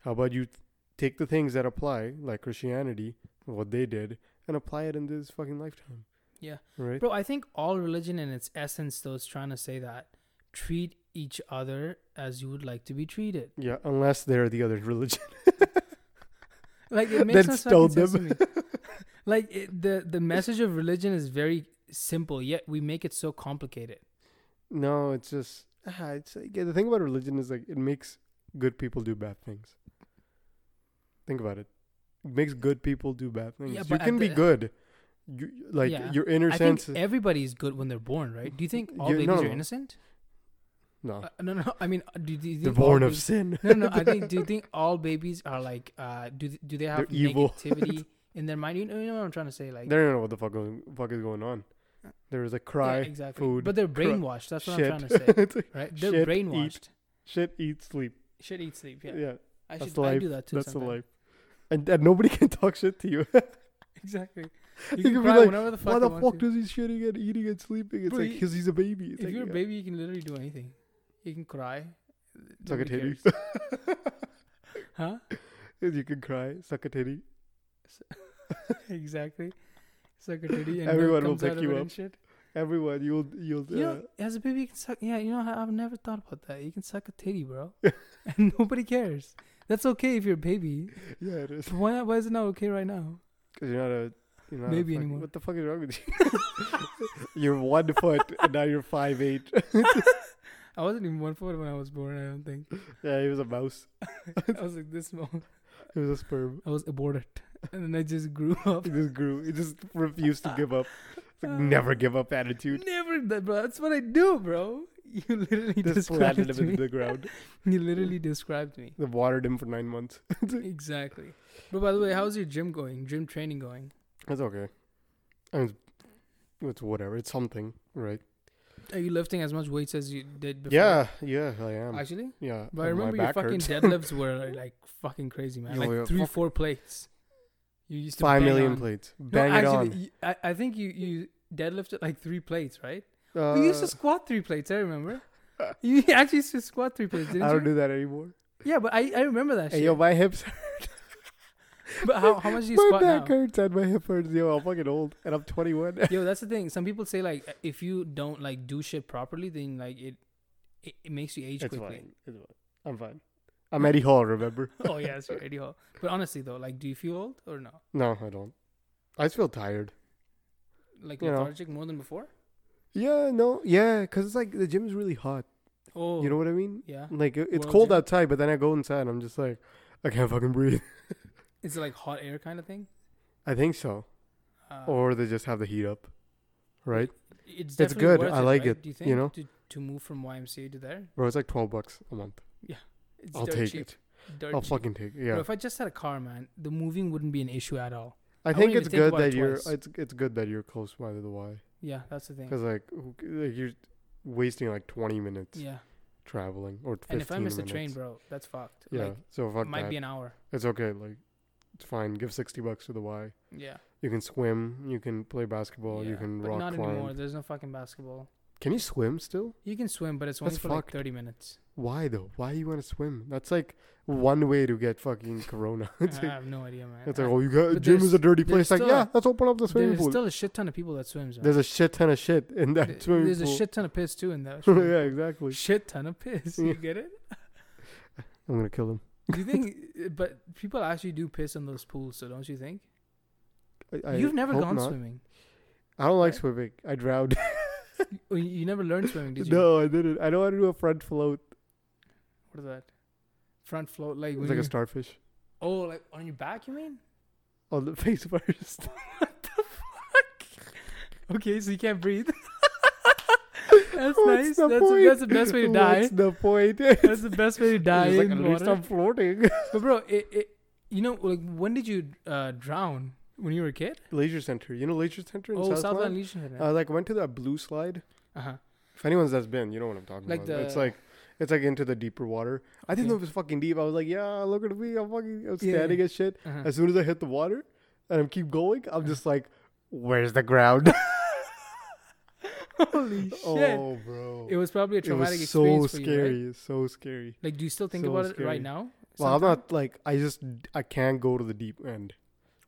Speaker 2: how about you th- take the things that apply like christianity what they did and apply it in this fucking lifetime
Speaker 1: Yeah.
Speaker 2: right
Speaker 1: Bro, I think all religion in its essence, though, is trying to say that treat each other as you would like to be treated.
Speaker 2: yeah unless they're the other religion
Speaker 1: Like it makes
Speaker 2: Then
Speaker 1: no
Speaker 2: stone
Speaker 1: fucking sense to me. like it, the the message of religion is very simple, yet we make it so complicated.
Speaker 2: no it's just ah, it's like, yeah, the thing about religion is like it makes good people do bad things think about it it makes good people do bad things
Speaker 1: Yeah,
Speaker 2: you
Speaker 1: but at
Speaker 2: can be
Speaker 1: the-
Speaker 2: good you like
Speaker 1: Yeah.
Speaker 2: your inner
Speaker 1: I
Speaker 2: sense
Speaker 1: think everybody is good when they're born, right? Do you think all
Speaker 2: Yeah,
Speaker 1: babies
Speaker 2: no,
Speaker 1: are
Speaker 2: no.
Speaker 1: innocent?
Speaker 2: no
Speaker 1: Uh, no, no, no. I mean, uh, do, do you think
Speaker 2: they're
Speaker 1: all
Speaker 2: born of
Speaker 1: babies-
Speaker 2: sin
Speaker 1: No, no. I think. Do you think all babies are like? Uh, do th- do they have
Speaker 2: They're evil.
Speaker 1: negativity in their mind? You know, you know what I'm trying to say? Like, Uh,
Speaker 2: they don't know what the fuck, going, fuck is going on there is a
Speaker 1: yeah,
Speaker 2: cry
Speaker 1: exactly.
Speaker 2: food,
Speaker 1: but they're
Speaker 2: cry,
Speaker 1: brainwashed. That's what I'm trying to
Speaker 2: shit.
Speaker 1: say.
Speaker 2: It's like,
Speaker 1: Right? They're
Speaker 2: Shit, eat.
Speaker 1: brainwashed.
Speaker 2: shit eat sleep
Speaker 1: Shit, eat, sleep. Yeah,
Speaker 2: yeah,
Speaker 1: I
Speaker 2: that's
Speaker 1: should.
Speaker 2: the
Speaker 1: I
Speaker 2: life
Speaker 1: do that too.
Speaker 2: that's the
Speaker 1: sometime.
Speaker 2: life and, and nobody can talk shit to you
Speaker 1: Exactly. You, can,
Speaker 2: You can be
Speaker 1: cry
Speaker 2: like,
Speaker 1: whenever the fuck. you
Speaker 2: why the
Speaker 1: want
Speaker 2: fuck
Speaker 1: to.
Speaker 2: does he shitting and eating and sleeping it's
Speaker 1: Bro,
Speaker 2: like
Speaker 1: you-
Speaker 2: because he's a baby it's
Speaker 1: If
Speaker 2: like,
Speaker 1: you're a
Speaker 2: yeah.
Speaker 1: baby, you can literally do anything. You can cry.
Speaker 2: suck a
Speaker 1: Nobody
Speaker 2: titty
Speaker 1: cares. Huh?
Speaker 2: you can cry suck a titty
Speaker 1: exactly. Suck a titty. And
Speaker 2: Everyone
Speaker 1: Everyone
Speaker 2: will
Speaker 1: comes will
Speaker 2: pick
Speaker 1: out
Speaker 2: you
Speaker 1: you
Speaker 2: up.
Speaker 1: up. Shit.
Speaker 2: everyone you'll you'll
Speaker 1: You
Speaker 2: uh,
Speaker 1: know, as a baby, you can suck. Yeah, you know, I- I've never thought about that. You can suck a titty, bro, and nobody cares. That's okay if you're a baby.
Speaker 2: yeah it is
Speaker 1: So why not? Why is it not okay right now?
Speaker 2: because you're not a you're not a
Speaker 1: Baby
Speaker 2: fuck-
Speaker 1: anymore.
Speaker 2: what the fuck is wrong with you you're one foot and now you're five eight
Speaker 1: I wasn't even one foot when I was born. I don't think.
Speaker 2: Yeah, he was a mouse.
Speaker 1: I was like this small.
Speaker 2: He was a sperm.
Speaker 1: I was aborted, and then I just grew up.
Speaker 2: He just grew. He just refused to give up. It's like never give up attitude.
Speaker 1: Never, that, bro. That's what I do, bro. You literally
Speaker 2: Just
Speaker 1: described
Speaker 2: planted him
Speaker 1: me.
Speaker 2: into the ground.
Speaker 1: You literally described me.
Speaker 2: They watered him for nine months.
Speaker 1: Exactly. But by the way, how's your gym going? Gym training going?
Speaker 2: That's okay. I mean, it's, it's whatever. It's something, right?
Speaker 1: Are you lifting as much weights as you did before?
Speaker 2: Yeah, yeah, I am.
Speaker 1: Actually?
Speaker 2: yeah,
Speaker 1: But I
Speaker 2: and my
Speaker 1: remember your
Speaker 2: back
Speaker 1: fucking
Speaker 2: hurts.
Speaker 1: deadlifts were like fucking crazy, man.
Speaker 2: You were
Speaker 1: Like three,
Speaker 2: fuck-
Speaker 1: four plates. You used to
Speaker 2: Five
Speaker 1: bang
Speaker 2: million
Speaker 1: on.
Speaker 2: plates.
Speaker 1: No,
Speaker 2: Bang it
Speaker 1: actually,
Speaker 2: on.
Speaker 1: you- I, I think you you deadlifted like three plates, right?
Speaker 2: Uh,
Speaker 1: we used to squat three plates. I remember. you actually used to squat three plates, didn't
Speaker 2: I don't
Speaker 1: you?
Speaker 2: do that anymore.
Speaker 1: Yeah, but I, I remember that
Speaker 2: Hey,
Speaker 1: shit.
Speaker 2: yo, my hips.
Speaker 1: but how, how much do you
Speaker 2: my
Speaker 1: squat now?
Speaker 2: back hurts and my hip hurts. Yo, I'm fucking old and I'm 21.
Speaker 1: Yo, that's the thing. Some people say like "Uh, if you don't like do shit properly, then like it it, it makes you age
Speaker 2: It's
Speaker 1: quickly.
Speaker 2: fine. It's fine. I'm fine. I'm Eddie Hall. Remember?
Speaker 1: oh yeah, that's right, Eddie Hall. But honestly though, like, do you feel old or no?
Speaker 2: No, I don't. I just feel tired.
Speaker 1: Like
Speaker 2: You know.
Speaker 1: lethargic more than before?
Speaker 2: Yeah, no, yeah, cause it's like the gym is really hot.
Speaker 1: Oh,
Speaker 2: You know what I mean?
Speaker 1: yeah.
Speaker 2: Like it- it's
Speaker 1: Well,
Speaker 2: cold
Speaker 1: gym-
Speaker 2: outside, but then I go inside, and I'm just like, I can't fucking breathe.
Speaker 1: Is it like hot air kind of thing?
Speaker 2: I think so.
Speaker 1: Uh,
Speaker 2: Or they just have the heat up, right?
Speaker 1: it's
Speaker 2: good.
Speaker 1: worth
Speaker 2: I like
Speaker 1: right?
Speaker 2: it,
Speaker 1: Do you
Speaker 2: you
Speaker 1: think
Speaker 2: know?
Speaker 1: to, to move from YMCA to there?
Speaker 2: Bro, it's like twelve bucks a month.
Speaker 1: It's
Speaker 2: I'll
Speaker 1: dirt
Speaker 2: take
Speaker 1: cheap.
Speaker 2: it.
Speaker 1: Dirt
Speaker 2: I'll
Speaker 1: cheap.
Speaker 2: fucking take it.
Speaker 1: Bro,
Speaker 2: Yeah.
Speaker 1: if I just had a car, man, the moving wouldn't be an issue at all.
Speaker 2: I
Speaker 1: wouldn't
Speaker 2: think
Speaker 1: even
Speaker 2: it's
Speaker 1: think
Speaker 2: good
Speaker 1: about
Speaker 2: that
Speaker 1: it
Speaker 2: you're.
Speaker 1: twice.
Speaker 2: It's it's good that you're close by to the Y,
Speaker 1: Yeah, that's the thing.
Speaker 2: cause like who c- like you're wasting like twenty minutes
Speaker 1: Yeah,
Speaker 2: traveling or fifteen
Speaker 1: and if I miss
Speaker 2: minutes.
Speaker 1: a train, bro, that's fucked.
Speaker 2: Yeah.
Speaker 1: like,
Speaker 2: so fuck
Speaker 1: might
Speaker 2: that.
Speaker 1: be an hour.
Speaker 2: it's okay. Like it's fine. Give sixty bucks to the Y.
Speaker 1: Yeah,
Speaker 2: You can swim. You can play basketball.
Speaker 1: yeah.
Speaker 2: You can
Speaker 1: but
Speaker 2: rock
Speaker 1: not
Speaker 2: climb.
Speaker 1: anymore. There's no fucking basketball.
Speaker 2: Can you swim still?
Speaker 1: You can swim, but it's only
Speaker 2: That's
Speaker 1: for
Speaker 2: fucked.
Speaker 1: like 30 minutes.
Speaker 2: Why though? Why you want to swim? That's like one way to get fucking corona. it's
Speaker 1: I
Speaker 2: like,
Speaker 1: have no idea, man.
Speaker 2: it's like
Speaker 1: I-
Speaker 2: oh, you got
Speaker 1: Ah, but
Speaker 2: gym is
Speaker 1: there's-
Speaker 2: a dirty
Speaker 1: there's
Speaker 2: place. Like
Speaker 1: still
Speaker 2: yeah,
Speaker 1: a-
Speaker 2: let's open up the swimming
Speaker 1: there's
Speaker 2: pool.
Speaker 1: still a shit ton of people that swims. Man.
Speaker 2: There's a shit ton of shit in that
Speaker 1: Th-
Speaker 2: swimming
Speaker 1: there's
Speaker 2: pool.
Speaker 1: a shit ton of piss too in that.
Speaker 2: yeah,
Speaker 1: shit.
Speaker 2: exactly.
Speaker 1: Shit ton of piss. You get it?
Speaker 2: I'm gonna kill him.
Speaker 1: Do you think? eh, but people actually do piss in those pools, so don't you think?
Speaker 2: I, I
Speaker 1: You've never
Speaker 2: hope
Speaker 1: gone
Speaker 2: not.
Speaker 1: swimming.
Speaker 2: I don't like
Speaker 1: right?
Speaker 2: swimming. I drowned.
Speaker 1: Oh, You, you never learned swimming, did you?
Speaker 2: no, I didn't. I know how to do a front float.
Speaker 1: What is that? Front float, like
Speaker 2: It's
Speaker 1: when
Speaker 2: like a
Speaker 1: you-
Speaker 2: starfish
Speaker 1: Oh, like on your back, you mean?
Speaker 2: on the face first.
Speaker 1: what the fuck? Okay, so you can't breathe. that's
Speaker 2: What's
Speaker 1: nice.
Speaker 2: the
Speaker 1: That's,
Speaker 2: point?
Speaker 1: a, that's the best way to die.
Speaker 2: What's the point?
Speaker 1: That's the best way to die
Speaker 2: It's like,
Speaker 1: in
Speaker 2: at least
Speaker 1: water.
Speaker 2: I'm floating.
Speaker 1: But bro, it, it you know like when did you uh, drown? When you were a kid?
Speaker 2: Leisure Center. You know Leisure Center in Uh,
Speaker 1: oh,
Speaker 2: South
Speaker 1: Southland
Speaker 2: Lyon?
Speaker 1: Legion. Had it.
Speaker 2: I like went to that blue slide.
Speaker 1: uh-huh.
Speaker 2: If anyone's that's been, you know what I'm talking
Speaker 1: Like
Speaker 2: about. it's
Speaker 1: the-
Speaker 2: like it's like into the deeper water. I didn't know
Speaker 1: Okay.
Speaker 2: it was fucking deep. I was like, yeah, look at me. I'm fucking I'm
Speaker 1: Yeah.
Speaker 2: standing as shit.
Speaker 1: Uh-huh.
Speaker 2: As soon as I hit the water and I'm keep going, I'm just like, where's the ground?
Speaker 1: Holy shit!
Speaker 2: oh, bro.
Speaker 1: It was probably a traumatic
Speaker 2: so
Speaker 1: experience for you,
Speaker 2: scary.
Speaker 1: right?
Speaker 2: It's so scary.
Speaker 1: Like, do you still think
Speaker 2: So
Speaker 1: about it
Speaker 2: scary.
Speaker 1: right now?
Speaker 2: Well, I'm
Speaker 1: sometime?
Speaker 2: not like I just I can't go to the deep end.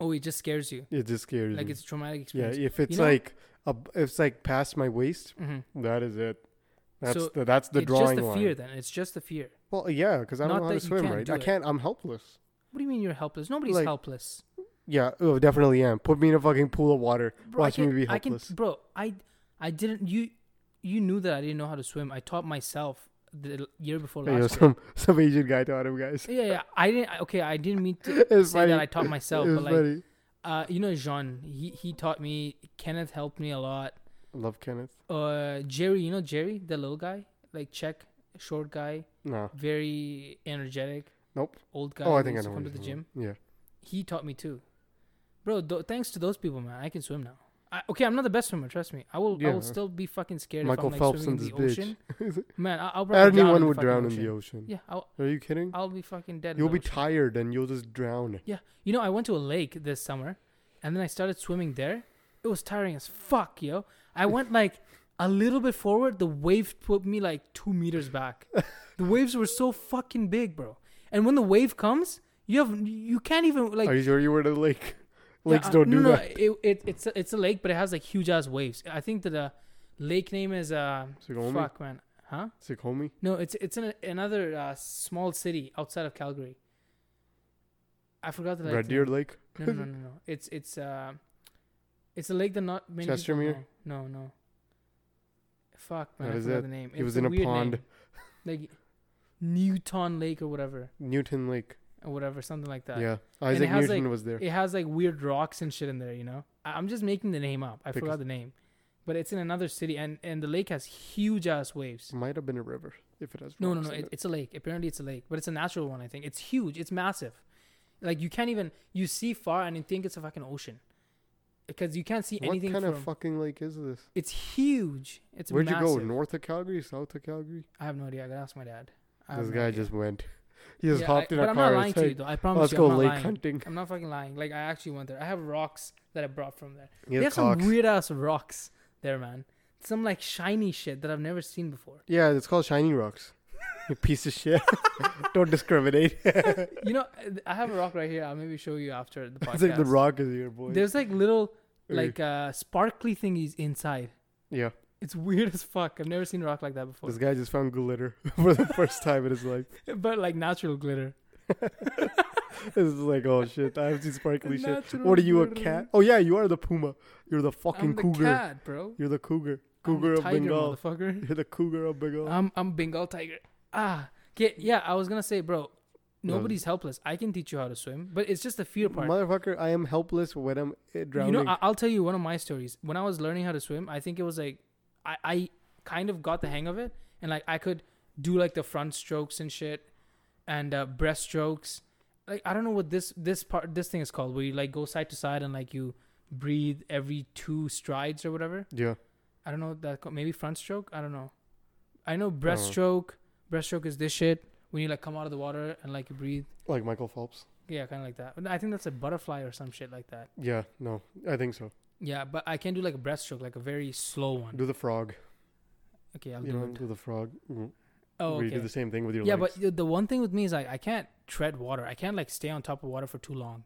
Speaker 1: Oh, it just scares you.
Speaker 2: It just scares
Speaker 1: Like
Speaker 2: me.
Speaker 1: it's a traumatic
Speaker 2: yeah,
Speaker 1: experience.
Speaker 2: if it's
Speaker 1: know-
Speaker 2: like a, if it's like past my waist,
Speaker 1: hmm
Speaker 2: that is it. That's
Speaker 1: So,
Speaker 2: the that's the
Speaker 1: it's
Speaker 2: drawing
Speaker 1: just the
Speaker 2: line.
Speaker 1: fear. Then it's just the fear.
Speaker 2: Well, yeah, because I
Speaker 1: Not
Speaker 2: don't know how
Speaker 1: that
Speaker 2: to
Speaker 1: you
Speaker 2: swim,
Speaker 1: can't
Speaker 2: right?
Speaker 1: do
Speaker 2: I
Speaker 1: it.
Speaker 2: can't. I'm helpless.
Speaker 1: What do you mean you're helpless? Nobody's
Speaker 2: Like,
Speaker 1: helpless.
Speaker 2: Yeah, oh, definitely am. Put me in a fucking pool of water.
Speaker 1: Bro, I
Speaker 2: Watch me
Speaker 1: can-
Speaker 2: be
Speaker 1: I can,
Speaker 2: helpless.
Speaker 1: bro. I, I didn't. You, you knew that I didn't know how to swim. I taught myself the l- year before
Speaker 2: Hey, yo,
Speaker 1: last. year.
Speaker 2: some some Asian guy taught him, guys.
Speaker 1: Yeah, yeah. I didn't. I- Okay, I didn't mean to
Speaker 2: It's
Speaker 1: say
Speaker 2: funny.
Speaker 1: that I taught myself,
Speaker 2: it was
Speaker 1: but like,
Speaker 2: funny.
Speaker 1: uh, you know, Jean, he he taught me. Kenneth helped me a lot.
Speaker 2: I love Kenneth.
Speaker 1: Uh, Jerry, you know Jerry, the little guy, like Czech, short guy,
Speaker 2: No,
Speaker 1: very energetic.
Speaker 2: Nope.
Speaker 1: Old guy.
Speaker 2: oh, I
Speaker 1: who
Speaker 2: think I
Speaker 1: used
Speaker 2: know.
Speaker 1: to
Speaker 2: what
Speaker 1: come to
Speaker 2: you're
Speaker 1: the
Speaker 2: talking
Speaker 1: gym.
Speaker 2: about. Yeah.
Speaker 1: he taught me too, bro. Th- thanks to those people, man, I can swim now. I, okay, I'm not the best swimmer. Trust me, I will. I
Speaker 2: Yeah.
Speaker 1: will still be fucking scared
Speaker 2: Michael
Speaker 1: if I'm like
Speaker 2: Phelps
Speaker 1: swimming
Speaker 2: and
Speaker 1: in the
Speaker 2: this
Speaker 1: ocean. Man, I, I'll probably drown
Speaker 2: Anyone
Speaker 1: in
Speaker 2: would
Speaker 1: the
Speaker 2: drown
Speaker 1: fucking
Speaker 2: in the ocean.
Speaker 1: Yeah, I'll,
Speaker 2: Are you kidding?
Speaker 1: I'll be fucking dead. in
Speaker 2: You'll
Speaker 1: the
Speaker 2: be
Speaker 1: ocean.
Speaker 2: tired and you'll just drown.
Speaker 1: yeah, you know, I went to a lake this summer, and then I started swimming there. It was tiring as fuck, yo. I went like a little bit forward. The wave put me like two meters back. the waves were so fucking big, bro. And when the wave comes, you have you can't even like.
Speaker 2: Are you sure you were at a lake?
Speaker 1: Yeah,
Speaker 2: Lakes
Speaker 1: uh,
Speaker 2: don't
Speaker 1: no,
Speaker 2: do
Speaker 1: no,
Speaker 2: that.
Speaker 1: It, it, it's a, it's a lake, but it has like huge ass waves. I think that the lake name is uh
Speaker 2: Sigourney?
Speaker 1: fuck man, huh?
Speaker 2: Sikomi?
Speaker 1: No, it's it's in a, another uh, small city outside of Calgary. I forgot the lake.
Speaker 2: Red
Speaker 1: name.
Speaker 2: Deer Lake?
Speaker 1: No, no, no, no, no. It's it's uh, it's a lake that not many people
Speaker 2: Chestermere?
Speaker 1: know. No, no. Fuck, man,
Speaker 2: What
Speaker 1: I
Speaker 2: is
Speaker 1: forgot
Speaker 2: it?
Speaker 1: the name.
Speaker 2: It
Speaker 1: It's
Speaker 2: was in a
Speaker 1: weird
Speaker 2: pond.
Speaker 1: name. Like Newton Lake or whatever,
Speaker 2: Newton Lake.
Speaker 1: or whatever, something like that.
Speaker 2: Yeah,
Speaker 1: it
Speaker 2: Isaac
Speaker 1: has,
Speaker 2: Newton
Speaker 1: like-
Speaker 2: was there.
Speaker 1: It has like weird rocks and shit in there, you know? I- I'm just making the name up. I
Speaker 2: Because-
Speaker 1: forgot the name. But it's in another city and, and the lake has huge ass waves.
Speaker 2: Might have been a river if it has.
Speaker 1: No, no,
Speaker 2: rocks
Speaker 1: no.
Speaker 2: in
Speaker 1: It, it's a lake. Apparently it's a lake, but it's a natural one, I think. It's huge. It's massive. Like you can't even you see far and you think it's a fucking ocean. Because you can't see
Speaker 2: What
Speaker 1: anything
Speaker 2: kind
Speaker 1: from
Speaker 2: of fucking lake is this?
Speaker 1: It's huge. It's
Speaker 2: Where'd you go?
Speaker 1: massive.
Speaker 2: North of Calgary, south of Calgary?
Speaker 1: I have no idea. I gotta ask my dad. I have
Speaker 2: This
Speaker 1: no
Speaker 2: guy
Speaker 1: idea.
Speaker 2: just went. He just
Speaker 1: Yeah,
Speaker 2: hopped
Speaker 1: I,
Speaker 2: in
Speaker 1: but
Speaker 2: a
Speaker 1: I'm
Speaker 2: car.
Speaker 1: not
Speaker 2: and
Speaker 1: lying
Speaker 2: said,
Speaker 1: to you though. I promise
Speaker 2: Let's
Speaker 1: you,
Speaker 2: go
Speaker 1: I'm not
Speaker 2: lake
Speaker 1: lying.
Speaker 2: hunting.
Speaker 1: I'm not fucking lying. Like I actually went there. I have rocks that I brought from there.
Speaker 2: He
Speaker 1: They
Speaker 2: had
Speaker 1: have some
Speaker 2: cocks.
Speaker 1: weird ass rocks there, man. Some like shiny shit that I've never seen before.
Speaker 2: yeah, it's called shiny rocks. you piece of shit. Don't discriminate.
Speaker 1: You know, uh, I have a rock right here. I'll maybe show you after the podcast.
Speaker 2: it's like the rock is here, boy.
Speaker 1: There's like little
Speaker 2: Or-
Speaker 1: like uh sparkly thingies inside.
Speaker 2: yeah,
Speaker 1: It's weird as fuck. I've never seen a rock like that before.
Speaker 2: this guy just found glitter for the first time in his life.
Speaker 1: but like natural glitter.
Speaker 2: This is like, oh shit, I have seen sparkly shit.
Speaker 1: Natural
Speaker 2: What are you, a
Speaker 1: glitter.
Speaker 2: cat? Oh yeah, you are the puma. You're the fucking
Speaker 1: I'm the
Speaker 2: cougar.
Speaker 1: cat, bro.
Speaker 2: You're the cougar.
Speaker 1: I'm the
Speaker 2: Cougar of
Speaker 1: tiger,
Speaker 2: Bengal.
Speaker 1: motherfucker.
Speaker 2: You're the cougar of Bengal.
Speaker 1: I'm I'm Bengal tiger. Ah, get yeah. I was gonna say, bro,
Speaker 2: No.
Speaker 1: nobody's helpless. I can teach you how to swim, but it's just the fear part.
Speaker 2: Motherfucker, I am helpless when I'm eh,
Speaker 1: you
Speaker 2: drowning.
Speaker 1: know, I, I'll tell you one of my stories. When I was learning how to swim, I think it was like I I kind of got the hang of it, and like I could do like the front strokes and shit, and uh, breaststrokes. Like I don't know what this this part this thing is called, where you like go side to side and like you breathe every two strides or whatever.
Speaker 2: yeah.
Speaker 1: I don't know what that co- maybe front stroke. I don't know. I know breaststroke. Breaststroke is this shit when you like come out of the water and like you breathe.
Speaker 2: Like Michael Phelps.
Speaker 1: Yeah, kind of like that. But I think that's a butterfly or some shit like that.
Speaker 2: Yeah, no, I think so.
Speaker 1: Yeah, but I can do like a breaststroke, like a very slow one.
Speaker 2: Do the frog.
Speaker 1: Okay, I'll
Speaker 2: You
Speaker 1: do
Speaker 2: know,
Speaker 1: it.
Speaker 2: do the frog. Mm.
Speaker 1: Oh,
Speaker 2: Where you do
Speaker 1: okay.
Speaker 2: the same thing with your
Speaker 1: Yeah,
Speaker 2: legs.
Speaker 1: but the- the one thing with me is like I can't tread water. I can't like stay on top of water for too long,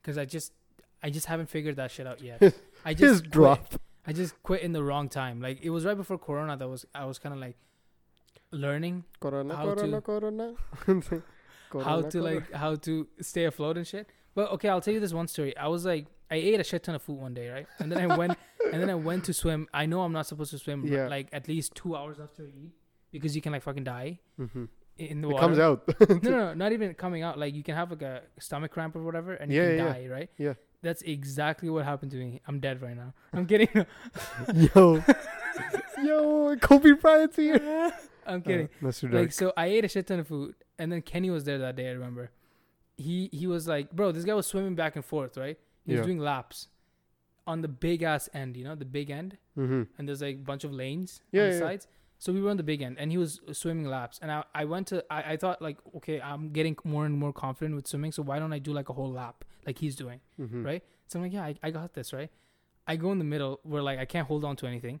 Speaker 1: because I just I just haven't figured that shit out yet. I just
Speaker 2: His
Speaker 1: quit.
Speaker 2: drop.
Speaker 1: I just quit in the wrong time. Like it was right before Corona that was I was kind of like learning
Speaker 2: Corona,
Speaker 1: How
Speaker 2: corona,
Speaker 1: to-
Speaker 2: corona.
Speaker 1: how
Speaker 2: Corona,
Speaker 1: to
Speaker 2: corona.
Speaker 1: like how to stay afloat and shit. But okay, I'll tell you this one story. I was like, I ate a shit ton of food one day, right? And then I went, and then I went to swim. I know I'm not supposed to swim
Speaker 2: Yeah.
Speaker 1: like at least two hours after you eat because you can like fucking die
Speaker 2: Mhm.
Speaker 1: in the
Speaker 2: It
Speaker 1: water.
Speaker 2: comes out.
Speaker 1: No, no, no, not even coming out. Like you can have like a stomach cramp or whatever, and
Speaker 2: Yeah,
Speaker 1: you can
Speaker 2: yeah,
Speaker 1: die, right?
Speaker 2: Yeah.
Speaker 1: That's exactly what happened to me. I'm dead right now. I'm kidding.
Speaker 2: Yo. Yo, Kobe Bryant's here.
Speaker 1: I'm kidding.
Speaker 2: Uh, Mr. Dark.
Speaker 1: like so i ate a shit ton of food and then kenny was there that day i remember he he was like bro this guy was swimming back and forth right he
Speaker 2: Yeah.
Speaker 1: was doing laps on the big ass end you know the big end
Speaker 2: mm-hmm.
Speaker 1: and there's like a bunch of lanes
Speaker 2: Yeah,
Speaker 1: on the
Speaker 2: yeah, yeah.
Speaker 1: sides so we were on the big end and he was swimming laps and i, I went to I, I thought like okay i'm getting more and more confident with swimming so why don't i do like a whole lap like he's doing
Speaker 2: Mm-hmm.
Speaker 1: right? So I'm like, yeah, I, I got this, right? I go in the middle where like I can't hold on to anything.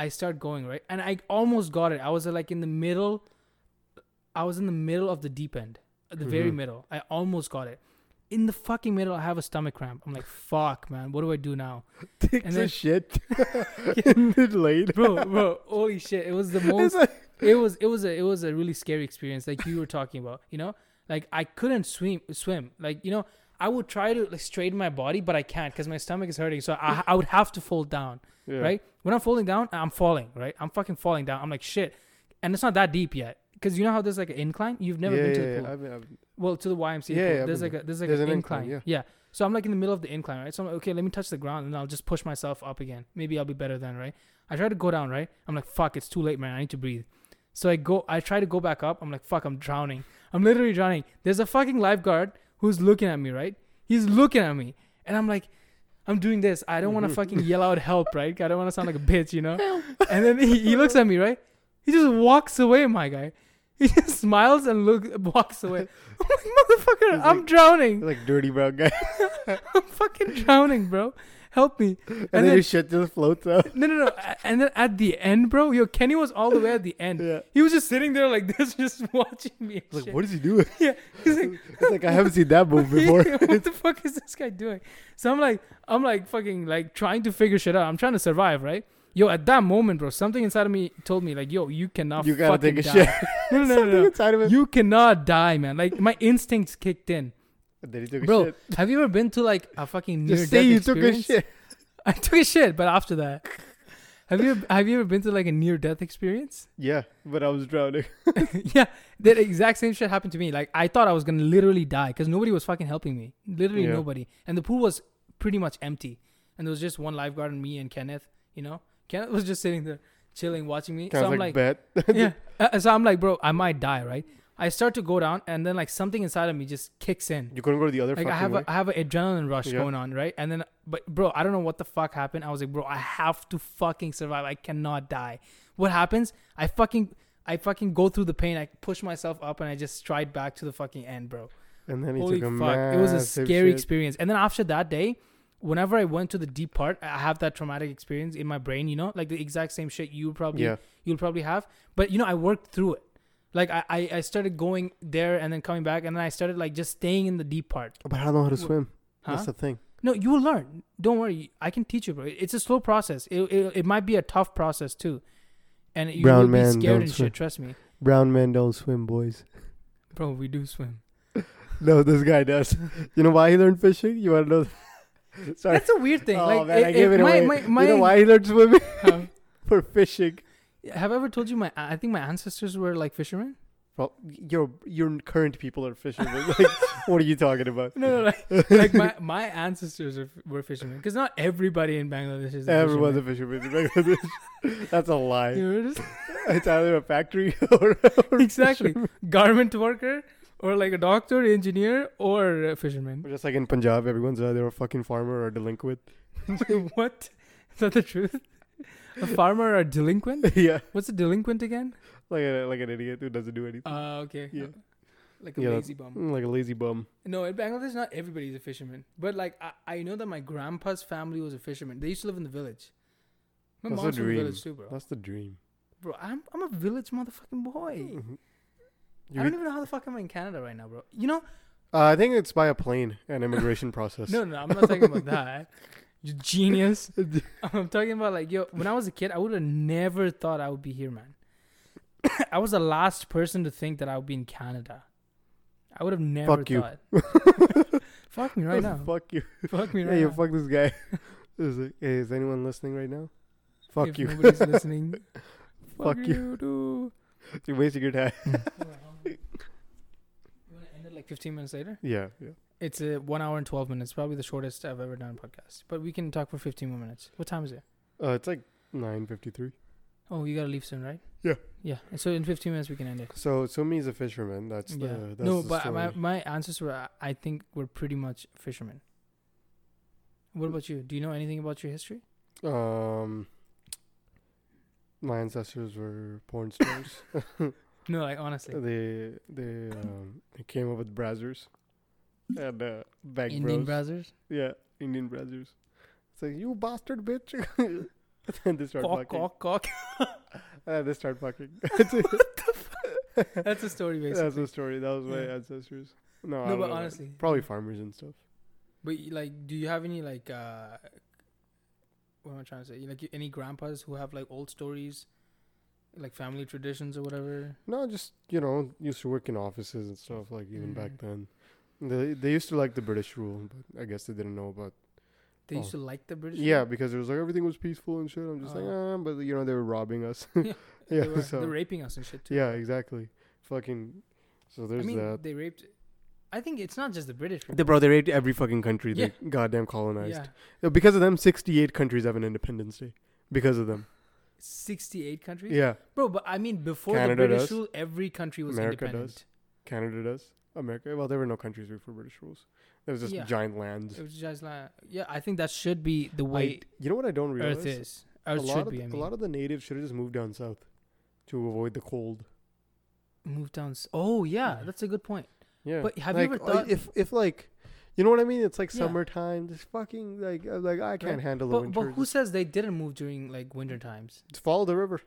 Speaker 1: I start going, right? And I almost got it. I was like in the middle I was in the middle of the deep end. The very
Speaker 2: Mhm.
Speaker 1: middle. I almost got it. In the fucking middle, I have a stomach cramp. I'm like, fuck, man, what do I do now?
Speaker 2: Takes
Speaker 1: and
Speaker 2: a
Speaker 1: then-
Speaker 2: shit in the lane.
Speaker 1: Bro, bro, holy shit. It was the most
Speaker 2: It's like,
Speaker 1: it was it was a it was a really scary experience like you were talking about you know like i couldn't swim swim like you know i would try to like straighten my body but i can't because my stomach is hurting so I, I would have to fold down
Speaker 2: yeah.
Speaker 1: right when i'm folding down i'm falling right i'm fucking falling down i'm like shit and it's not that deep yet because you know how there's like an incline you've never
Speaker 2: yeah,
Speaker 1: been to
Speaker 2: yeah,
Speaker 1: the
Speaker 2: yeah.
Speaker 1: pool
Speaker 2: I've been- I've-
Speaker 1: well to the YMCA pool.
Speaker 2: Yeah, yeah, I've
Speaker 1: there's
Speaker 2: been
Speaker 1: like a there's like
Speaker 2: There's
Speaker 1: an,
Speaker 2: an
Speaker 1: incline.
Speaker 2: incline,
Speaker 1: yeah. So I'm like in the middle of the incline, right? So I'm like, okay, let me touch the ground and I'll just push myself up again. Maybe I'll be better then, right? I try to go down, right? I'm like, fuck, it's too late, man. I need to breathe. So I go I try to go back up. I'm like, fuck, I'm drowning. I'm literally drowning. There's a fucking lifeguard who's looking at me, right? He's looking at me. And I'm like, I'm doing this. I don't want
Speaker 2: Mm-hmm.
Speaker 1: to fucking yell out help, right? I don't want to sound like a bitch, you know? And then he, he looks at me, right? He just walks away, my guy. He just smiles and look walks away. I'm like, motherfucker,
Speaker 2: He's
Speaker 1: I'm
Speaker 2: like-
Speaker 1: drowning.
Speaker 2: like dirty brown guy.
Speaker 1: I'm fucking drowning, bro. Help me.
Speaker 2: and,
Speaker 1: And
Speaker 2: then,
Speaker 1: then-
Speaker 2: his shit just floats out.
Speaker 1: No, no, no. A- And then at the end, bro, yo, Kenny was all the way at the end.
Speaker 2: Yeah.
Speaker 1: He was just sitting there like this, just watching me. and
Speaker 2: It's
Speaker 1: shit.
Speaker 2: like, what is he doing?
Speaker 1: Yeah. He's like,
Speaker 2: It's like I haven't seen that move before.
Speaker 1: Yeah, what the fuck is this guy doing? So I'm like, I'm like fucking like trying to figure shit out. I'm trying to survive, right? Yo, at that moment, bro, something inside of me told me like, yo, you cannot.
Speaker 2: You gotta
Speaker 1: fucking
Speaker 2: take
Speaker 1: die.
Speaker 2: a shit.
Speaker 1: No, no, no,
Speaker 2: Something
Speaker 1: no,
Speaker 2: inside of
Speaker 1: no.
Speaker 2: him.
Speaker 1: You cannot die, man. Like my instincts kicked in,
Speaker 2: And then he took a
Speaker 1: bro.
Speaker 2: shit.
Speaker 1: Have you ever been to like a fucking near
Speaker 2: Just say you
Speaker 1: experience?
Speaker 2: took a shit.
Speaker 1: I took a shit, but after that, Have you have you ever been to like a near death experience?
Speaker 2: Yeah, but I was drowning.
Speaker 1: yeah, that exact same shit happened to me. Like I thought I was gonna literally die because nobody was fucking helping me. Literally
Speaker 2: Yeah.
Speaker 1: nobody, and the pool was pretty much empty, and there was just one lifeguard and me and Kenneth. You know, Kenneth was just sitting there chilling, watching me.
Speaker 2: Sounds
Speaker 1: so I'm
Speaker 2: like,
Speaker 1: like,
Speaker 2: bet.
Speaker 1: yeah. Uh, so I'm like, bro, I might die, right? I start to go down, and then like something inside of me just kicks in.
Speaker 2: you couldn't go to the other
Speaker 1: Like I
Speaker 2: fucking
Speaker 1: have
Speaker 2: way.
Speaker 1: a, I have an adrenaline rush
Speaker 2: Yeah.
Speaker 1: going on, right? And then, but bro, I don't know what the fuck happened. I was like, bro, I have to fucking survive. I cannot die. What happens? I fucking I fucking go through the pain. I push myself up, and I just stride back to the fucking end, bro.
Speaker 2: and then he
Speaker 1: Holy
Speaker 2: took a
Speaker 1: fuck! It was a
Speaker 2: massive
Speaker 1: scary
Speaker 2: shit.
Speaker 1: experience. And then after that day, whenever I went to the deep part, I have that traumatic experience in my brain. You know, like the exact same shit you probably
Speaker 2: Yeah,
Speaker 1: you'll probably have. But you know, I worked through it. Like I, I, I started going there and then coming back, and then I started like just staying in the deep part.
Speaker 2: but I don't know how to
Speaker 1: Wh-
Speaker 2: swim.
Speaker 1: Huh?
Speaker 2: That's the thing.
Speaker 1: no, you will learn. Don't worry, I can teach you, bro. It's a slow process. It, it, it might be a tough process too, and you
Speaker 2: Brown
Speaker 1: will be
Speaker 2: man
Speaker 1: scared
Speaker 2: don't
Speaker 1: and
Speaker 2: swim.
Speaker 1: shit. Trust me,
Speaker 2: Brown men don't swim, boys.
Speaker 1: bro. We do swim.
Speaker 2: No, this guy does. You know why he learned fishing? You want to know? Sorry.
Speaker 1: That's a weird thing.
Speaker 2: Oh
Speaker 1: like,
Speaker 2: man, I
Speaker 1: if-
Speaker 2: gave
Speaker 1: if
Speaker 2: it
Speaker 1: my,
Speaker 2: away.
Speaker 1: My, my,
Speaker 2: you know why he learned swimming
Speaker 1: Huh?
Speaker 2: for fishing?
Speaker 1: have I ever told you my? I think my ancestors were like fishermen.
Speaker 2: Well, your your current people are fishermen. like, what are you talking about?
Speaker 1: No, no, like, like my, my ancestors are, were fishermen because not everybody in Bangladesh is. a
Speaker 2: Everyone's
Speaker 1: fisherman.
Speaker 2: a fisherman. in Bangladesh. That's a lie.
Speaker 1: You know, just-
Speaker 2: It's either a factory or, or
Speaker 1: exactly garment worker or like a doctor engineer or a fisherman
Speaker 2: Or just like in Punjab, everyone's either a fucking farmer or a delinquent.
Speaker 1: what is that the truth a farmer or a delinquent
Speaker 2: yeah,
Speaker 1: what's a delinquent again
Speaker 2: like a, like an idiot who doesn't do anything,
Speaker 1: uh okay
Speaker 2: Yeah.
Speaker 1: like a
Speaker 2: Yeah.
Speaker 1: lazy bum
Speaker 2: Mm, like a lazy bum.
Speaker 1: no in bangladesh not everybody's a fisherman but like i, I know that my grandpa's family was a fisherman they used to live in the village my
Speaker 2: That's a
Speaker 1: mom's from the
Speaker 2: dream.
Speaker 1: village too bro
Speaker 2: That's the dream.
Speaker 1: bro I'm, I'm a village motherfucking boy
Speaker 2: Mhm.
Speaker 1: i
Speaker 2: You-
Speaker 1: don't even know how the fuck i'm in canada right now bro you know
Speaker 2: uh, I think it's by a plane and immigration process.
Speaker 1: No, no, I'm not talking about that. You genius. I'm talking about like, yo, when I was a kid, I would have never thought I would be here, man. I was the last person to think that I would be in Canada. I would have never
Speaker 2: Fuck you.
Speaker 1: thought. Fuck me right now. Fuck,
Speaker 2: Fuck you.
Speaker 1: me right
Speaker 2: Hey, you
Speaker 1: now.
Speaker 2: fuck this guy. Is, it- hey, is anyone listening right now? Fuck
Speaker 1: If
Speaker 2: you.
Speaker 1: Nobody's listening. Fuck,
Speaker 2: Fuck you.
Speaker 1: you. dude.
Speaker 2: You're wasting your time.
Speaker 1: Hold on, hold on. You want to end it like 15 minutes later?
Speaker 2: Yeah, yeah.
Speaker 1: It's a one hour and 12 minutes, probably the shortest I've ever done a podcast. But we can talk for 15 more minutes. What time is it?
Speaker 2: Uh, it's like nine fifty three.
Speaker 1: Oh, you gotta leave soon, right?
Speaker 2: Yeah.
Speaker 1: Yeah. And so in 15 minutes we can end it.
Speaker 2: So Sumi's a fisherman. That's
Speaker 1: yeah.
Speaker 2: the that's
Speaker 1: no,
Speaker 2: the
Speaker 1: but
Speaker 2: story.
Speaker 1: my my answers were uh, I think were pretty much fishermen. What about you? Do you know anything about your history?
Speaker 2: Um, my ancestors were porn stars.
Speaker 1: No, like honestly.
Speaker 2: they they um, they came up with brazzers and uh, back
Speaker 1: Indian
Speaker 2: bros.
Speaker 1: brothers.
Speaker 2: yeah, Indian brazzers. It's like you bastard bitch. and they start
Speaker 1: Cock,
Speaker 2: fucking.
Speaker 1: cock, cock.
Speaker 2: And they start fucking. That's it.
Speaker 1: That's a story basically.
Speaker 2: That's the story. That was my
Speaker 1: Yeah.
Speaker 2: ancestors. No, I
Speaker 1: no,
Speaker 2: don't
Speaker 1: but
Speaker 2: know.
Speaker 1: honestly.
Speaker 2: probably farmers and stuff.
Speaker 1: But you, like, do you have any like uh what am I trying to say? Like you- any grandpas who have like old stories, like family traditions or whatever?
Speaker 2: No, just you know, used to work in offices and stuff like even back
Speaker 1: Mm.
Speaker 2: then. They they used to like the British rule, but I guess they didn't know about.
Speaker 1: They
Speaker 2: Oh.
Speaker 1: used to like the British.
Speaker 2: Yeah, because it was like everything was peaceful and shit. I'm just like,
Speaker 1: Oh.
Speaker 2: ah, but you know they were robbing us.
Speaker 1: Yeah,
Speaker 2: yeah,
Speaker 1: they were,
Speaker 2: so-
Speaker 1: they're raping us and shit too.
Speaker 2: yeah, exactly. Fucking. So there's
Speaker 1: I mean,
Speaker 2: that.
Speaker 1: they raped. I think it's not just the British.
Speaker 2: The bro, they raped every fucking country
Speaker 1: they
Speaker 2: they goddamn
Speaker 1: people.
Speaker 2: colonized.
Speaker 1: yeah,
Speaker 2: Because of them, 68 countries have an Independence Day. Because of them.
Speaker 1: sixty-eight countries.
Speaker 2: Yeah,
Speaker 1: bro. But I mean, before
Speaker 2: Canada
Speaker 1: the British
Speaker 2: does.
Speaker 1: rule, every country was
Speaker 2: America
Speaker 1: independent.
Speaker 2: Canada does. America. Well, there were no countries before British rules. There was just
Speaker 1: Yeah.
Speaker 2: giant lands.
Speaker 1: It was just like, yeah, I think that should be the way
Speaker 2: I- you know what I don't realize?
Speaker 1: Earth is.
Speaker 2: a
Speaker 1: Earth
Speaker 2: lot
Speaker 1: should
Speaker 2: of
Speaker 1: be.
Speaker 2: the,
Speaker 1: I
Speaker 2: a
Speaker 1: mean,
Speaker 2: lot of the natives should have just moved down south to avoid the cold.
Speaker 1: move down. s- Oh yeah,
Speaker 2: Mhm.
Speaker 1: that's a good point.
Speaker 2: Yeah.
Speaker 1: But have you
Speaker 2: like,
Speaker 1: ever
Speaker 2: uh,
Speaker 1: thought-
Speaker 2: if if like you know what I mean? It's like
Speaker 1: Yeah.
Speaker 2: summertime. This fucking like I'm like I can't
Speaker 1: Right.
Speaker 2: handle the
Speaker 1: But, but
Speaker 2: winter.
Speaker 1: who
Speaker 2: just
Speaker 1: says they didn't move during like winter times?
Speaker 2: just follow the river.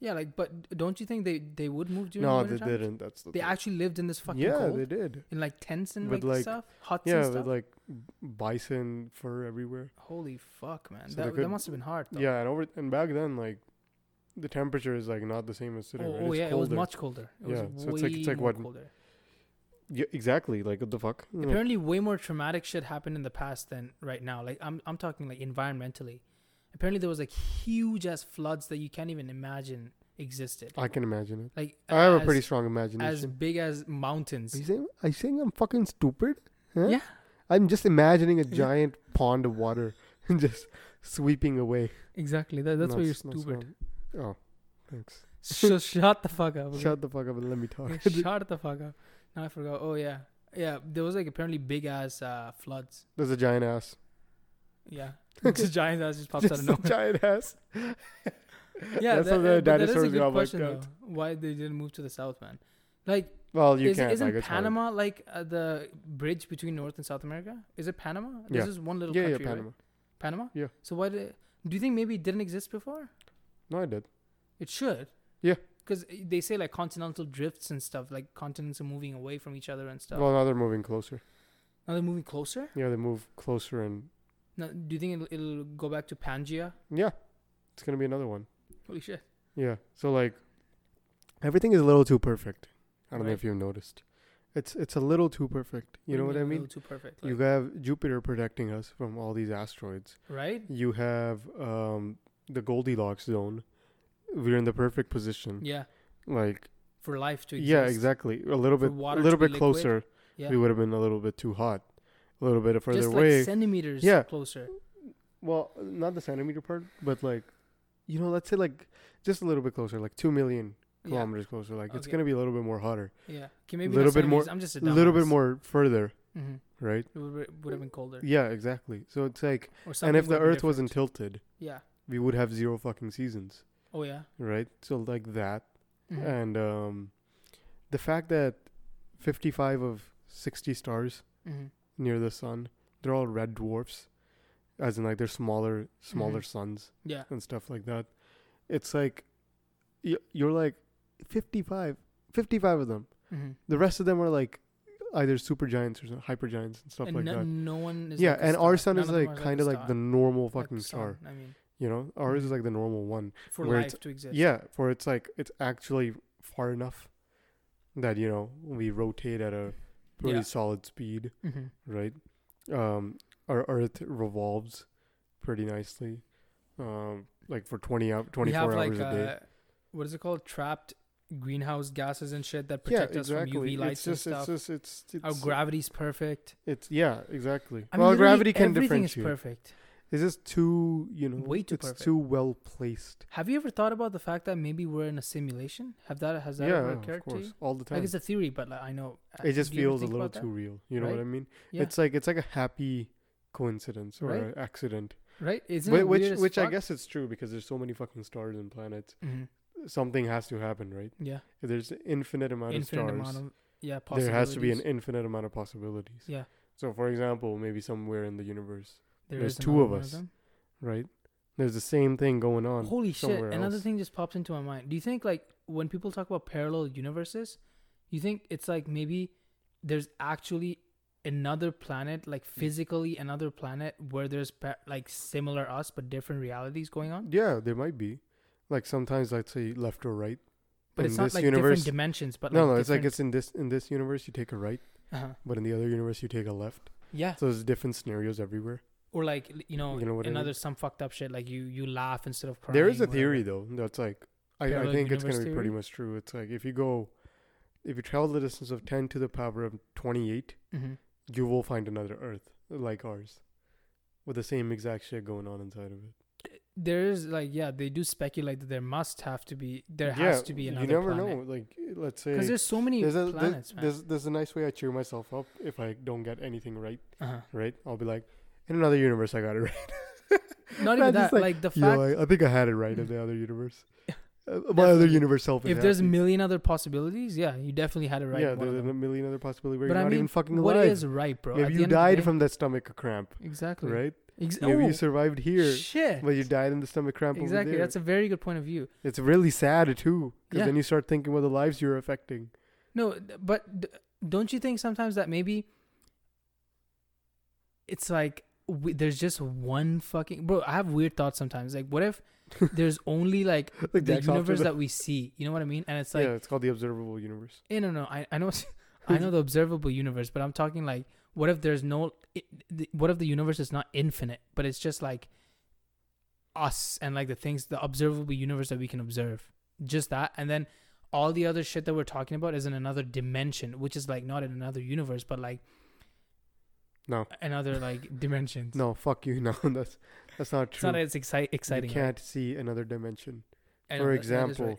Speaker 1: Yeah, like, but don't you think they they would move during
Speaker 2: No,
Speaker 1: winter
Speaker 2: they
Speaker 1: times?
Speaker 2: didn't. That's the
Speaker 1: They
Speaker 2: thing.
Speaker 1: actually lived in this fucking
Speaker 2: yeah,
Speaker 1: cold
Speaker 2: they did.
Speaker 1: in like tents and like,
Speaker 2: With, like-
Speaker 1: stuff, huts and
Speaker 2: Yeah,
Speaker 1: stuff.
Speaker 2: with like bison fur everywhere.
Speaker 1: Holy fuck, man!
Speaker 2: So they
Speaker 1: that, that
Speaker 2: could-
Speaker 1: must have been hard. Though.
Speaker 2: Yeah, and over and back then like the temperature is like not the same as today.
Speaker 1: Oh,
Speaker 2: right?
Speaker 1: oh
Speaker 2: It's
Speaker 1: yeah, it was
Speaker 2: colder.
Speaker 1: much colder. It
Speaker 2: Yeah,
Speaker 1: was
Speaker 2: so it's
Speaker 1: way
Speaker 2: like- it's like
Speaker 1: more
Speaker 2: what-
Speaker 1: colder.
Speaker 2: Yeah, exactly. Like what the fuck? Like,
Speaker 1: Apparently, way more traumatic shit happened in the past than right now. Like I'm, I'm talking like environmentally. Apparently, there was like huge ass floods that you can't even imagine existed.
Speaker 2: I can imagine it.
Speaker 1: Like
Speaker 2: I have
Speaker 1: as-
Speaker 2: a pretty
Speaker 1: as
Speaker 2: strong imagination.
Speaker 1: big as mountains.
Speaker 2: Are you saying, are you saying I'm fucking stupid? Huh?
Speaker 1: Yeah.
Speaker 2: I'm just imagining a
Speaker 1: Yeah.
Speaker 2: giant pond of water and just sweeping away.
Speaker 1: Exactly. That, that's why you're
Speaker 2: Nuts, nuts,
Speaker 1: stupid.
Speaker 2: nuts. Oh, thanks.
Speaker 1: So shut the fuck up. okay?
Speaker 2: Shut the fuck up and let me talk.
Speaker 1: Yeah, shut the fuck up. Now I forgot. Oh yeah, yeah. There was like apparently big ass uh, floods.
Speaker 2: There's a giant ass.
Speaker 1: Yeah, just giant ass just pops out
Speaker 2: Just
Speaker 1: of
Speaker 2: a
Speaker 1: nowhere.
Speaker 2: giant ass.
Speaker 1: yeah,
Speaker 2: That's
Speaker 1: that,
Speaker 2: how the
Speaker 1: uh, but that is a
Speaker 2: dinosaurs
Speaker 1: good
Speaker 2: got wiped
Speaker 1: question
Speaker 2: out.
Speaker 1: though. Why they didn't move to the south, man? Like,
Speaker 2: Well, you
Speaker 1: is,
Speaker 2: can't.
Speaker 1: isn't
Speaker 2: like, it's hard.
Speaker 1: Panama like uh, the bridge between North and South America? Is it Panama?
Speaker 2: Yeah.
Speaker 1: This is one little
Speaker 2: Yeah, yeah,
Speaker 1: country,
Speaker 2: Panama.
Speaker 1: right? Panama.
Speaker 2: Yeah.
Speaker 1: So why did? Do you think maybe it didn't exist before?
Speaker 2: No, I did.
Speaker 1: It should.
Speaker 2: Yeah.
Speaker 1: Because they say like continental drifts and stuff, like continents are moving away from each other and stuff.
Speaker 2: Well, now they're moving closer.
Speaker 1: now they're moving closer.
Speaker 2: Yeah, they move closer, and
Speaker 1: Now, do you think it'll, it'll go back to Pangea?
Speaker 2: yeah, it's gonna be another one.
Speaker 1: Holy shit!
Speaker 2: Yeah. So like, everything is a little too perfect. I don't know
Speaker 1: Right.
Speaker 2: if you've noticed. It's it's a little too perfect. You know
Speaker 1: do
Speaker 2: what I
Speaker 1: a little
Speaker 2: mean?
Speaker 1: Too perfect.
Speaker 2: You
Speaker 1: like,
Speaker 2: have Jupiter protecting us from all these asteroids.
Speaker 1: right?
Speaker 2: You have um the Goldilocks zone. We're in the perfect position.
Speaker 1: Yeah.
Speaker 2: Like
Speaker 1: For life to exist.
Speaker 2: Mm. yeah, exactly. A little
Speaker 1: For
Speaker 2: bit
Speaker 1: water
Speaker 2: a
Speaker 1: to
Speaker 2: little
Speaker 1: be
Speaker 2: bit
Speaker 1: liquid.
Speaker 2: closer.
Speaker 1: Yeah.
Speaker 2: We would have been a little bit too hot. A little bit further
Speaker 1: Just
Speaker 2: away.
Speaker 1: like centimeters
Speaker 2: Yeah.
Speaker 1: closer.
Speaker 2: well, not the centimeter part, but like you know, let's say like just a little bit closer, like 2 million
Speaker 1: Yeah.
Speaker 2: kilometers closer. Like it's
Speaker 1: Okay.
Speaker 2: going to be a little bit more hotter.
Speaker 1: Yeah. Okay, maybe
Speaker 2: Little
Speaker 1: not
Speaker 2: bit more-
Speaker 1: centimeters, I'm just a
Speaker 2: a little bit
Speaker 1: dumbass.
Speaker 2: more further,
Speaker 1: Mhm.
Speaker 2: right?
Speaker 1: It would, would have been colder.
Speaker 2: Yeah, exactly. So it's like,
Speaker 1: Or
Speaker 2: and if
Speaker 1: something
Speaker 2: the
Speaker 1: would be
Speaker 2: Earth wasn't
Speaker 1: different.
Speaker 2: tilted,
Speaker 1: Yeah.
Speaker 2: we would have zero fucking seasons,
Speaker 1: Oh yeah.
Speaker 2: right? So like that,
Speaker 1: Mhm.
Speaker 2: and um, the fact that fifty-five of sixty stars
Speaker 1: Mhm.
Speaker 2: near the sun, they're all red dwarfs, as in like they're smaller, smaller
Speaker 1: Mhm.
Speaker 2: suns
Speaker 1: Yeah.
Speaker 2: and stuff like that. It's like, y- you're like 55, 55 of them.
Speaker 1: Mhm.
Speaker 2: The rest of them are like either supergiants or hypergiants and stuff
Speaker 1: And
Speaker 2: like
Speaker 1: no,
Speaker 2: that.
Speaker 1: no one is.
Speaker 2: yeah,
Speaker 1: like a
Speaker 2: and
Speaker 1: star.
Speaker 2: our sun
Speaker 1: None
Speaker 2: is
Speaker 1: of them
Speaker 2: like
Speaker 1: are
Speaker 2: kind
Speaker 1: a
Speaker 2: of like
Speaker 1: star.
Speaker 2: the normal
Speaker 1: Like
Speaker 2: fucking
Speaker 1: the
Speaker 2: star.
Speaker 1: sun, I mean,
Speaker 2: You know, ours
Speaker 1: Mhm.
Speaker 2: is like the normal one.
Speaker 1: for
Speaker 2: Where
Speaker 1: life
Speaker 2: it's-
Speaker 1: to exist.
Speaker 2: Yeah, for it's like it's actually far enough that you know we rotate at a pretty
Speaker 1: Yeah.
Speaker 2: solid speed,
Speaker 1: Mhm.
Speaker 2: right? Um, our Earth revolves pretty nicely, um, like for twenty out
Speaker 1: We
Speaker 2: twenty
Speaker 1: have
Speaker 2: four
Speaker 1: like
Speaker 2: hours a day.
Speaker 1: uh, what is it called? Trapped greenhouse gases and shit that
Speaker 2: yeah,
Speaker 1: protect us from
Speaker 2: exactly.
Speaker 1: UV lights
Speaker 2: It's just,
Speaker 1: and
Speaker 2: it's
Speaker 1: stuff.
Speaker 2: just, it's, it's,
Speaker 1: Our gravity's perfect.
Speaker 2: it's, yeah, exactly.
Speaker 1: I mean,
Speaker 2: well,
Speaker 1: literally
Speaker 2: gravity can
Speaker 1: everything
Speaker 2: differentiate.
Speaker 1: is perfect.
Speaker 2: It's just too, you know,
Speaker 1: Way too
Speaker 2: it's
Speaker 1: perfect.
Speaker 2: too well placed.
Speaker 1: Have you ever thought about the fact that maybe we're in a simulation? Have that has that ever
Speaker 2: of
Speaker 1: occurred to
Speaker 2: course,
Speaker 1: you?
Speaker 2: all the time.
Speaker 1: Like it's a theory, but like, I know uh,
Speaker 2: it just
Speaker 1: do you ever
Speaker 2: feels a
Speaker 1: think
Speaker 2: little
Speaker 1: about
Speaker 2: too real. You know what
Speaker 1: Right?
Speaker 2: I mean?
Speaker 1: Yeah.
Speaker 2: It's like it's like a happy coincidence or
Speaker 1: Right?
Speaker 2: an accident,
Speaker 1: that? right? Isn't
Speaker 2: Whi-
Speaker 1: it
Speaker 2: which
Speaker 1: weird as
Speaker 2: which I
Speaker 1: fuck?
Speaker 2: guess it's true because there's so many fucking stars and planets.
Speaker 1: Mhm.
Speaker 2: Something has to happen, right?
Speaker 1: yeah,
Speaker 2: If there's an infinite amount
Speaker 1: infinite
Speaker 2: of stars,
Speaker 1: amount of yeah
Speaker 2: there has to be an
Speaker 1: possibilities.
Speaker 2: infinite amount of possibilities.
Speaker 1: Yeah.
Speaker 2: So, for example, maybe somewhere in the universe,
Speaker 1: There
Speaker 2: there's
Speaker 1: is
Speaker 2: two
Speaker 1: another
Speaker 2: of
Speaker 1: one
Speaker 2: us
Speaker 1: them.
Speaker 2: right? There's the same thing going on.
Speaker 1: Holy shit!
Speaker 2: somewhere
Speaker 1: Another
Speaker 2: else.
Speaker 1: thing just pops into my mind. Do you think like when people talk about parallel universes, you think it's like maybe there's actually another planet,
Speaker 2: Mm.
Speaker 1: like physically another planet where there's pa- like similar us but different realities going on?
Speaker 2: Yeah, there might be. Like sometimes I'd say left or right.
Speaker 1: But
Speaker 2: in
Speaker 1: it's not
Speaker 2: this
Speaker 1: like
Speaker 2: universe,
Speaker 1: different dimensions, but
Speaker 2: no,
Speaker 1: like
Speaker 2: no, it's like
Speaker 1: different-
Speaker 2: it's in this in this universe you take a right,
Speaker 1: uh-huh.
Speaker 2: but in the other universe you take a left.
Speaker 1: yeah,
Speaker 2: So there's different scenarios everywhere.
Speaker 1: or like l- you know,
Speaker 2: You know what I mean?
Speaker 1: another some fucked up shit like you you laugh instead of crying.
Speaker 2: there is a
Speaker 1: whatever.
Speaker 2: theory though that's like I, I
Speaker 1: Parallel
Speaker 2: think it's gonna
Speaker 1: universe
Speaker 2: be pretty
Speaker 1: theory?
Speaker 2: much true. It's like if you go, if you travel the distance of ten to the power of twenty eight,
Speaker 1: Mhm.
Speaker 2: you will find another Earth like ours, with the same exact shit going on inside of it.
Speaker 1: There is like yeah, they do speculate that there must have to be there
Speaker 2: Yeah,
Speaker 1: has to be another
Speaker 2: You never
Speaker 1: planet.
Speaker 2: know. Like let's say
Speaker 1: Because there's so many
Speaker 2: there's a
Speaker 1: planets,
Speaker 2: there's,
Speaker 1: man.
Speaker 2: there's there's a nice way I cheer myself up if I don't get anything right.
Speaker 1: uh-huh.
Speaker 2: Right, I'll be like, in another universe I got it right.
Speaker 1: Not
Speaker 2: I'm
Speaker 1: even
Speaker 2: just
Speaker 1: that. Like, the
Speaker 2: Yo,
Speaker 1: fact
Speaker 2: I, I think I had it right in the other universe. Uh, my other
Speaker 1: Definitely.
Speaker 2: universe self. Is
Speaker 1: if there's a
Speaker 2: happy.
Speaker 1: million other possibilities, yeah, you definitely had it right.
Speaker 2: yeah,
Speaker 1: one of
Speaker 2: there's a
Speaker 1: them.
Speaker 2: million other possibilities where
Speaker 1: but
Speaker 2: you're
Speaker 1: I
Speaker 2: not
Speaker 1: mean,
Speaker 2: even fucking
Speaker 1: what
Speaker 2: alive.
Speaker 1: is right, bro? At
Speaker 2: Maybe
Speaker 1: the end
Speaker 2: you
Speaker 1: of the
Speaker 2: died
Speaker 1: day-
Speaker 2: from that stomach cramp,
Speaker 1: exactly
Speaker 2: right?
Speaker 1: Ex-
Speaker 2: Maybe
Speaker 1: oh,
Speaker 2: you survived here,
Speaker 1: Shit.
Speaker 2: but you died in the stomach cramp
Speaker 1: Exactly.
Speaker 2: over there.
Speaker 1: That's a very good point of view.
Speaker 2: it's really sad too, because
Speaker 1: Yeah.
Speaker 2: then you start thinking what the lives you're affecting.
Speaker 1: No, th- but d- don't you think sometimes that maybe it's like we, there's just one fucking bro? I have weird thoughts sometimes. Like, what if there's only like
Speaker 2: Like
Speaker 1: the
Speaker 2: that's after
Speaker 1: universe
Speaker 2: the-
Speaker 1: that we see? You know what I mean? And it's like
Speaker 2: yeah, it's called the observable universe.
Speaker 1: Yeah, no, no. I, I know, I know the observable universe, but I'm talking like, what if there's no, it, the, what if the universe is not infinite, but it's just like us and like the things, the observable universe that we can observe. Just that. And then all the other shit that we're talking about is in another dimension, which is like not in another universe, but like
Speaker 2: No.
Speaker 1: another like dimensions.
Speaker 2: No, fuck you. No, that's that's not
Speaker 1: it's
Speaker 2: true.
Speaker 1: not as exci- exciting.
Speaker 2: you
Speaker 1: right?
Speaker 2: can't see another dimension.
Speaker 1: And
Speaker 2: For
Speaker 1: that- that is
Speaker 2: example,
Speaker 1: right.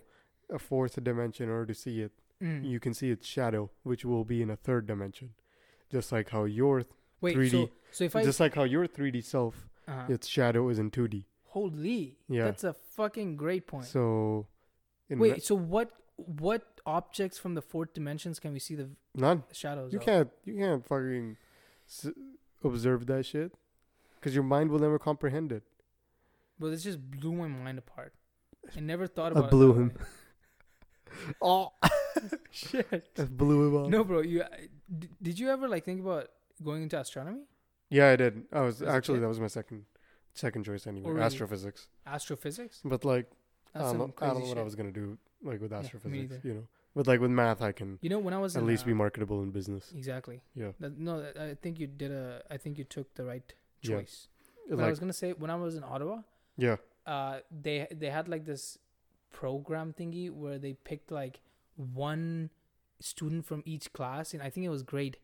Speaker 2: a fourth dimension, in order to see it,
Speaker 1: Mm.
Speaker 2: you can see its shadow, which will be in a third dimension. Just like how your,
Speaker 1: wait,
Speaker 2: 3D
Speaker 1: so so if I
Speaker 2: just like how your 3D self,
Speaker 1: uh,
Speaker 2: its shadow is in 2D.
Speaker 1: holy,
Speaker 2: Yeah.
Speaker 1: that's a fucking great point.
Speaker 2: So, in
Speaker 1: Wait, so what what objects from the fourth dimensions can we see the v-
Speaker 2: ma- none.
Speaker 1: shadows?
Speaker 2: You
Speaker 1: of?
Speaker 2: can't. You can't fucking s- observe that shit, because your mind will never comprehend it.
Speaker 1: Well, this just blew my mind apart. I never thought
Speaker 2: I
Speaker 1: about. it
Speaker 2: blew
Speaker 1: that
Speaker 2: him.
Speaker 1: way.
Speaker 2: Oh,
Speaker 1: Shit.
Speaker 2: that blew him up.
Speaker 1: No, bro. You I- d- did you ever like think about going into astronomy,
Speaker 2: Yeah, I did. I was
Speaker 1: As a
Speaker 2: actually
Speaker 1: kid?
Speaker 2: that was my second, second choice anyway.
Speaker 1: really?
Speaker 2: Astrophysics,
Speaker 1: astrophysics?
Speaker 2: but like I
Speaker 1: That's
Speaker 2: don't,
Speaker 1: some
Speaker 2: know, Um, I
Speaker 1: crazy
Speaker 2: don't know what I
Speaker 1: shit.
Speaker 2: was gonna do like with
Speaker 1: me
Speaker 2: astrophysics.
Speaker 1: neither.
Speaker 2: you know, but like with math, I can
Speaker 1: You know, when I was
Speaker 2: at
Speaker 1: in,
Speaker 2: least be
Speaker 1: uh,
Speaker 2: marketable in business.
Speaker 1: exactly.
Speaker 2: Yeah.
Speaker 1: That, no, that- I think you did a. I think you took the right
Speaker 2: Yeah.
Speaker 1: choice. But I
Speaker 2: Like
Speaker 1: was gonna say when I was in Ottawa,
Speaker 2: yeah,
Speaker 1: uh they they had like this program thingy where they picked like one student from each class and I think it was grade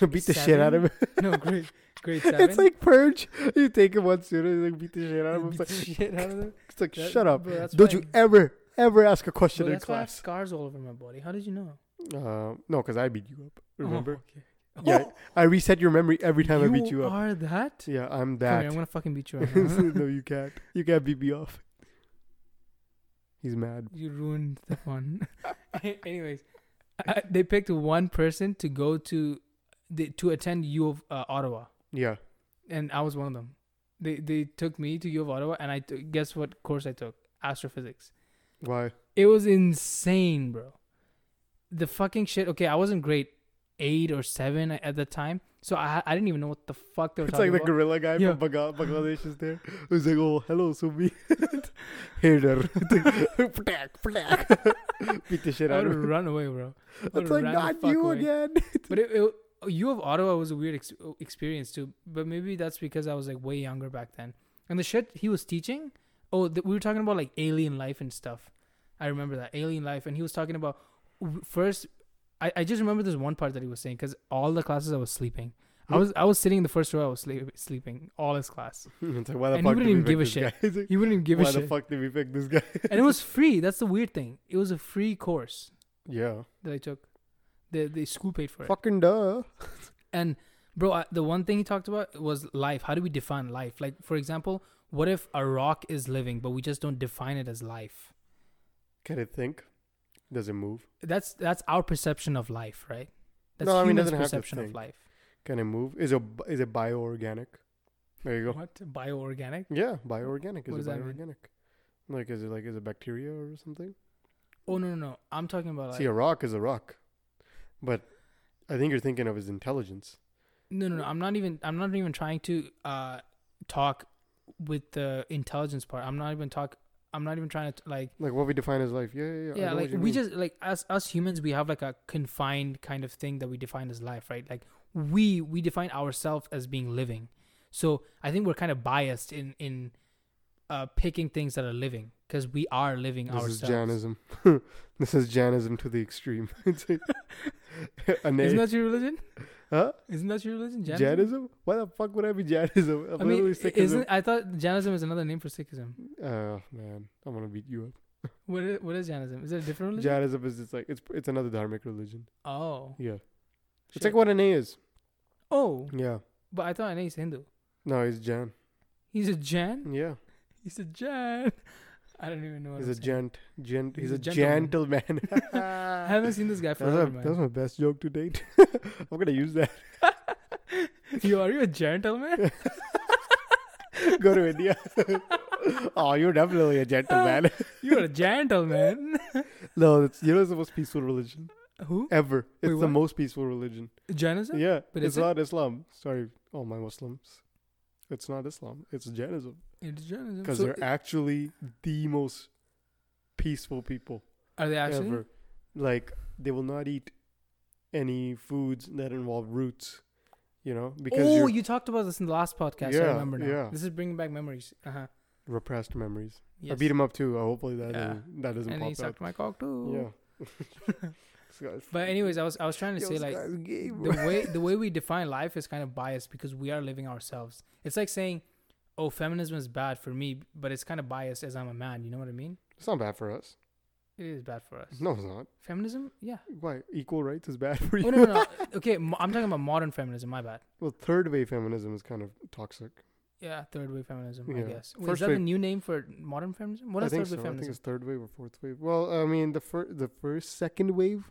Speaker 2: beat the shit out of it.
Speaker 1: no grade grade seven.
Speaker 2: it's like purge. You take it one student, and like beat the shit out of him. It's
Speaker 1: Beat the
Speaker 2: like,
Speaker 1: shit out of them.
Speaker 2: it's like
Speaker 1: That-
Speaker 2: shut up.
Speaker 1: bro, that's
Speaker 2: Don't
Speaker 1: why-
Speaker 2: you ever ever ask a
Speaker 1: bro,
Speaker 2: question in
Speaker 1: that's why I have
Speaker 2: class.
Speaker 1: scars all over my body. How did you know?
Speaker 2: Uh, no, because I beat you up. Remember?
Speaker 1: Oh, okay. Oh,
Speaker 2: Yeah, I reset your memory every time I
Speaker 1: Uh-huh. you
Speaker 2: beat you up.
Speaker 1: are that.
Speaker 2: Yeah, I'm
Speaker 1: Come
Speaker 2: that.
Speaker 1: here, I'm gonna fucking beat you uh-huh. up.
Speaker 2: no, you can't. You can't beat me off. He's mad.
Speaker 1: you ruined the fun. Anyways, uh, they picked one person to go to the, to attend U of uh, Ottawa.
Speaker 2: Yeah.
Speaker 1: and I was one of them. They they took me to U of Ottawa, and I t- guess what course I took? Astrophysics.
Speaker 2: Why?
Speaker 1: It was insane, bro. The fucking shit. Okay, I wasn't grade eight or seven a- at the time, so I I didn't even know what the fuck they were
Speaker 2: It's like
Speaker 1: talking
Speaker 2: the
Speaker 1: about.
Speaker 2: gorilla guy
Speaker 1: Yeah.
Speaker 2: from Bangla- Bangladesh is there. He's like, oh, hello, Sumi. hey there. Ptak, ptak. beat the shit
Speaker 1: I
Speaker 2: out
Speaker 1: would
Speaker 2: of
Speaker 1: have
Speaker 2: him.
Speaker 1: run away, bro. I
Speaker 2: It's
Speaker 1: would've
Speaker 2: like,
Speaker 1: ran the
Speaker 2: not
Speaker 1: fuck
Speaker 2: you
Speaker 1: away.
Speaker 2: again.
Speaker 1: But it, it, U of Ottawa was a weird ex- experience too. But maybe that's because I was like way younger back then. And the shit he was teaching, oh, th- we were talking about like alien life and stuff. I remember that alien life, and he was talking about w- first. I, I just remember this one part that he was saying because all the classes I was sleeping. I
Speaker 2: Hmm.
Speaker 1: was I was sitting in the first row. I was sleep, sleeping all his class.
Speaker 2: It's like, why the
Speaker 1: And he wouldn't
Speaker 2: fuck did we
Speaker 1: even
Speaker 2: pick
Speaker 1: give a
Speaker 2: this
Speaker 1: shit.
Speaker 2: guy? He's like,
Speaker 1: He wouldn't even give
Speaker 2: why
Speaker 1: a
Speaker 2: the
Speaker 1: shit,
Speaker 2: fuck did we pick this guy?
Speaker 1: and it was free. That's the weird thing. It was a free course
Speaker 2: yeah.
Speaker 1: that I took. The the school paid for it.
Speaker 2: Fucking duh.
Speaker 1: And bro, I, the one thing he talked about was life. How do we define life? Like, for example, what if a rock is living, but we just don't define it as life?
Speaker 2: Can it think? Does it move?
Speaker 1: That's that's our perception of life, right? That's
Speaker 2: No, I mean, it
Speaker 1: humans'
Speaker 2: doesn't have to
Speaker 1: perception of
Speaker 2: think.
Speaker 1: life.
Speaker 2: Can it move? Is it, is it bioorganic? There you go.
Speaker 1: What bioorganic?
Speaker 2: Yeah, bioorganic. Is
Speaker 1: What does
Speaker 2: it
Speaker 1: that mean?
Speaker 2: bioorganic? Like, is it like is it bacteria or something?
Speaker 1: Oh no no no! I'm talking about like
Speaker 2: See, a rock is a rock, but I think you're thinking of his intelligence.
Speaker 1: no no no. I'm not even I'm not even trying to uh talk with the intelligence part. I'm not even talk. I'm not even trying to like
Speaker 2: Like what we define as life. Yeah, yeah, yeah. I
Speaker 1: yeah
Speaker 2: know what
Speaker 1: like
Speaker 2: you
Speaker 1: we
Speaker 2: mean.
Speaker 1: just like as us humans we have like a confined kind of thing that we define as life right like we we define ourselves as being living so i think we're kind of biased in in uh picking things that are living because we are living
Speaker 2: this
Speaker 1: ourselves
Speaker 2: is Jainism. this is Jainism to the extreme. It's like- a name.
Speaker 1: isn't that your religion
Speaker 2: huh?
Speaker 1: isn't that your religion
Speaker 2: Jainism? Why the fuck would I be Jainism? I'm
Speaker 1: i mean
Speaker 2: literally
Speaker 1: i-
Speaker 2: Sikhism.
Speaker 1: isn't i thought jainism is another name for sikhism
Speaker 2: Oh man, I'm gonna beat you up.
Speaker 1: what is, what is jainism is it a different religion
Speaker 2: Jainism is just like it's it's another dharmic religion.
Speaker 1: oh
Speaker 2: Yeah, it's
Speaker 1: shit.
Speaker 2: like what an A is.
Speaker 1: oh
Speaker 2: Yeah.
Speaker 1: but i thought anais is hindu
Speaker 2: No, he's Jain.
Speaker 1: he's a jain
Speaker 2: Yeah.
Speaker 1: he's a jain i don't even know what
Speaker 2: Mm. He's
Speaker 1: I'm
Speaker 2: a
Speaker 1: saying.
Speaker 2: gent, gent. He's,
Speaker 1: He's
Speaker 2: a,
Speaker 1: a gentleman.
Speaker 2: gentleman.
Speaker 1: i haven't seen this guy
Speaker 2: that's,
Speaker 1: for a
Speaker 2: a,
Speaker 1: man.
Speaker 2: that's my best joke to date. I'm gonna use that.
Speaker 1: you are you a gentleman?
Speaker 2: Go to India. oh, you're definitely a gentleman.
Speaker 1: You are a gentleman.
Speaker 2: no, it's you know it's the most peaceful religion
Speaker 1: Who?
Speaker 2: ever.
Speaker 1: Wait,
Speaker 2: It's the
Speaker 1: what?
Speaker 2: most peaceful religion.
Speaker 1: Jainism?
Speaker 2: Yeah,
Speaker 1: But
Speaker 2: it's
Speaker 1: is it?
Speaker 2: not Islam. Sorry, all my Muslims. It's not Islam. It's Jainism
Speaker 1: It's Jainism.
Speaker 2: because
Speaker 1: So
Speaker 2: they're actually the most peaceful people
Speaker 1: are they actually?
Speaker 2: ever. Like they will not eat any foods that involve roots. You know, because
Speaker 1: oh,
Speaker 2: you're-
Speaker 1: you talked about this in the last podcast. I
Speaker 2: Yeah,
Speaker 1: remember now.
Speaker 2: yeah.
Speaker 1: This is bringing back memories. Uh huh.
Speaker 2: repressed memories. I
Speaker 1: Yes.
Speaker 2: beat him up too. Uh, hopefully that
Speaker 1: Yeah.
Speaker 2: doesn't, that doesn't
Speaker 1: and he
Speaker 2: pop out.
Speaker 1: sucked my cock too.
Speaker 2: Yeah. This guy's-
Speaker 1: But anyways, I was I was trying to
Speaker 2: Yo,
Speaker 1: say
Speaker 2: this
Speaker 1: like
Speaker 2: guy's gay,
Speaker 1: the
Speaker 2: bro.
Speaker 1: way the way we define life is kind of biased because we are living ourselves. It's like saying, "Oh, feminism is bad for me," but it's kind of biased as I'm a man. You know what I mean?
Speaker 2: It's not bad for us.
Speaker 1: It is bad for us.
Speaker 2: No, it's not.
Speaker 1: Feminism, yeah.
Speaker 2: Why? Equal rights is bad for you.
Speaker 1: Oh no, no, no. okay, mo- I'm talking about modern feminism. My bad.
Speaker 2: Well, third wave feminism is kind of toxic.
Speaker 1: Yeah, third wave feminism. I
Speaker 2: Yeah.
Speaker 1: guess. Wait, is
Speaker 2: First
Speaker 1: that the
Speaker 2: wave-
Speaker 1: new name for modern feminism? What
Speaker 2: I
Speaker 1: is
Speaker 2: think
Speaker 1: third wave
Speaker 2: so. I think
Speaker 1: feminism?
Speaker 2: it's third wave or fourth wave. Well, I mean, the first, the first, second wave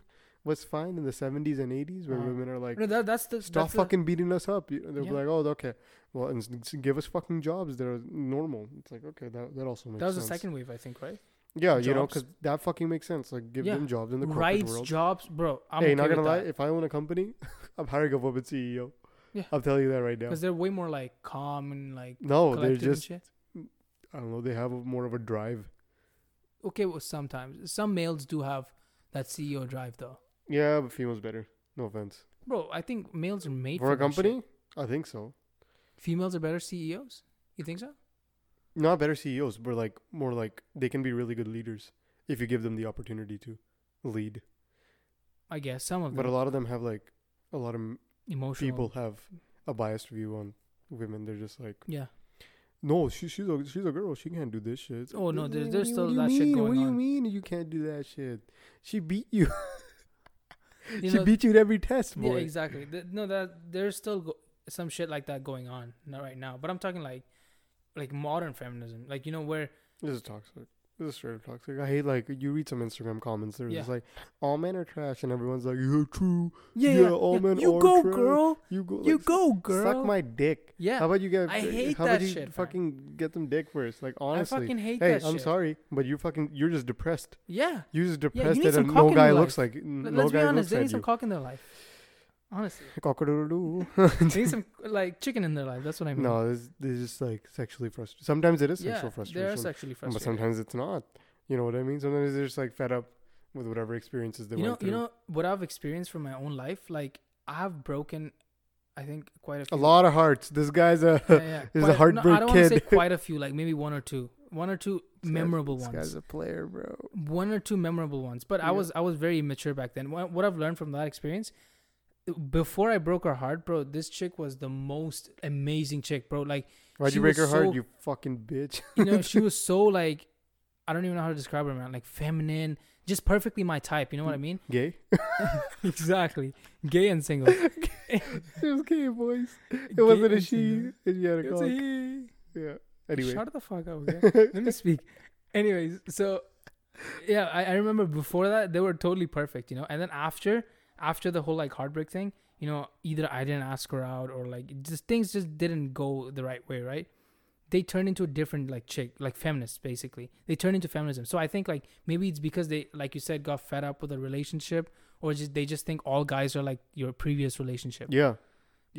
Speaker 2: was fine in the seventies and eighties, where
Speaker 1: Uh-huh.
Speaker 2: women are like,
Speaker 1: no, that, that's the
Speaker 2: stop
Speaker 1: that's the-
Speaker 2: fucking beating us up. You know, They'll be
Speaker 1: Yeah.
Speaker 2: like, oh, okay, well, and s- give us fucking jobs that are normal. It's like, okay, that that also makes
Speaker 1: that was the
Speaker 2: sense.
Speaker 1: second wave, I think, right?
Speaker 2: yeah, you know,
Speaker 1: jobs.
Speaker 2: because that fucking makes sense. Like, give
Speaker 1: Yeah.
Speaker 2: them jobs in the corporate
Speaker 1: Rights,
Speaker 2: world.
Speaker 1: jobs, bro. I'm
Speaker 2: hey,
Speaker 1: okay
Speaker 2: not
Speaker 1: with
Speaker 2: gonna lie,
Speaker 1: that.
Speaker 2: if I own a company, I'm hiring a woman CEO.
Speaker 1: Yeah.
Speaker 2: I'll tell you that right now.
Speaker 1: because they're way more like calm and like
Speaker 2: No, Oh, they're
Speaker 1: collective and
Speaker 2: just
Speaker 1: shit.
Speaker 2: I don't know. They have a, more of a drive.
Speaker 1: Okay, well, sometimes some males do have that CEO drive though,
Speaker 2: Yeah, but females better. No offense.
Speaker 1: bro. I think males are made
Speaker 2: For a
Speaker 1: that shit.
Speaker 2: company, I think so.
Speaker 1: Females are better CEOs. You think so?
Speaker 2: Not better CEOs, but like more like they can be really good leaders if you give them the opportunity to lead.
Speaker 1: I guess some of them.
Speaker 2: But a lot of them have like a lot of m-
Speaker 1: emotional
Speaker 2: people have a biased view on women. They're just like,
Speaker 1: Yeah.
Speaker 2: no, she, she's a she's a girl. She can't do this shit. It's like,
Speaker 1: Oh,
Speaker 2: what
Speaker 1: no,
Speaker 2: do
Speaker 1: there-
Speaker 2: you
Speaker 1: there's
Speaker 2: mean?
Speaker 1: still
Speaker 2: What do
Speaker 1: that
Speaker 2: you
Speaker 1: shit
Speaker 2: mean?
Speaker 1: going
Speaker 2: What do you
Speaker 1: on.
Speaker 2: mean you can't do that shit? She beat you.
Speaker 1: You
Speaker 2: she
Speaker 1: know,
Speaker 2: beat you in every test,
Speaker 1: yeah,
Speaker 2: boy.
Speaker 1: exactly. Th- no, that there's still go- some shit like that going on not right now. But I'm talking like, like modern feminism, like you know where
Speaker 2: This is toxic. This is straight up toxic. I hate like you read some Instagram comments. There's
Speaker 1: Yeah.
Speaker 2: just like all men are trash, and everyone's like, "Yeah, true.
Speaker 1: yeah,
Speaker 2: Yeah,
Speaker 1: yeah,
Speaker 2: all
Speaker 1: yeah,
Speaker 2: men
Speaker 1: you
Speaker 2: are
Speaker 1: go,
Speaker 2: trash.
Speaker 1: girl,
Speaker 2: You go,
Speaker 1: you
Speaker 2: like,
Speaker 1: go,
Speaker 2: s-
Speaker 1: girl.
Speaker 2: Suck my dick.
Speaker 1: yeah.
Speaker 2: How about you get?
Speaker 1: I hate
Speaker 2: how
Speaker 1: that
Speaker 2: about you
Speaker 1: shit, man.
Speaker 2: fucking get them dick first? Like honestly,
Speaker 1: I fucking hate
Speaker 2: hey,
Speaker 1: that
Speaker 2: I'm
Speaker 1: shit.
Speaker 2: sorry, but you fucking you're just depressed.
Speaker 1: Yeah.
Speaker 2: You're just depressed
Speaker 1: need
Speaker 2: that a
Speaker 1: some
Speaker 2: no
Speaker 1: cock in
Speaker 2: guy
Speaker 1: your
Speaker 2: looks like
Speaker 1: L-
Speaker 2: no
Speaker 1: let's be
Speaker 2: guy
Speaker 1: honest,
Speaker 2: looks
Speaker 1: they need
Speaker 2: at
Speaker 1: some
Speaker 2: you.
Speaker 1: cock in theck life. Honestly.
Speaker 2: Cock-a-doodle-doo.
Speaker 1: they need some like chicken in their life. That's what I mean.
Speaker 2: no, this this is just like sexually frustrated. Sometimes it is
Speaker 1: yeah,
Speaker 2: sexual
Speaker 1: They are
Speaker 2: frustration,
Speaker 1: sexually
Speaker 2: but
Speaker 1: frustrated.
Speaker 2: sometimes it's not. You know what I mean? Sometimes they're just like fed up with whatever experiences they
Speaker 1: you know,
Speaker 2: went through.
Speaker 1: you know what I've experienced from my own life. Like I have broken, I think quite a
Speaker 2: A
Speaker 1: few.
Speaker 2: lot of hearts. This guy's a
Speaker 1: Yeah, yeah. Quite
Speaker 2: is a
Speaker 1: No, I
Speaker 2: heartbreak
Speaker 1: don't want to say
Speaker 2: kid.
Speaker 1: quite a few. Like maybe one or two, one or two
Speaker 2: This guy's-
Speaker 1: memorable
Speaker 2: this
Speaker 1: ones.
Speaker 2: guy's a player, bro.
Speaker 1: one or two memorable ones. But I
Speaker 2: Yeah.
Speaker 1: was I was very immature back then. What, what I've learned from that experience, before I broke her heart, bro, this chick was the most amazing chick, bro. Like
Speaker 2: Why'd
Speaker 1: She
Speaker 2: you break her
Speaker 1: was so-
Speaker 2: heart, you fucking bitch?
Speaker 1: you know, she was so like, I don't even know how to describe her, man. Like feminine, just perfectly my type. You know what I mean?
Speaker 2: Gay?
Speaker 1: exactly. Gay and single.
Speaker 2: She was gay, boys. It wasn't a she, and she had a
Speaker 1: It's a
Speaker 2: cock.
Speaker 1: he.
Speaker 2: Yeah. Anyway,
Speaker 1: Shut the fuck up. Okay? Let me speak. Anyways, so yeah, I, I remember before that they were totally perfect, you know. And then after, after the whole like heartbreak thing, you know, either I didn't ask her out or like it just things just didn't go the right way, right? They turned into a different like chick, like feminists basically. They turned into feminism. So I think like maybe it's because they, like you said, got fed up with a relationship, or just they just think all guys are like your previous relationship.
Speaker 2: yeah.
Speaker 1: But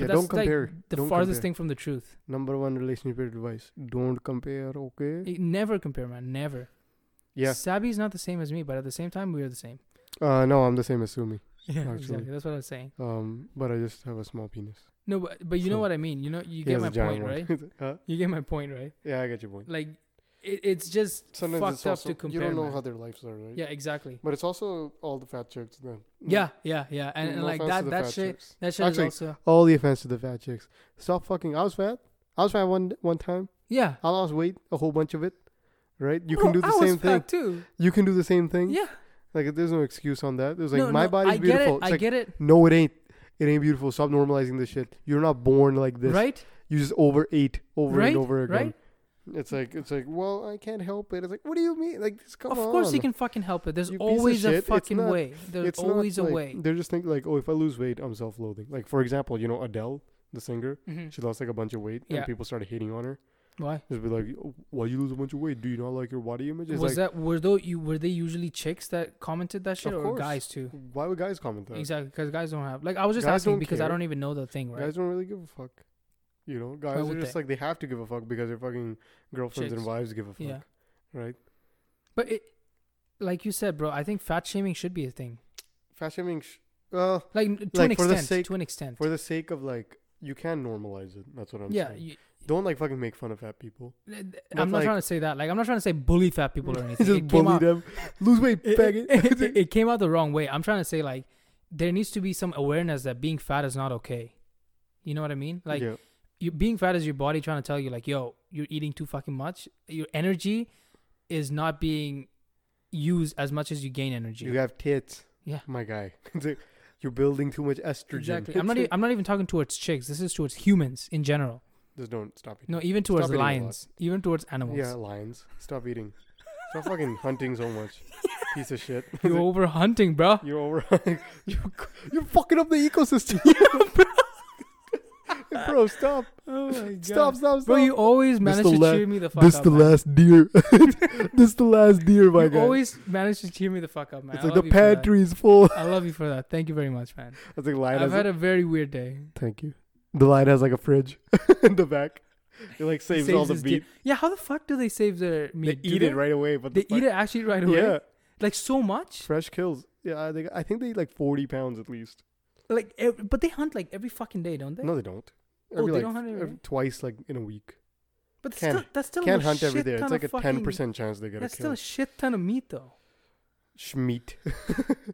Speaker 2: Yeah,
Speaker 1: that's,
Speaker 2: don't compare.
Speaker 1: Like, the
Speaker 2: don't
Speaker 1: farthest
Speaker 2: compare.
Speaker 1: thing from the truth.
Speaker 2: Number one relationship advice. Don't compare, okay?
Speaker 1: You never compare, man. Never.
Speaker 2: Yeah.
Speaker 1: Sabi is not the same as me, but at the same time, we are the same.
Speaker 2: Uh, no, I'm the same as Sumi.
Speaker 1: Yeah,
Speaker 2: Actually.
Speaker 1: exactly. That's what I was saying.
Speaker 2: Um, but I just have a small penis.
Speaker 1: No, but but you know
Speaker 2: So-
Speaker 1: what I mean. You know, you
Speaker 2: He
Speaker 1: get
Speaker 2: has
Speaker 1: my
Speaker 2: a giant
Speaker 1: point, right?
Speaker 2: one. huh?
Speaker 1: You get my point, right?
Speaker 2: Yeah, I get your point.
Speaker 1: Like, it, it's just
Speaker 2: Sometimes
Speaker 1: fucked
Speaker 2: it's
Speaker 1: up
Speaker 2: also,
Speaker 1: to compare.
Speaker 2: you don't know
Speaker 1: man.
Speaker 2: how their lives are, right?
Speaker 1: yeah, exactly.
Speaker 2: But it's also all the fat chicks. Then.
Speaker 1: Yeah, yeah, yeah, and, and
Speaker 2: No
Speaker 1: like
Speaker 2: offense
Speaker 1: that
Speaker 2: to the
Speaker 1: that
Speaker 2: fat
Speaker 1: shit
Speaker 2: chicks.
Speaker 1: that shit
Speaker 2: Actually-
Speaker 1: is also
Speaker 2: all the offense to the fat chicks. Stop fucking. I was fat. I was fat one one time.
Speaker 1: yeah.
Speaker 2: I lost weight, a whole bunch of it. Right? You
Speaker 1: Bro,
Speaker 2: can do the
Speaker 1: I was
Speaker 2: same thing.
Speaker 1: fat too.
Speaker 2: You can do the same thing.
Speaker 1: Yeah,
Speaker 2: Like there's no excuse on that. There's like
Speaker 1: no,
Speaker 2: my
Speaker 1: no,
Speaker 2: body's
Speaker 1: I
Speaker 2: beautiful.
Speaker 1: Get it,
Speaker 2: It's
Speaker 1: I
Speaker 2: like
Speaker 1: get it,
Speaker 2: no, it ain't. It ain't beautiful. Stop normalizing this shit. You're not born like this.
Speaker 1: right?
Speaker 2: You just overate over
Speaker 1: Right?
Speaker 2: and over again.
Speaker 1: Right?
Speaker 2: It's like it's like well, I can't help it. It's like what do you mean? Like just come
Speaker 1: Of
Speaker 2: on.
Speaker 1: course, you can fucking help it. There's
Speaker 2: You piece of
Speaker 1: always
Speaker 2: shit.
Speaker 1: a
Speaker 2: It's
Speaker 1: fucking
Speaker 2: not-
Speaker 1: way. There's
Speaker 2: It's not,
Speaker 1: always a
Speaker 2: like-
Speaker 1: way.
Speaker 2: They're just thinking like, oh, if I lose weight, I'm self-loathing. Like for example, you know Adele, the singer,
Speaker 1: Mhm.
Speaker 2: she lost like a bunch of weight,
Speaker 1: Yeah.
Speaker 2: and people started hating on her.
Speaker 1: Why?
Speaker 2: Just be like, why you lose a bunch of weight? Do you not like your body image? It's
Speaker 1: was
Speaker 2: like,
Speaker 1: that were though you were they usually chicks that commented that shit
Speaker 2: Of
Speaker 1: or
Speaker 2: course.
Speaker 1: guys too?
Speaker 2: why would guys comment that?
Speaker 1: Exactly, because guys don't have like I was just
Speaker 2: Guys
Speaker 1: asking
Speaker 2: don't
Speaker 1: because I
Speaker 2: care.
Speaker 1: don't even know the thing, right?
Speaker 2: Guys don't really give a fuck. You know, guys are
Speaker 1: would
Speaker 2: just
Speaker 1: they?
Speaker 2: like they have to give a fuck because their fucking
Speaker 1: Chicks.
Speaker 2: girlfriends and wives give a fuck,
Speaker 1: Yeah.
Speaker 2: right?
Speaker 1: But it, like you said, bro, I think fat shaming should be a thing.
Speaker 2: Fat shaming, sh- well,
Speaker 1: Like n- to an
Speaker 2: Like, uh, for the
Speaker 1: extent,
Speaker 2: sake-
Speaker 1: to an extent.
Speaker 2: for the sake of like, you can normalize it. That's what I'm
Speaker 1: yeah,
Speaker 2: saying.
Speaker 1: you,
Speaker 2: Don't like fucking make fun of fat people.
Speaker 1: I'm not
Speaker 2: like-
Speaker 1: trying to say that. Like, I'm not trying to say bully fat people or anything.
Speaker 2: Just
Speaker 1: it, came
Speaker 2: bully
Speaker 1: out,
Speaker 2: them. Lose weight,
Speaker 1: it,
Speaker 2: faggot.
Speaker 1: it- it came out the wrong way. I'm trying to say like there needs to be some awareness that being fat is not okay. You know what I mean? Like
Speaker 2: yeah.
Speaker 1: you being fat is your body trying to tell you like, yo, you're eating too fucking much. Your energy is not being used as much as you gain energy.
Speaker 2: you have tits.
Speaker 1: Yeah.
Speaker 2: my guy. It's like, you're building too much estrogen.
Speaker 1: exactly. I'm not. E- I'm not even talking towards chicks. This is towards humans in general.
Speaker 2: Just don't stop eating.
Speaker 1: No, even towards
Speaker 2: Stop eating a lot.
Speaker 1: lions, even towards animals.
Speaker 2: Yeah, lions. Stop eating. Stop fucking hunting so much. Piece of shit.
Speaker 1: You're over hunting, bro.
Speaker 2: You're over. you're, you're fucking up the ecosystem. bro. stop.
Speaker 1: Oh my god.
Speaker 2: Stop, stop, stop.
Speaker 1: Bro, you always manage
Speaker 2: the
Speaker 1: to
Speaker 2: la-
Speaker 1: cheer me the fuck
Speaker 2: this
Speaker 1: up.
Speaker 2: the
Speaker 1: man.
Speaker 2: last deer. this the last deer, my
Speaker 1: you
Speaker 2: guy.
Speaker 1: always manage to cheer me the fuck up, man.
Speaker 2: it's
Speaker 1: I
Speaker 2: like the
Speaker 1: love you for that.
Speaker 2: pantry is full.
Speaker 1: I love you for that. Thank you very much, man.
Speaker 2: It's like lion.
Speaker 1: I've
Speaker 2: Has,
Speaker 1: had a very weird day.
Speaker 2: thank you. The lion has like a fridge in the back. It like saves, all
Speaker 1: saves
Speaker 2: the
Speaker 1: his deer-
Speaker 2: meat.
Speaker 1: Yeah, how the fuck do they save their
Speaker 2: They
Speaker 1: meat? Do
Speaker 2: eat it right away, but
Speaker 1: They
Speaker 2: the fuck-
Speaker 1: eat it actually right away.
Speaker 2: Yeah,
Speaker 1: Like so much.
Speaker 2: fresh kills. Yeah, they, I think they eat like forty pounds at least.
Speaker 1: Like, ev- but they hunt like every fucking day, don't they?
Speaker 2: No, they don't.
Speaker 1: Oh, they don't hunt every day?
Speaker 2: twice like in a week.
Speaker 1: but that's
Speaker 2: can't-
Speaker 1: still, that's still
Speaker 2: Can't
Speaker 1: a
Speaker 2: hunt every
Speaker 1: shit
Speaker 2: day.
Speaker 1: ton
Speaker 2: It's like a
Speaker 1: of
Speaker 2: ten
Speaker 1: fucking-
Speaker 2: percent chance they get a
Speaker 1: That's still
Speaker 2: kill.
Speaker 1: a shit ton of meat, though.
Speaker 2: Schmeat.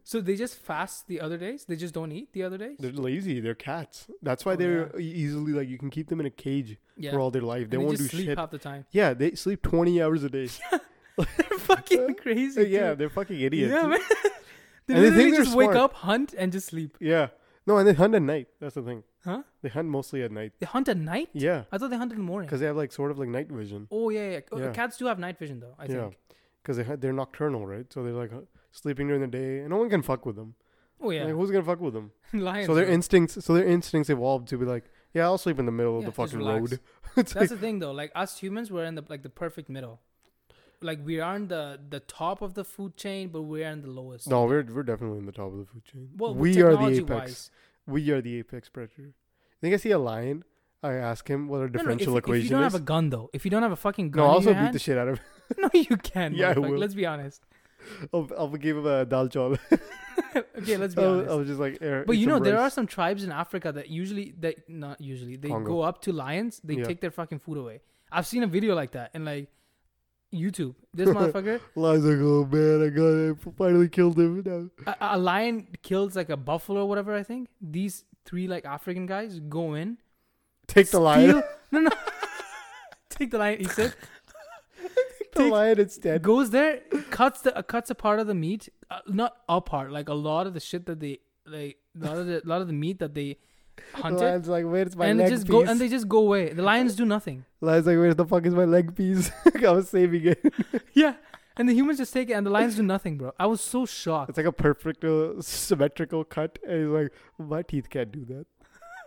Speaker 1: So they just fast the other days. They just don't eat the other days.
Speaker 2: They're lazy. They're cats. That's why
Speaker 1: Oh,
Speaker 2: they're e- easily like you can keep them in a cage
Speaker 1: yeah.
Speaker 2: for all their life. They
Speaker 1: And
Speaker 2: won't do
Speaker 1: just sleep
Speaker 2: shit.
Speaker 1: half the time.
Speaker 2: Yeah, they sleep twenty hours a day.
Speaker 1: They're fucking
Speaker 2: Uh,
Speaker 1: crazy.
Speaker 2: yeah,
Speaker 1: dude.
Speaker 2: they're fucking idiots.
Speaker 1: Yeah, man. they
Speaker 2: And they think
Speaker 1: literally
Speaker 2: they're
Speaker 1: just wake
Speaker 2: smart.
Speaker 1: up, hunt, and just sleep.
Speaker 2: Yeah. No, and they hunt at night. That's the thing.
Speaker 1: Huh?
Speaker 2: They hunt mostly at night.
Speaker 1: They hunt at night.
Speaker 2: Yeah,
Speaker 1: I thought they hunt in the morning.
Speaker 2: because they have like sort of like night vision.
Speaker 1: Oh yeah, yeah. Oh,
Speaker 2: Yeah.
Speaker 1: Cats do have night vision though. I
Speaker 2: yeah,
Speaker 1: think.
Speaker 2: because they ha- they're nocturnal, right? So they're like uh, sleeping during the day, and no one can fuck with them.
Speaker 1: Oh yeah.
Speaker 2: Like, who's gonna fuck with them?
Speaker 1: Lions.
Speaker 2: so their
Speaker 1: bro.
Speaker 2: instincts, so their instincts evolved to be like, yeah, I'll sleep in the middle
Speaker 1: Yeah,
Speaker 2: of the
Speaker 1: just
Speaker 2: fucking
Speaker 1: relax.
Speaker 2: road. it's
Speaker 1: That's
Speaker 2: like,
Speaker 1: the thing though. Like us humans, we're in the like the perfect middle. Like we aren't the the top of the food chain, but we're in the lowest.
Speaker 2: no, we're we're definitely in the top of the food chain.
Speaker 1: Well,
Speaker 2: we are the apex.
Speaker 1: technology-wise.
Speaker 2: We are the apex predator. I think I see a lion. I ask him what a
Speaker 1: No, no, if-
Speaker 2: differential
Speaker 1: if,
Speaker 2: equation
Speaker 1: you don't
Speaker 2: is.
Speaker 1: have a gun though, if you don't have a fucking gun,
Speaker 2: no, I'll
Speaker 1: in
Speaker 2: also
Speaker 1: your
Speaker 2: beat
Speaker 1: hand,
Speaker 2: the shit out of him.
Speaker 1: No, you can.
Speaker 2: Yeah, I
Speaker 1: motherfucker.
Speaker 2: will.
Speaker 1: Let's be honest.
Speaker 2: I'll, I'll give him a dal chol.
Speaker 1: okay, let's be honest.
Speaker 2: I'll, I'll just like. air-
Speaker 1: But
Speaker 2: eat
Speaker 1: you know,
Speaker 2: some
Speaker 1: there are
Speaker 2: rice.
Speaker 1: some tribes in Africa that usually that not usually they
Speaker 2: Congo.
Speaker 1: go up to lions, they
Speaker 2: Yeah.
Speaker 1: take their fucking food away. I've seen a video like that in like YouTube. This motherfucker,
Speaker 2: Lion's like, oh man, I got it. Finally killed him. Now.
Speaker 1: a, a lion kills like a buffalo or whatever. I think these three like African guys go in,
Speaker 2: Take the lion.
Speaker 1: steal- No, no, take the lion. He said
Speaker 2: the
Speaker 1: take-
Speaker 2: lion instead.
Speaker 1: goes there, cuts the uh, cuts a part of the meat, uh, not a part, like a lot of the shit that they like, a lot of the lot of the meat that they
Speaker 2: The
Speaker 1: hunted.
Speaker 2: lion's like, where's my
Speaker 1: and
Speaker 2: leg
Speaker 1: it just
Speaker 2: piece?
Speaker 1: go and they just go away. The lions do nothing.
Speaker 2: Lion's like, where the fuck is my leg piece? I was saving it.
Speaker 1: Yeah. And the humans just take it and the lions do nothing, bro. I was so shocked.
Speaker 2: It's like a perfect uh, symmetrical cut, and he's like, my teeth can't do that.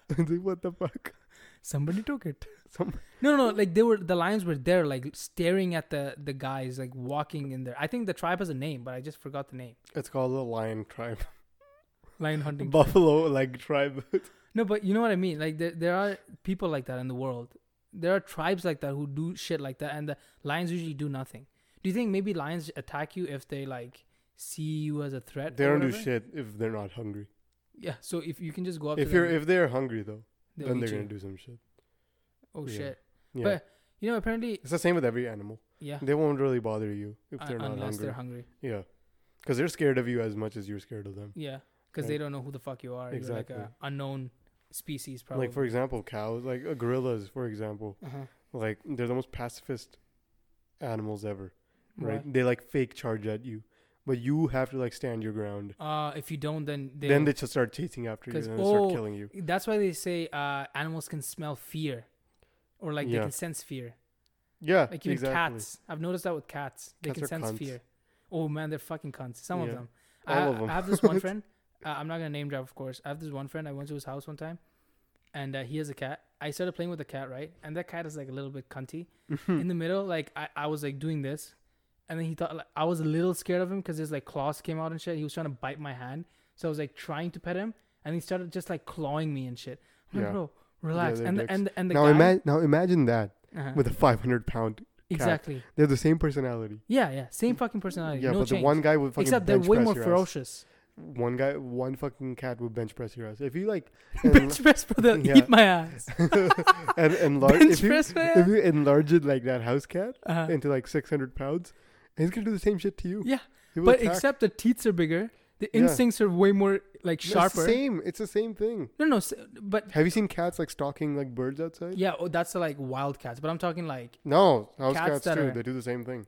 Speaker 2: It's like, what the fuck?
Speaker 1: Somebody took it.
Speaker 2: Some-
Speaker 1: No, no, no, like they were the lions were there like staring at the the guys like walking in there. I think the tribe has a name, but I just forgot the name.
Speaker 2: It's called the lion tribe,
Speaker 1: Lion hunting.
Speaker 2: buffalo leg tribe.
Speaker 1: No, but you know what I mean? Like there there are people like that in the world. There are tribes like that who do shit like that and the lions usually do nothing. Do you think maybe lions attack you if they like see you as a threat?
Speaker 2: they
Speaker 1: or
Speaker 2: don't do
Speaker 1: whatever?
Speaker 2: shit if they're not hungry.
Speaker 1: Yeah, so if you can just go up
Speaker 2: If
Speaker 1: to them,
Speaker 2: you're if they're hungry though,
Speaker 1: they'll
Speaker 2: then
Speaker 1: eat
Speaker 2: they're
Speaker 1: you.
Speaker 2: gonna do some shit.
Speaker 1: Oh
Speaker 2: Yeah.
Speaker 1: shit!
Speaker 2: Yeah,
Speaker 1: But you know, apparently,
Speaker 2: it's the same with every animal.
Speaker 1: yeah,
Speaker 2: They won't really bother you if
Speaker 1: uh,
Speaker 2: they're not
Speaker 1: unless
Speaker 2: hungry.
Speaker 1: they're hungry,
Speaker 2: Yeah, because they're scared of you as much as you're scared of them.
Speaker 1: yeah, because
Speaker 2: Right.
Speaker 1: they don't know who the fuck you are.
Speaker 2: Exactly.
Speaker 1: You're like a unknown species, probably.
Speaker 2: Like for example, cows, like uh, gorillas, for example,
Speaker 1: uh-huh.
Speaker 2: like they're the most pacifist animals ever.
Speaker 1: right?
Speaker 2: right? They like fake charge at you, but you have to like stand your ground.
Speaker 1: Uh, if you don't, then they
Speaker 2: Then they just start chasing after you and
Speaker 1: 'Cause-
Speaker 2: they start
Speaker 1: oh,
Speaker 2: killing you.
Speaker 1: That's why they say uh, animals can smell fear, or like they
Speaker 2: Yeah.
Speaker 1: can sense fear.
Speaker 2: Yeah,
Speaker 1: Like even
Speaker 2: exactly.
Speaker 1: cats, I've noticed that with cats, they
Speaker 2: Cats
Speaker 1: can
Speaker 2: are
Speaker 1: sense
Speaker 2: cunts.
Speaker 1: fear. Oh man, they're fucking cunts. Some of
Speaker 2: Yeah.
Speaker 1: them. I,
Speaker 2: All of them.
Speaker 1: I have this one friend. Uh, I'm not gonna name drop, of course. I have this one friend. I went to his house one time, and uh, he has a cat. I started playing with the cat, right? And that cat is like a little bit cunty. in the middle, like I, I was like doing this, and then he thought like, I was a little scared of him because his like claws came out and shit. He was trying to bite my hand, so I was like trying to pet him, and he started just like clawing me and shit. I'm like,
Speaker 2: Yeah.
Speaker 1: bro, relax.
Speaker 2: they're
Speaker 1: and, the,
Speaker 2: dicks.
Speaker 1: and the and the
Speaker 2: now,
Speaker 1: guy
Speaker 2: ima- now imagine that
Speaker 1: Uh-huh.
Speaker 2: with a 500 pound.
Speaker 1: exactly
Speaker 2: They have the same personality.
Speaker 1: yeah yeah same fucking personality
Speaker 2: yeah,
Speaker 1: no
Speaker 2: but
Speaker 1: change
Speaker 2: the one guy would fucking
Speaker 1: except they're
Speaker 2: bench
Speaker 1: way
Speaker 2: press
Speaker 1: more
Speaker 2: your ass.
Speaker 1: ferocious.
Speaker 2: one guy, one fucking cat will bench press your ass. If you like,
Speaker 1: bench press, brother.
Speaker 2: Yeah.
Speaker 1: Eat my ass.
Speaker 2: and enlarge,
Speaker 1: bench
Speaker 2: if you,
Speaker 1: press, man.
Speaker 2: if you enlarge it like that house cat
Speaker 1: Uh-huh.
Speaker 2: into like 600 pounds, he's gonna do the same shit to you.
Speaker 1: Yeah,
Speaker 2: He will
Speaker 1: But
Speaker 2: attack.
Speaker 1: except the teeth are bigger. The
Speaker 2: Yeah.
Speaker 1: instincts are way more like
Speaker 2: No, it's the
Speaker 1: sharper.
Speaker 2: same. It's the same thing.
Speaker 1: No, no, s- but
Speaker 2: Have you seen cats like stalking like birds outside?
Speaker 1: yeah, oh, that's the, like wild cats. But I'm talking like
Speaker 2: No, house
Speaker 1: Cats
Speaker 2: cats,
Speaker 1: that
Speaker 2: too.
Speaker 1: are-
Speaker 2: They do the same thing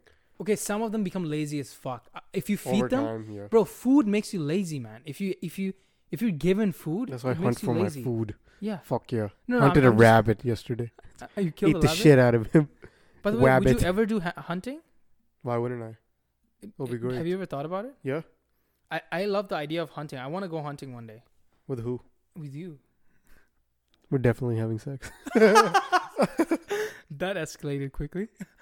Speaker 1: okay, some of them become lazy as fuck. Uh, If you feed
Speaker 2: over
Speaker 1: them,
Speaker 2: time. Yeah,
Speaker 1: bro, food makes you lazy, man. If you if you if you're given food,
Speaker 2: that's why I
Speaker 1: it
Speaker 2: hunt
Speaker 1: makes you
Speaker 2: for my
Speaker 1: lazy.
Speaker 2: food.
Speaker 1: Yeah,
Speaker 2: Fuck yeah!
Speaker 1: no, no
Speaker 2: Hunted
Speaker 1: I'm,
Speaker 2: a
Speaker 1: I'm
Speaker 2: rabbit yesterday.
Speaker 1: Just, uh, you killed a
Speaker 2: Eat the
Speaker 1: rabbit?
Speaker 2: shit out of him.
Speaker 1: By the way, would
Speaker 2: rabbit.
Speaker 1: you ever do ha- hunting?
Speaker 2: Why wouldn't I? It'll be
Speaker 1: Have
Speaker 2: great.
Speaker 1: you ever thought about it?
Speaker 2: Yeah.
Speaker 1: I, I love the idea of hunting. I want to go hunting one day
Speaker 2: With who?
Speaker 1: with you.
Speaker 2: We're definitely having sex.
Speaker 1: That escalated quickly.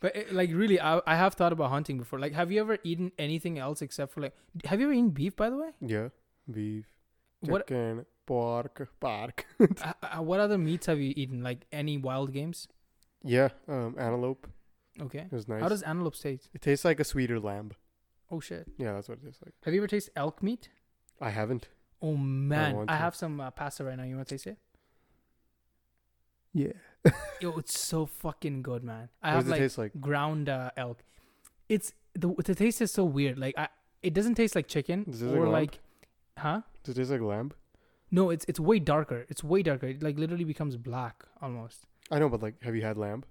Speaker 1: But it, like really, I, I have thought about hunting before. Like, have you ever eaten anything else except for like? Have you ever eaten beef? By the way,
Speaker 2: Yeah, beef,
Speaker 1: what
Speaker 2: chicken, pork, pork.
Speaker 1: uh, uh, what other meats have you eaten? Like any wild games?
Speaker 2: yeah, um, antelope
Speaker 1: Okay.
Speaker 2: is nice.
Speaker 1: How does antelope taste?
Speaker 2: it tastes like a sweeter lamb?
Speaker 1: Oh shit!
Speaker 2: Yeah, that's what it tastes like.
Speaker 1: Have you ever tasted elk meat?
Speaker 2: I haven't.
Speaker 1: Oh man,
Speaker 2: want
Speaker 1: I,
Speaker 2: to.
Speaker 1: have some uh, pasta right now. You want to taste it?
Speaker 2: Yeah.
Speaker 1: Yo, it's so fucking good, man. I
Speaker 2: what
Speaker 1: have
Speaker 2: does it
Speaker 1: like
Speaker 2: taste like?
Speaker 1: ground uh, elk. It's the the taste is so weird. Like I, it doesn't taste like chicken
Speaker 2: Does it taste like
Speaker 1: or
Speaker 2: lamb?
Speaker 1: like, huh?
Speaker 2: Does it taste like lamb?
Speaker 1: No, it's it's way darker. It's way darker. It like literally becomes black almost.
Speaker 2: I know, but like, have you had lamb?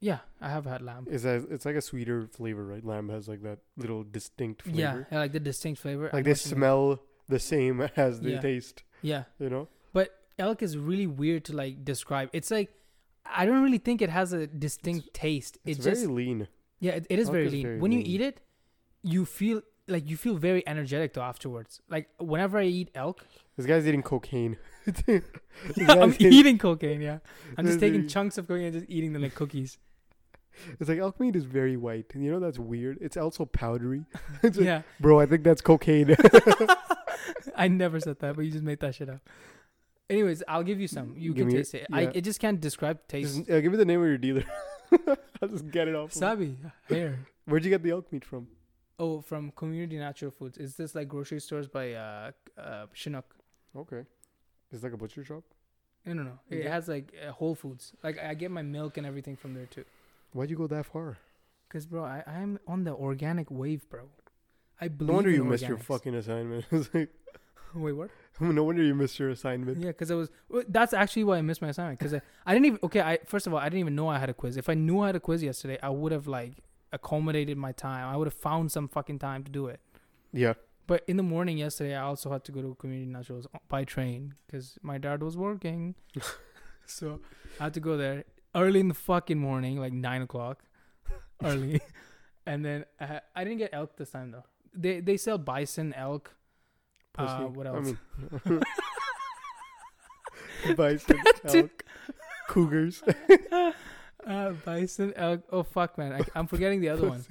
Speaker 1: Yeah, I have had lamb.
Speaker 2: Is that? It's like a sweeter flavor, right? Lamb has like that little distinct
Speaker 1: Yeah,
Speaker 2: flavor.
Speaker 1: I like the distinct flavor. I
Speaker 2: Like
Speaker 1: know
Speaker 2: they
Speaker 1: what you mean.
Speaker 2: smell the same as they
Speaker 1: Yeah.
Speaker 2: taste.
Speaker 1: Yeah,
Speaker 2: You know?
Speaker 1: but elk is really weird to like describe. It's like I don't really think it has a distinct taste.
Speaker 2: It's
Speaker 1: It
Speaker 2: very
Speaker 1: just
Speaker 2: lean.
Speaker 1: yeah, it, it is
Speaker 2: elk
Speaker 1: very
Speaker 2: is
Speaker 1: lean.
Speaker 2: very
Speaker 1: when you
Speaker 2: lean.
Speaker 1: eat it, you feel like you feel very energetic though afterwards. Like whenever I eat elk,
Speaker 2: This guy's eating cocaine.
Speaker 1: yeah, I'm
Speaker 2: That's it.
Speaker 1: eating cocaine. Yeah, I'm just
Speaker 2: That's
Speaker 1: taking
Speaker 2: it.
Speaker 1: chunks of cocaine and just eating them like cookies.
Speaker 2: It's like elk meat is very white. And you know that's weird. It's also powdery. It's like,
Speaker 1: yeah,
Speaker 2: Bro, I think that's cocaine.
Speaker 1: I never said that, but you just made that shit up. Anyways, I'll give you some. You
Speaker 2: Give
Speaker 1: can
Speaker 2: me-
Speaker 1: taste it. I,
Speaker 2: yeah.
Speaker 1: I just can't describe taste.
Speaker 2: Just, uh, give me the name of your dealer. I'll just get it off. of him.
Speaker 1: Sabi, hair.
Speaker 2: Where'd you get the elk meat from?
Speaker 1: Oh, from Community Natural Foods. Is this like grocery stores by uh, uh Chinook?
Speaker 2: Okay. It's like a butcher shop.
Speaker 1: No, no, no. It
Speaker 2: Okay.
Speaker 1: has like uh, Whole Foods. Like I get my milk and everything from there too.
Speaker 2: Why'd you go that far?
Speaker 1: Cause bro, I I'm on the organic wave, bro. I believe.
Speaker 2: No wonder
Speaker 1: in
Speaker 2: you missed your
Speaker 1: organics.
Speaker 2: fucking assignment. It's like,
Speaker 1: Wait, what?
Speaker 2: no wonder you missed your assignment.
Speaker 1: Yeah, because I was. w- That's actually why I missed my assignment. Because I, I didn't even. Okay, I first of all, I didn't even know I had a quiz. If I knew I had a quiz yesterday, I would have like accommodated my time. I would have found some fucking time to do it.
Speaker 2: Yeah.
Speaker 1: But in the morning yesterday, I also had to go to community naturals by train because my dad was working, so I had to go there early in the fucking morning, like nine o'clock, early, and then I, I didn't get elk this time though. They they sell bison, elk. Uh,
Speaker 2: Pussy.
Speaker 1: what
Speaker 2: I
Speaker 1: else?
Speaker 2: mean, bison, elk, cougars.
Speaker 1: uh, bison, elk. Oh fuck, man, I, I'm forgetting the other one.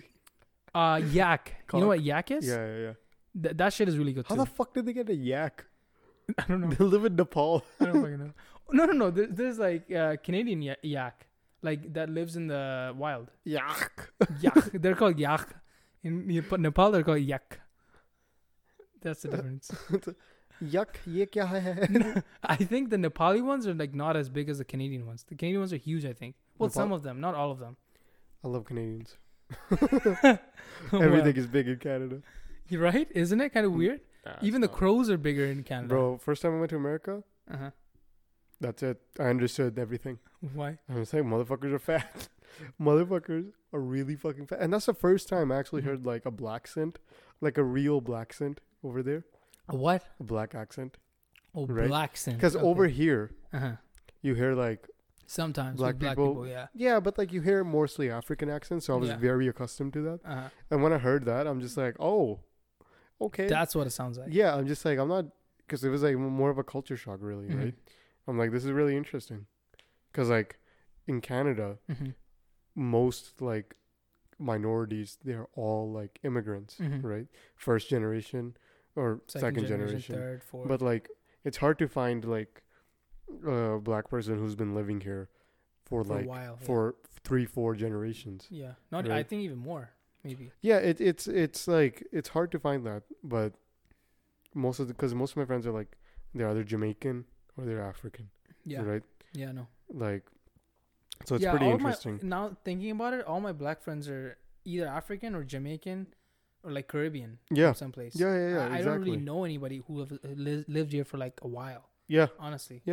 Speaker 1: Uh, yak. You know
Speaker 2: Cock.
Speaker 1: what yak is?
Speaker 2: Yeah, yeah, yeah.
Speaker 1: Th- that shit is really good
Speaker 2: How
Speaker 1: too.
Speaker 2: the fuck did they get a yak?
Speaker 1: I don't know.
Speaker 2: They live in Nepal.
Speaker 1: I don't fucking know. No, no, no. There, there's like uh, Canadian ya- yak, like that lives in the wild.
Speaker 2: Yak.
Speaker 1: Yak. they're called yak. In Nep- Nepal, they're called yak. That's the difference.
Speaker 2: Yak, ye kya hai?
Speaker 1: I think the Nepali ones are like not as big as the Canadian ones. The Canadian ones are huge, I think. Well,
Speaker 2: Nepal-
Speaker 1: some of them, not all of them.
Speaker 2: I love Canadians.
Speaker 1: Well,
Speaker 2: Everything is big in Canada.
Speaker 1: you're right? Isn't it kind of weird? Even the crows are bigger in Canada.
Speaker 2: Bro, first time I went to America,
Speaker 1: Uh-huh.
Speaker 2: that's it. I understood everything.
Speaker 1: Why?
Speaker 2: I was like, motherfuckers are fat. motherfuckers are really fucking fat. And that's the first time I actually
Speaker 1: Mhm.
Speaker 2: heard like a black scent, like a real black scent over there,
Speaker 1: What?
Speaker 2: a black accent.
Speaker 1: Oh,
Speaker 2: Right.
Speaker 1: black sin.
Speaker 2: Because
Speaker 1: Okay.
Speaker 2: over here,
Speaker 1: uh-huh.
Speaker 2: you hear like,
Speaker 1: sometimes
Speaker 2: black
Speaker 1: with black
Speaker 2: people-
Speaker 1: people, yeah.
Speaker 2: yeah, but like you hear mostly African accents. So I was
Speaker 1: Yeah.
Speaker 2: very accustomed to that.
Speaker 1: Uh-huh.
Speaker 2: And when I heard that, I'm just like, oh, okay.
Speaker 1: That's what it sounds like.
Speaker 2: yeah, I'm just like, I'm not, because it was like more of a culture shock, really,
Speaker 1: Mhm.
Speaker 2: right? I'm like, this is really interesting. Because, like, in Canada,
Speaker 1: Mhm.
Speaker 2: most, like, minorities, they're all, like, immigrants,
Speaker 1: Mhm.
Speaker 2: right? First generation or second, generation.
Speaker 1: third, fourth.
Speaker 2: But, like, it's hard to find, like, a black person who's been living here for,
Speaker 1: for
Speaker 2: like,
Speaker 1: a while. yeah.
Speaker 2: for three, four generations.
Speaker 1: yeah, not I
Speaker 2: Right.
Speaker 1: think even more maybe.
Speaker 2: Yeah, it, it's it's like it's hard to find that, but most of because most of my friends are like they're either Jamaican or they're African,
Speaker 1: Yeah.
Speaker 2: right?
Speaker 1: Yeah, no.
Speaker 2: Like, so it's
Speaker 1: yeah,
Speaker 2: pretty
Speaker 1: all my-
Speaker 2: interesting.
Speaker 1: now thinking about it, all my black friends are either African or Jamaican or like Caribbean
Speaker 2: yeah.
Speaker 1: from someplace.
Speaker 2: yeah, yeah, yeah,
Speaker 1: I, I
Speaker 2: exactly.
Speaker 1: don't really know anybody who have uh, li- lived here for like a while,
Speaker 2: Yeah,
Speaker 1: honestly.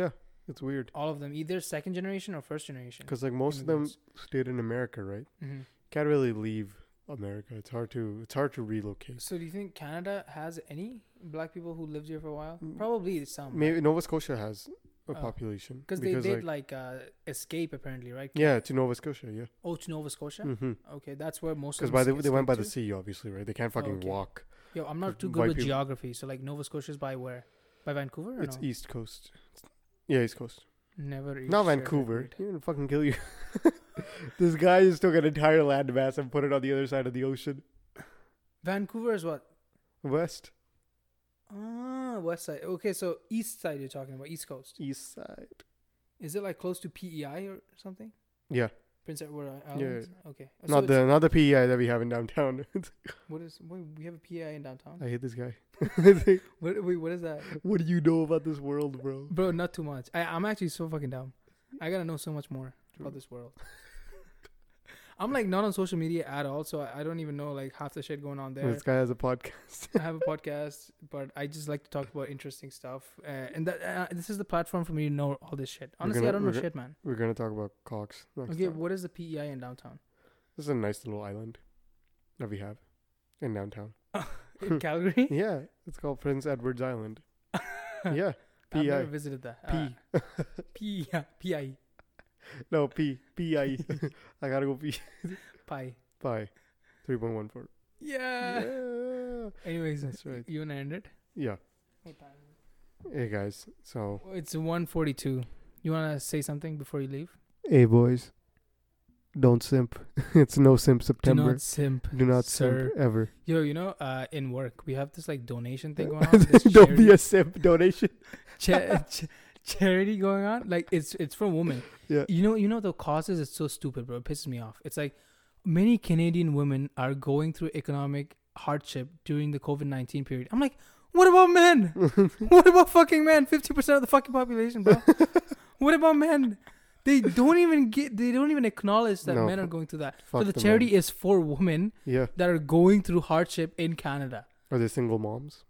Speaker 2: it's weird
Speaker 1: All of them, either second generation or first generation.
Speaker 2: because like most of them
Speaker 1: Immigrants.
Speaker 2: stayed in America, right?
Speaker 1: Mhm.
Speaker 2: Can't really leave America. It's hard to it's hard to relocate.
Speaker 1: So do you think Canada has any black people who lived here for a while?
Speaker 2: Mm.
Speaker 1: Probably some.
Speaker 2: Maybe Nova Scotia has a
Speaker 1: Oh.
Speaker 2: population
Speaker 1: Because they did like, uh, escape apparently, right?
Speaker 2: yeah, to Nova Scotia, yeah,
Speaker 1: Oh, to Nova Scotia.
Speaker 2: because
Speaker 1: Okay, that's where most. of
Speaker 2: by the
Speaker 1: esca-
Speaker 2: they went
Speaker 1: escaped
Speaker 2: by the
Speaker 1: to.
Speaker 2: sea, obviously, right? They can't
Speaker 1: Oh,
Speaker 2: fucking
Speaker 1: okay.
Speaker 2: walk.
Speaker 1: Yo, I'm
Speaker 2: Cause
Speaker 1: not too
Speaker 2: white
Speaker 1: good with
Speaker 2: people-
Speaker 1: geography. So like Nova Scotia's by where? By Vancouver? Or
Speaker 2: It's
Speaker 1: no?
Speaker 2: East Coast. Yeah, East Coast.
Speaker 1: Never. eat
Speaker 2: Not
Speaker 1: shit,
Speaker 2: Vancouver.
Speaker 1: right?
Speaker 2: You're gonna fucking kill you. this guy is took an entire landmass and put it on the other side of the ocean,
Speaker 1: Vancouver is what?
Speaker 2: west,
Speaker 1: Ah, west side. Okay, so east side you're talking about, east coast.
Speaker 2: east side.
Speaker 1: Is it like close to PEI or something?
Speaker 2: Yeah,
Speaker 1: Prince Edward I- Island. Okay. So
Speaker 2: not
Speaker 1: it's-
Speaker 2: the not the PEI that we have in downtown.
Speaker 1: What is? Wait, we have a PEI in downtown.
Speaker 2: I hate this guy.
Speaker 1: What, wait, what is that,
Speaker 2: what do you know about this world, bro?
Speaker 1: bro? Not too much. I, I'm actually so fucking dumb. I gotta know so much more about this world. I'm like not on social media at all, so I, I don't even know like half the shit going on there.
Speaker 2: This guy has a podcast.
Speaker 1: I have a podcast, but I just like to talk about interesting stuff, uh, and that uh, this is the platform for me to know all this shit.
Speaker 2: We're
Speaker 1: Honestly,
Speaker 2: gonna-
Speaker 1: I don't know
Speaker 2: we're gonna-
Speaker 1: shit, man.
Speaker 2: We're gonna talk about Cox. Next
Speaker 1: Okay,
Speaker 2: time.
Speaker 1: what is the PEI in downtown?
Speaker 2: This is a nice little island that we have in downtown.
Speaker 1: In Calgary?
Speaker 2: Yeah, it's called Prince Edward's Island. Yeah,
Speaker 1: I've never
Speaker 2: PEI.
Speaker 1: visited that.
Speaker 2: P. E
Speaker 1: Uh, P. Yeah, PI.
Speaker 2: no P P I. I gotta go P.
Speaker 1: Pi.
Speaker 2: Bye. Three point one four.
Speaker 1: Yeah.
Speaker 2: Yeah,
Speaker 1: Anyways,
Speaker 2: that's right.
Speaker 1: you wanna end it?
Speaker 2: Yeah.
Speaker 1: What time is
Speaker 2: Hey guys. So.
Speaker 1: it? It's 1:42. You wanna say something before you leave?
Speaker 2: Hey boys. Don't simp. it's no simp
Speaker 1: Do
Speaker 2: September.
Speaker 1: not simp.
Speaker 2: Do not
Speaker 1: sir.
Speaker 2: simp ever.
Speaker 1: Yo, you know, uh, in work we have this like donation thing going on. this
Speaker 2: Don't
Speaker 1: charity-
Speaker 2: be a simp donation.
Speaker 1: cha- cha- charity going on. Like it's it's for women.
Speaker 2: Yeah.
Speaker 1: You know you know the causes. It's so stupid, bro. It pisses me off. It's like many Canadian women are going through economic hardship during the COVID nineteen period. I'm like, what about men? what about fucking men? Fifty percent of the fucking population, bro. what about men? They don't even get. They don't even acknowledge that
Speaker 2: No,
Speaker 1: men are going through that. So
Speaker 2: fuck
Speaker 1: the
Speaker 2: the
Speaker 1: charity is for women
Speaker 2: yeah.
Speaker 1: that are going through hardship in Canada.
Speaker 2: Are they single moms?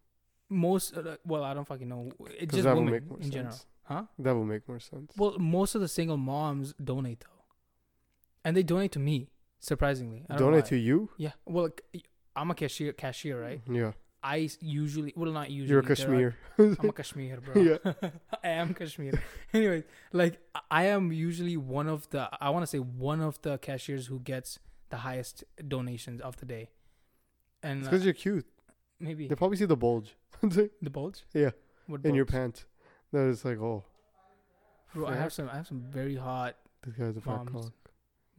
Speaker 1: Most, uh, well, I don't fucking know. It's
Speaker 2: 'Cause
Speaker 1: just
Speaker 2: that will
Speaker 1: women
Speaker 2: make more
Speaker 1: in
Speaker 2: sense.
Speaker 1: general, huh?
Speaker 2: That will make more sense.
Speaker 1: Well, most of the single moms donate though, and they donate to me. Surprisingly, I don't know
Speaker 2: Donate
Speaker 1: why.
Speaker 2: to you?
Speaker 1: yeah. Well, c- I'm a cashier, cashier, right?
Speaker 2: Yeah.
Speaker 1: I s- usually, well, not usually.
Speaker 2: You're a
Speaker 1: there are-
Speaker 2: Kashmir.
Speaker 1: I'm a Kashmir, bro. I am Kashmir. anyway, like I- I am usually one of the, I want to say one of the cashiers who gets the highest donations of the day, and
Speaker 2: It's
Speaker 1: uh,
Speaker 2: because you're cute.
Speaker 1: maybe
Speaker 2: They probably see the bulge in
Speaker 1: the bulge.
Speaker 2: Yeah.
Speaker 1: What
Speaker 2: your
Speaker 1: bulge?
Speaker 2: pants. That is like, oh,
Speaker 1: Bro, I
Speaker 2: Fair.
Speaker 1: have some. I have some very hot
Speaker 2: this guy's a fat
Speaker 1: Moms.
Speaker 2: cock.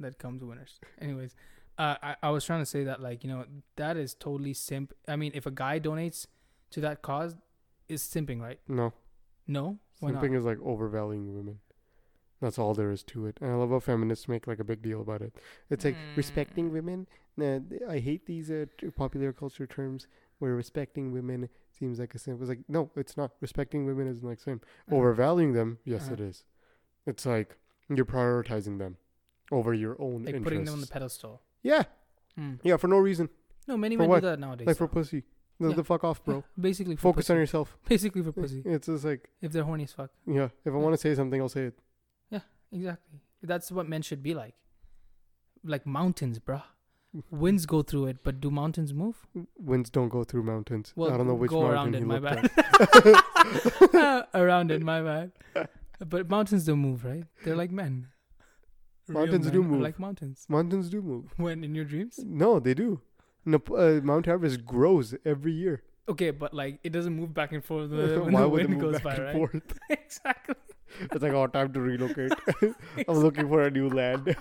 Speaker 1: that comes winners. Anyways, uh, I I was trying to say that like you know that is totally simp. I mean, if a guy donates to that cause, is simping right?
Speaker 2: No,
Speaker 1: No, why
Speaker 2: simping
Speaker 1: not?
Speaker 2: is like overvaluing women. That's all there is to it. And I love how feminists make like a big deal about it. It's like respecting
Speaker 1: Mm.
Speaker 2: women. Nah, th- I hate these uh, t- popular culture terms where respecting women seems like a simp. It's like, no, it's not. Respecting women isn't like simp. Overvaluing them, yes,
Speaker 1: Uh-huh.
Speaker 2: it is. It's like you're prioritizing them over your own
Speaker 1: like
Speaker 2: interests.
Speaker 1: putting them on the pedestal.
Speaker 2: yeah,
Speaker 1: Mm.
Speaker 2: yeah, for no reason.
Speaker 1: No, many
Speaker 2: For
Speaker 1: men
Speaker 2: what?
Speaker 1: do that nowadays.
Speaker 2: Like for
Speaker 1: though.
Speaker 2: pussy. The,
Speaker 1: Yeah.
Speaker 2: the fuck off, bro.
Speaker 1: Yeah, basically, for
Speaker 2: Focus
Speaker 1: pussy.
Speaker 2: on yourself.
Speaker 1: Basically for pussy.
Speaker 2: It's just like,
Speaker 1: If they're horny as fuck.
Speaker 2: yeah, if I want to say something, I'll say it.
Speaker 1: Exactly. That's what men should be like. Like mountains, bruh. Winds go through it, but do mountains move?
Speaker 2: Winds don't go through mountains.
Speaker 1: Well,
Speaker 2: I don't know which
Speaker 1: go around
Speaker 2: mountain
Speaker 1: it,
Speaker 2: he
Speaker 1: my
Speaker 2: looked
Speaker 1: bad.
Speaker 2: at.
Speaker 1: around it, my bad. But mountains don't move, right? They're like men. Real
Speaker 2: Mountains do
Speaker 1: men are
Speaker 2: move.
Speaker 1: Like mountains.
Speaker 2: Mountains do move.
Speaker 1: When in your dreams?
Speaker 2: No, they do. Nep- uh, Mount Everest grows every year.
Speaker 1: Okay, but like it doesn't move back and forth when the, when
Speaker 2: Why
Speaker 1: the
Speaker 2: would it
Speaker 1: wind
Speaker 2: move
Speaker 1: goes
Speaker 2: back
Speaker 1: by,
Speaker 2: and
Speaker 1: right?
Speaker 2: forth?
Speaker 1: exactly.
Speaker 2: It's like, oh, time to relocate. I'm looking for a new land.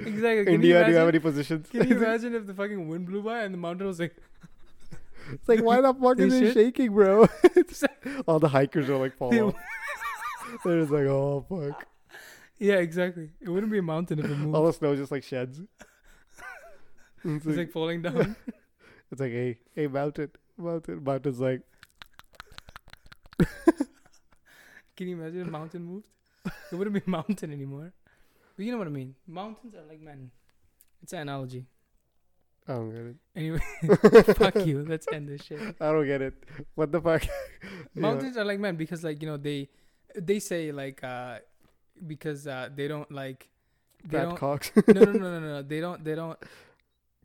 Speaker 1: Exactly. Can you
Speaker 2: India, do
Speaker 1: imagine,
Speaker 2: you have any positions?
Speaker 1: Can you imagine if the fucking wind blew by and the mountain was like,
Speaker 2: it's like, why the fuck
Speaker 1: They
Speaker 2: is it
Speaker 1: should.
Speaker 2: shaking, bro? All the hikers are like, fall
Speaker 1: They-
Speaker 2: off. Oh. They're just like, oh, fuck.
Speaker 1: yeah, exactly. It wouldn't be a mountain if it moved.
Speaker 2: All the snow just like sheds. It's
Speaker 1: it's
Speaker 2: like,
Speaker 1: like falling down.
Speaker 2: it's like hey, hey, mountain, mountain, mountain's like,
Speaker 1: Can you imagine if mountain moved? It wouldn't be mountain anymore. But you know what I mean. Mountains are like men. It's an analogy.
Speaker 2: I don't get it.
Speaker 1: Anyway, fuck you. Let's end this shit.
Speaker 2: I don't get it. What the fuck?
Speaker 1: Mountains are like men because like you know they they say like uh because uh they don't like they
Speaker 2: Fat
Speaker 1: don't
Speaker 2: cocks.
Speaker 1: no, no, no, no, no. They don't. They don't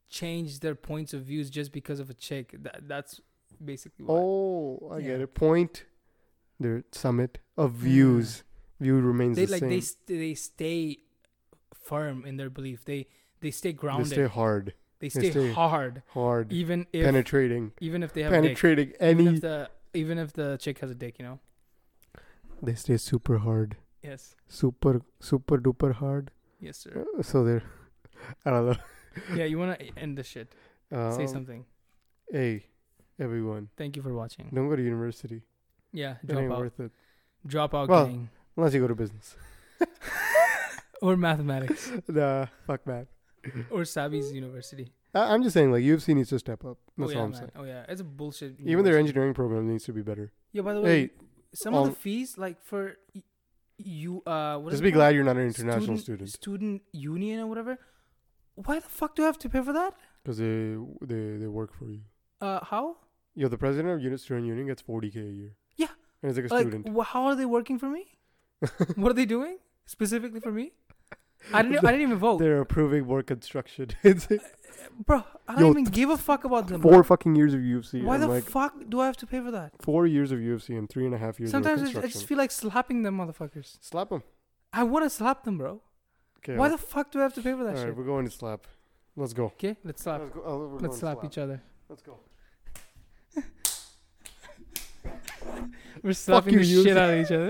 Speaker 1: change their points of views just because of a chick. That that's basically why.
Speaker 2: Oh, I get
Speaker 1: Yeah.
Speaker 2: it. Point, their summit of views. View remains
Speaker 1: they
Speaker 2: the
Speaker 1: like
Speaker 2: same.
Speaker 1: they st- they stay firm in their belief. They they stay
Speaker 2: They
Speaker 1: grounded.
Speaker 2: stay hard,
Speaker 1: They stay,
Speaker 2: they stay
Speaker 1: hard,
Speaker 2: hard,
Speaker 1: even if
Speaker 2: penetrating,
Speaker 1: even if they have a dick.
Speaker 2: penetrating any.
Speaker 1: Even if the even if the chick has a dick, you know.
Speaker 2: they stay super hard,
Speaker 1: Yes,
Speaker 2: super super duper hard.
Speaker 1: yes, sir.
Speaker 2: Uh, So they're, I don't know.
Speaker 1: yeah, you wanna e-, end the shit. Say
Speaker 2: Um,
Speaker 1: something.
Speaker 2: Hey, everyone,
Speaker 1: Thank you for watching.
Speaker 2: don't go to university.
Speaker 1: Yeah,
Speaker 2: It
Speaker 1: drop
Speaker 2: ain't
Speaker 1: out.
Speaker 2: worth it
Speaker 1: Drop out
Speaker 2: Well-
Speaker 1: gang.
Speaker 2: unless you go to business.
Speaker 1: or mathematics
Speaker 2: nah, fuck that.
Speaker 1: or Sabi's university.
Speaker 2: I- I'm just saying, like UFC needs to step up.
Speaker 1: Oh
Speaker 2: That's
Speaker 1: yeah,
Speaker 2: all I'm
Speaker 1: man.
Speaker 2: saying.
Speaker 1: oh yeah, it's a bullshit.
Speaker 2: Even their
Speaker 1: university.
Speaker 2: engineering program needs to be better.
Speaker 1: Yeah, by the way,
Speaker 2: Hey,
Speaker 1: some
Speaker 2: all-
Speaker 1: of the fees like for y- you uh what is
Speaker 2: just
Speaker 1: it
Speaker 2: be
Speaker 1: called?
Speaker 2: glad you're not an international student
Speaker 1: student union or whatever. Why the fuck do I have to pay for that?
Speaker 2: because they, they they work for you.
Speaker 1: Uh, how?
Speaker 2: Yo, the president of Unit Student Union gets 40k a year.
Speaker 1: Yeah.
Speaker 2: and it's like a
Speaker 1: Like,
Speaker 2: student.
Speaker 1: wh- how are they working for me? what are they doing specifically for me? I didn't. I didn't even vote,
Speaker 2: They're approving more construction. it's like
Speaker 1: bro. I don't
Speaker 2: Yo,
Speaker 1: even give a fuck about them.
Speaker 2: four
Speaker 1: bro.
Speaker 2: fucking years of UFC.
Speaker 1: Why
Speaker 2: and
Speaker 1: the
Speaker 2: like
Speaker 1: fuck do I have to pay for that?
Speaker 2: four years of UFC and three and a half years.
Speaker 1: Sometimes I
Speaker 2: of
Speaker 1: just, I
Speaker 2: construction.
Speaker 1: just feel like slapping them, motherfuckers.
Speaker 2: slap him.
Speaker 1: I want to slap them, bro.
Speaker 2: Okay,
Speaker 1: Why the fuck do I have to pay for that
Speaker 2: all
Speaker 1: shit?
Speaker 2: right, we're going to slap. Let's go.
Speaker 1: okay, let's slap.
Speaker 2: Let's, go. oh, we're going
Speaker 1: Let's
Speaker 2: to
Speaker 1: slap each other.
Speaker 2: Let's go.
Speaker 1: We're slapping
Speaker 2: you,
Speaker 1: the
Speaker 2: you.
Speaker 1: shit out of each other.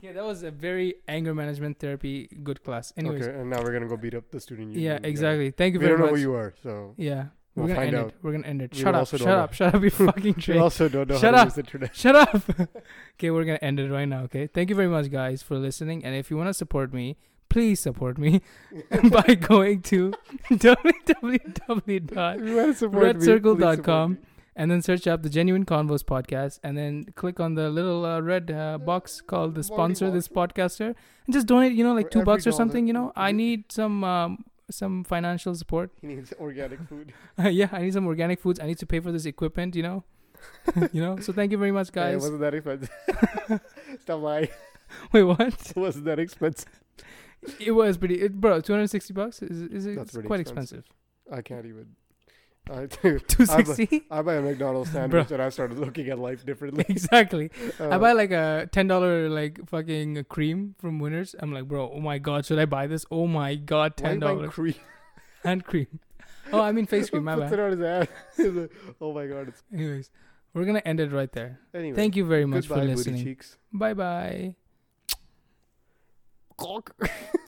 Speaker 1: yeah, that was a very anger management therapy good class. Anyways,
Speaker 2: okay, and now we're gonna go beat up the student union.
Speaker 1: yeah,
Speaker 2: guy.
Speaker 1: exactly. Thank you
Speaker 2: We
Speaker 1: very
Speaker 2: don't know
Speaker 1: much.
Speaker 2: who you are, so
Speaker 1: yeah,
Speaker 2: We'll
Speaker 1: we're gonna
Speaker 2: find
Speaker 1: end
Speaker 2: out.
Speaker 1: it. We're gonna end it.
Speaker 2: We
Speaker 1: Shut up!
Speaker 2: also
Speaker 1: Shut
Speaker 2: don't know.
Speaker 1: up! Shut up! You fucking
Speaker 2: we
Speaker 1: trick.
Speaker 2: also don't know
Speaker 1: Shut
Speaker 2: how
Speaker 1: up.
Speaker 2: to use the internet.
Speaker 1: Shut up! okay, we're gonna end it right now. Okay, thank you very much, guys, for listening. And if you wanna support me, please support me by going to www. E dot
Speaker 2: If you wanna support me, please support
Speaker 1: redcircle.com.
Speaker 2: me.
Speaker 1: and then search up the Genuine Convos podcast, and then click on the little uh, red uh, box called the
Speaker 2: Moldy
Speaker 1: sponsor
Speaker 2: box.
Speaker 1: this podcaster, and just donate. You know, like
Speaker 2: For
Speaker 1: two
Speaker 2: every
Speaker 1: bucks or
Speaker 2: dollar.
Speaker 1: something. You know, I need some um, some financial support.
Speaker 2: He needs organic food.
Speaker 1: yeah, I need some organic foods. I need to pay for this equipment. You know, you know. So thank you very much,
Speaker 2: Hey,
Speaker 1: guys.
Speaker 2: wasn't that expensive? Stop lying.
Speaker 1: Wait, what?
Speaker 2: wasn't that expensive?
Speaker 1: It was pretty, it, bro. Two hundred sixty bucks is is
Speaker 2: That's
Speaker 1: it's
Speaker 2: pretty
Speaker 1: quite
Speaker 2: expensive.
Speaker 1: expensive.
Speaker 2: I can't even. I,
Speaker 1: Two sixty.
Speaker 2: I buy a McDonald's sandwich and I started looking at life differently.
Speaker 1: Exactly. I
Speaker 2: Uh,
Speaker 1: buy like a ten dollar like fucking cream from Winners. I'm like, bro, oh my god, should I buy this? Oh my god,
Speaker 2: why
Speaker 1: ten
Speaker 2: am I
Speaker 1: dollars.
Speaker 2: cream.
Speaker 1: hand cream. Oh, I mean face cream. My
Speaker 2: Puts
Speaker 1: bad.
Speaker 2: it on his ass. He's like, oh my god. It's,
Speaker 1: Anyways, we're gonna end it right there.
Speaker 2: anyway,
Speaker 1: Thank you very much
Speaker 2: goodbye,
Speaker 1: for
Speaker 2: booty
Speaker 1: listening.
Speaker 2: cheeks.
Speaker 1: Bye bye.
Speaker 2: Cock.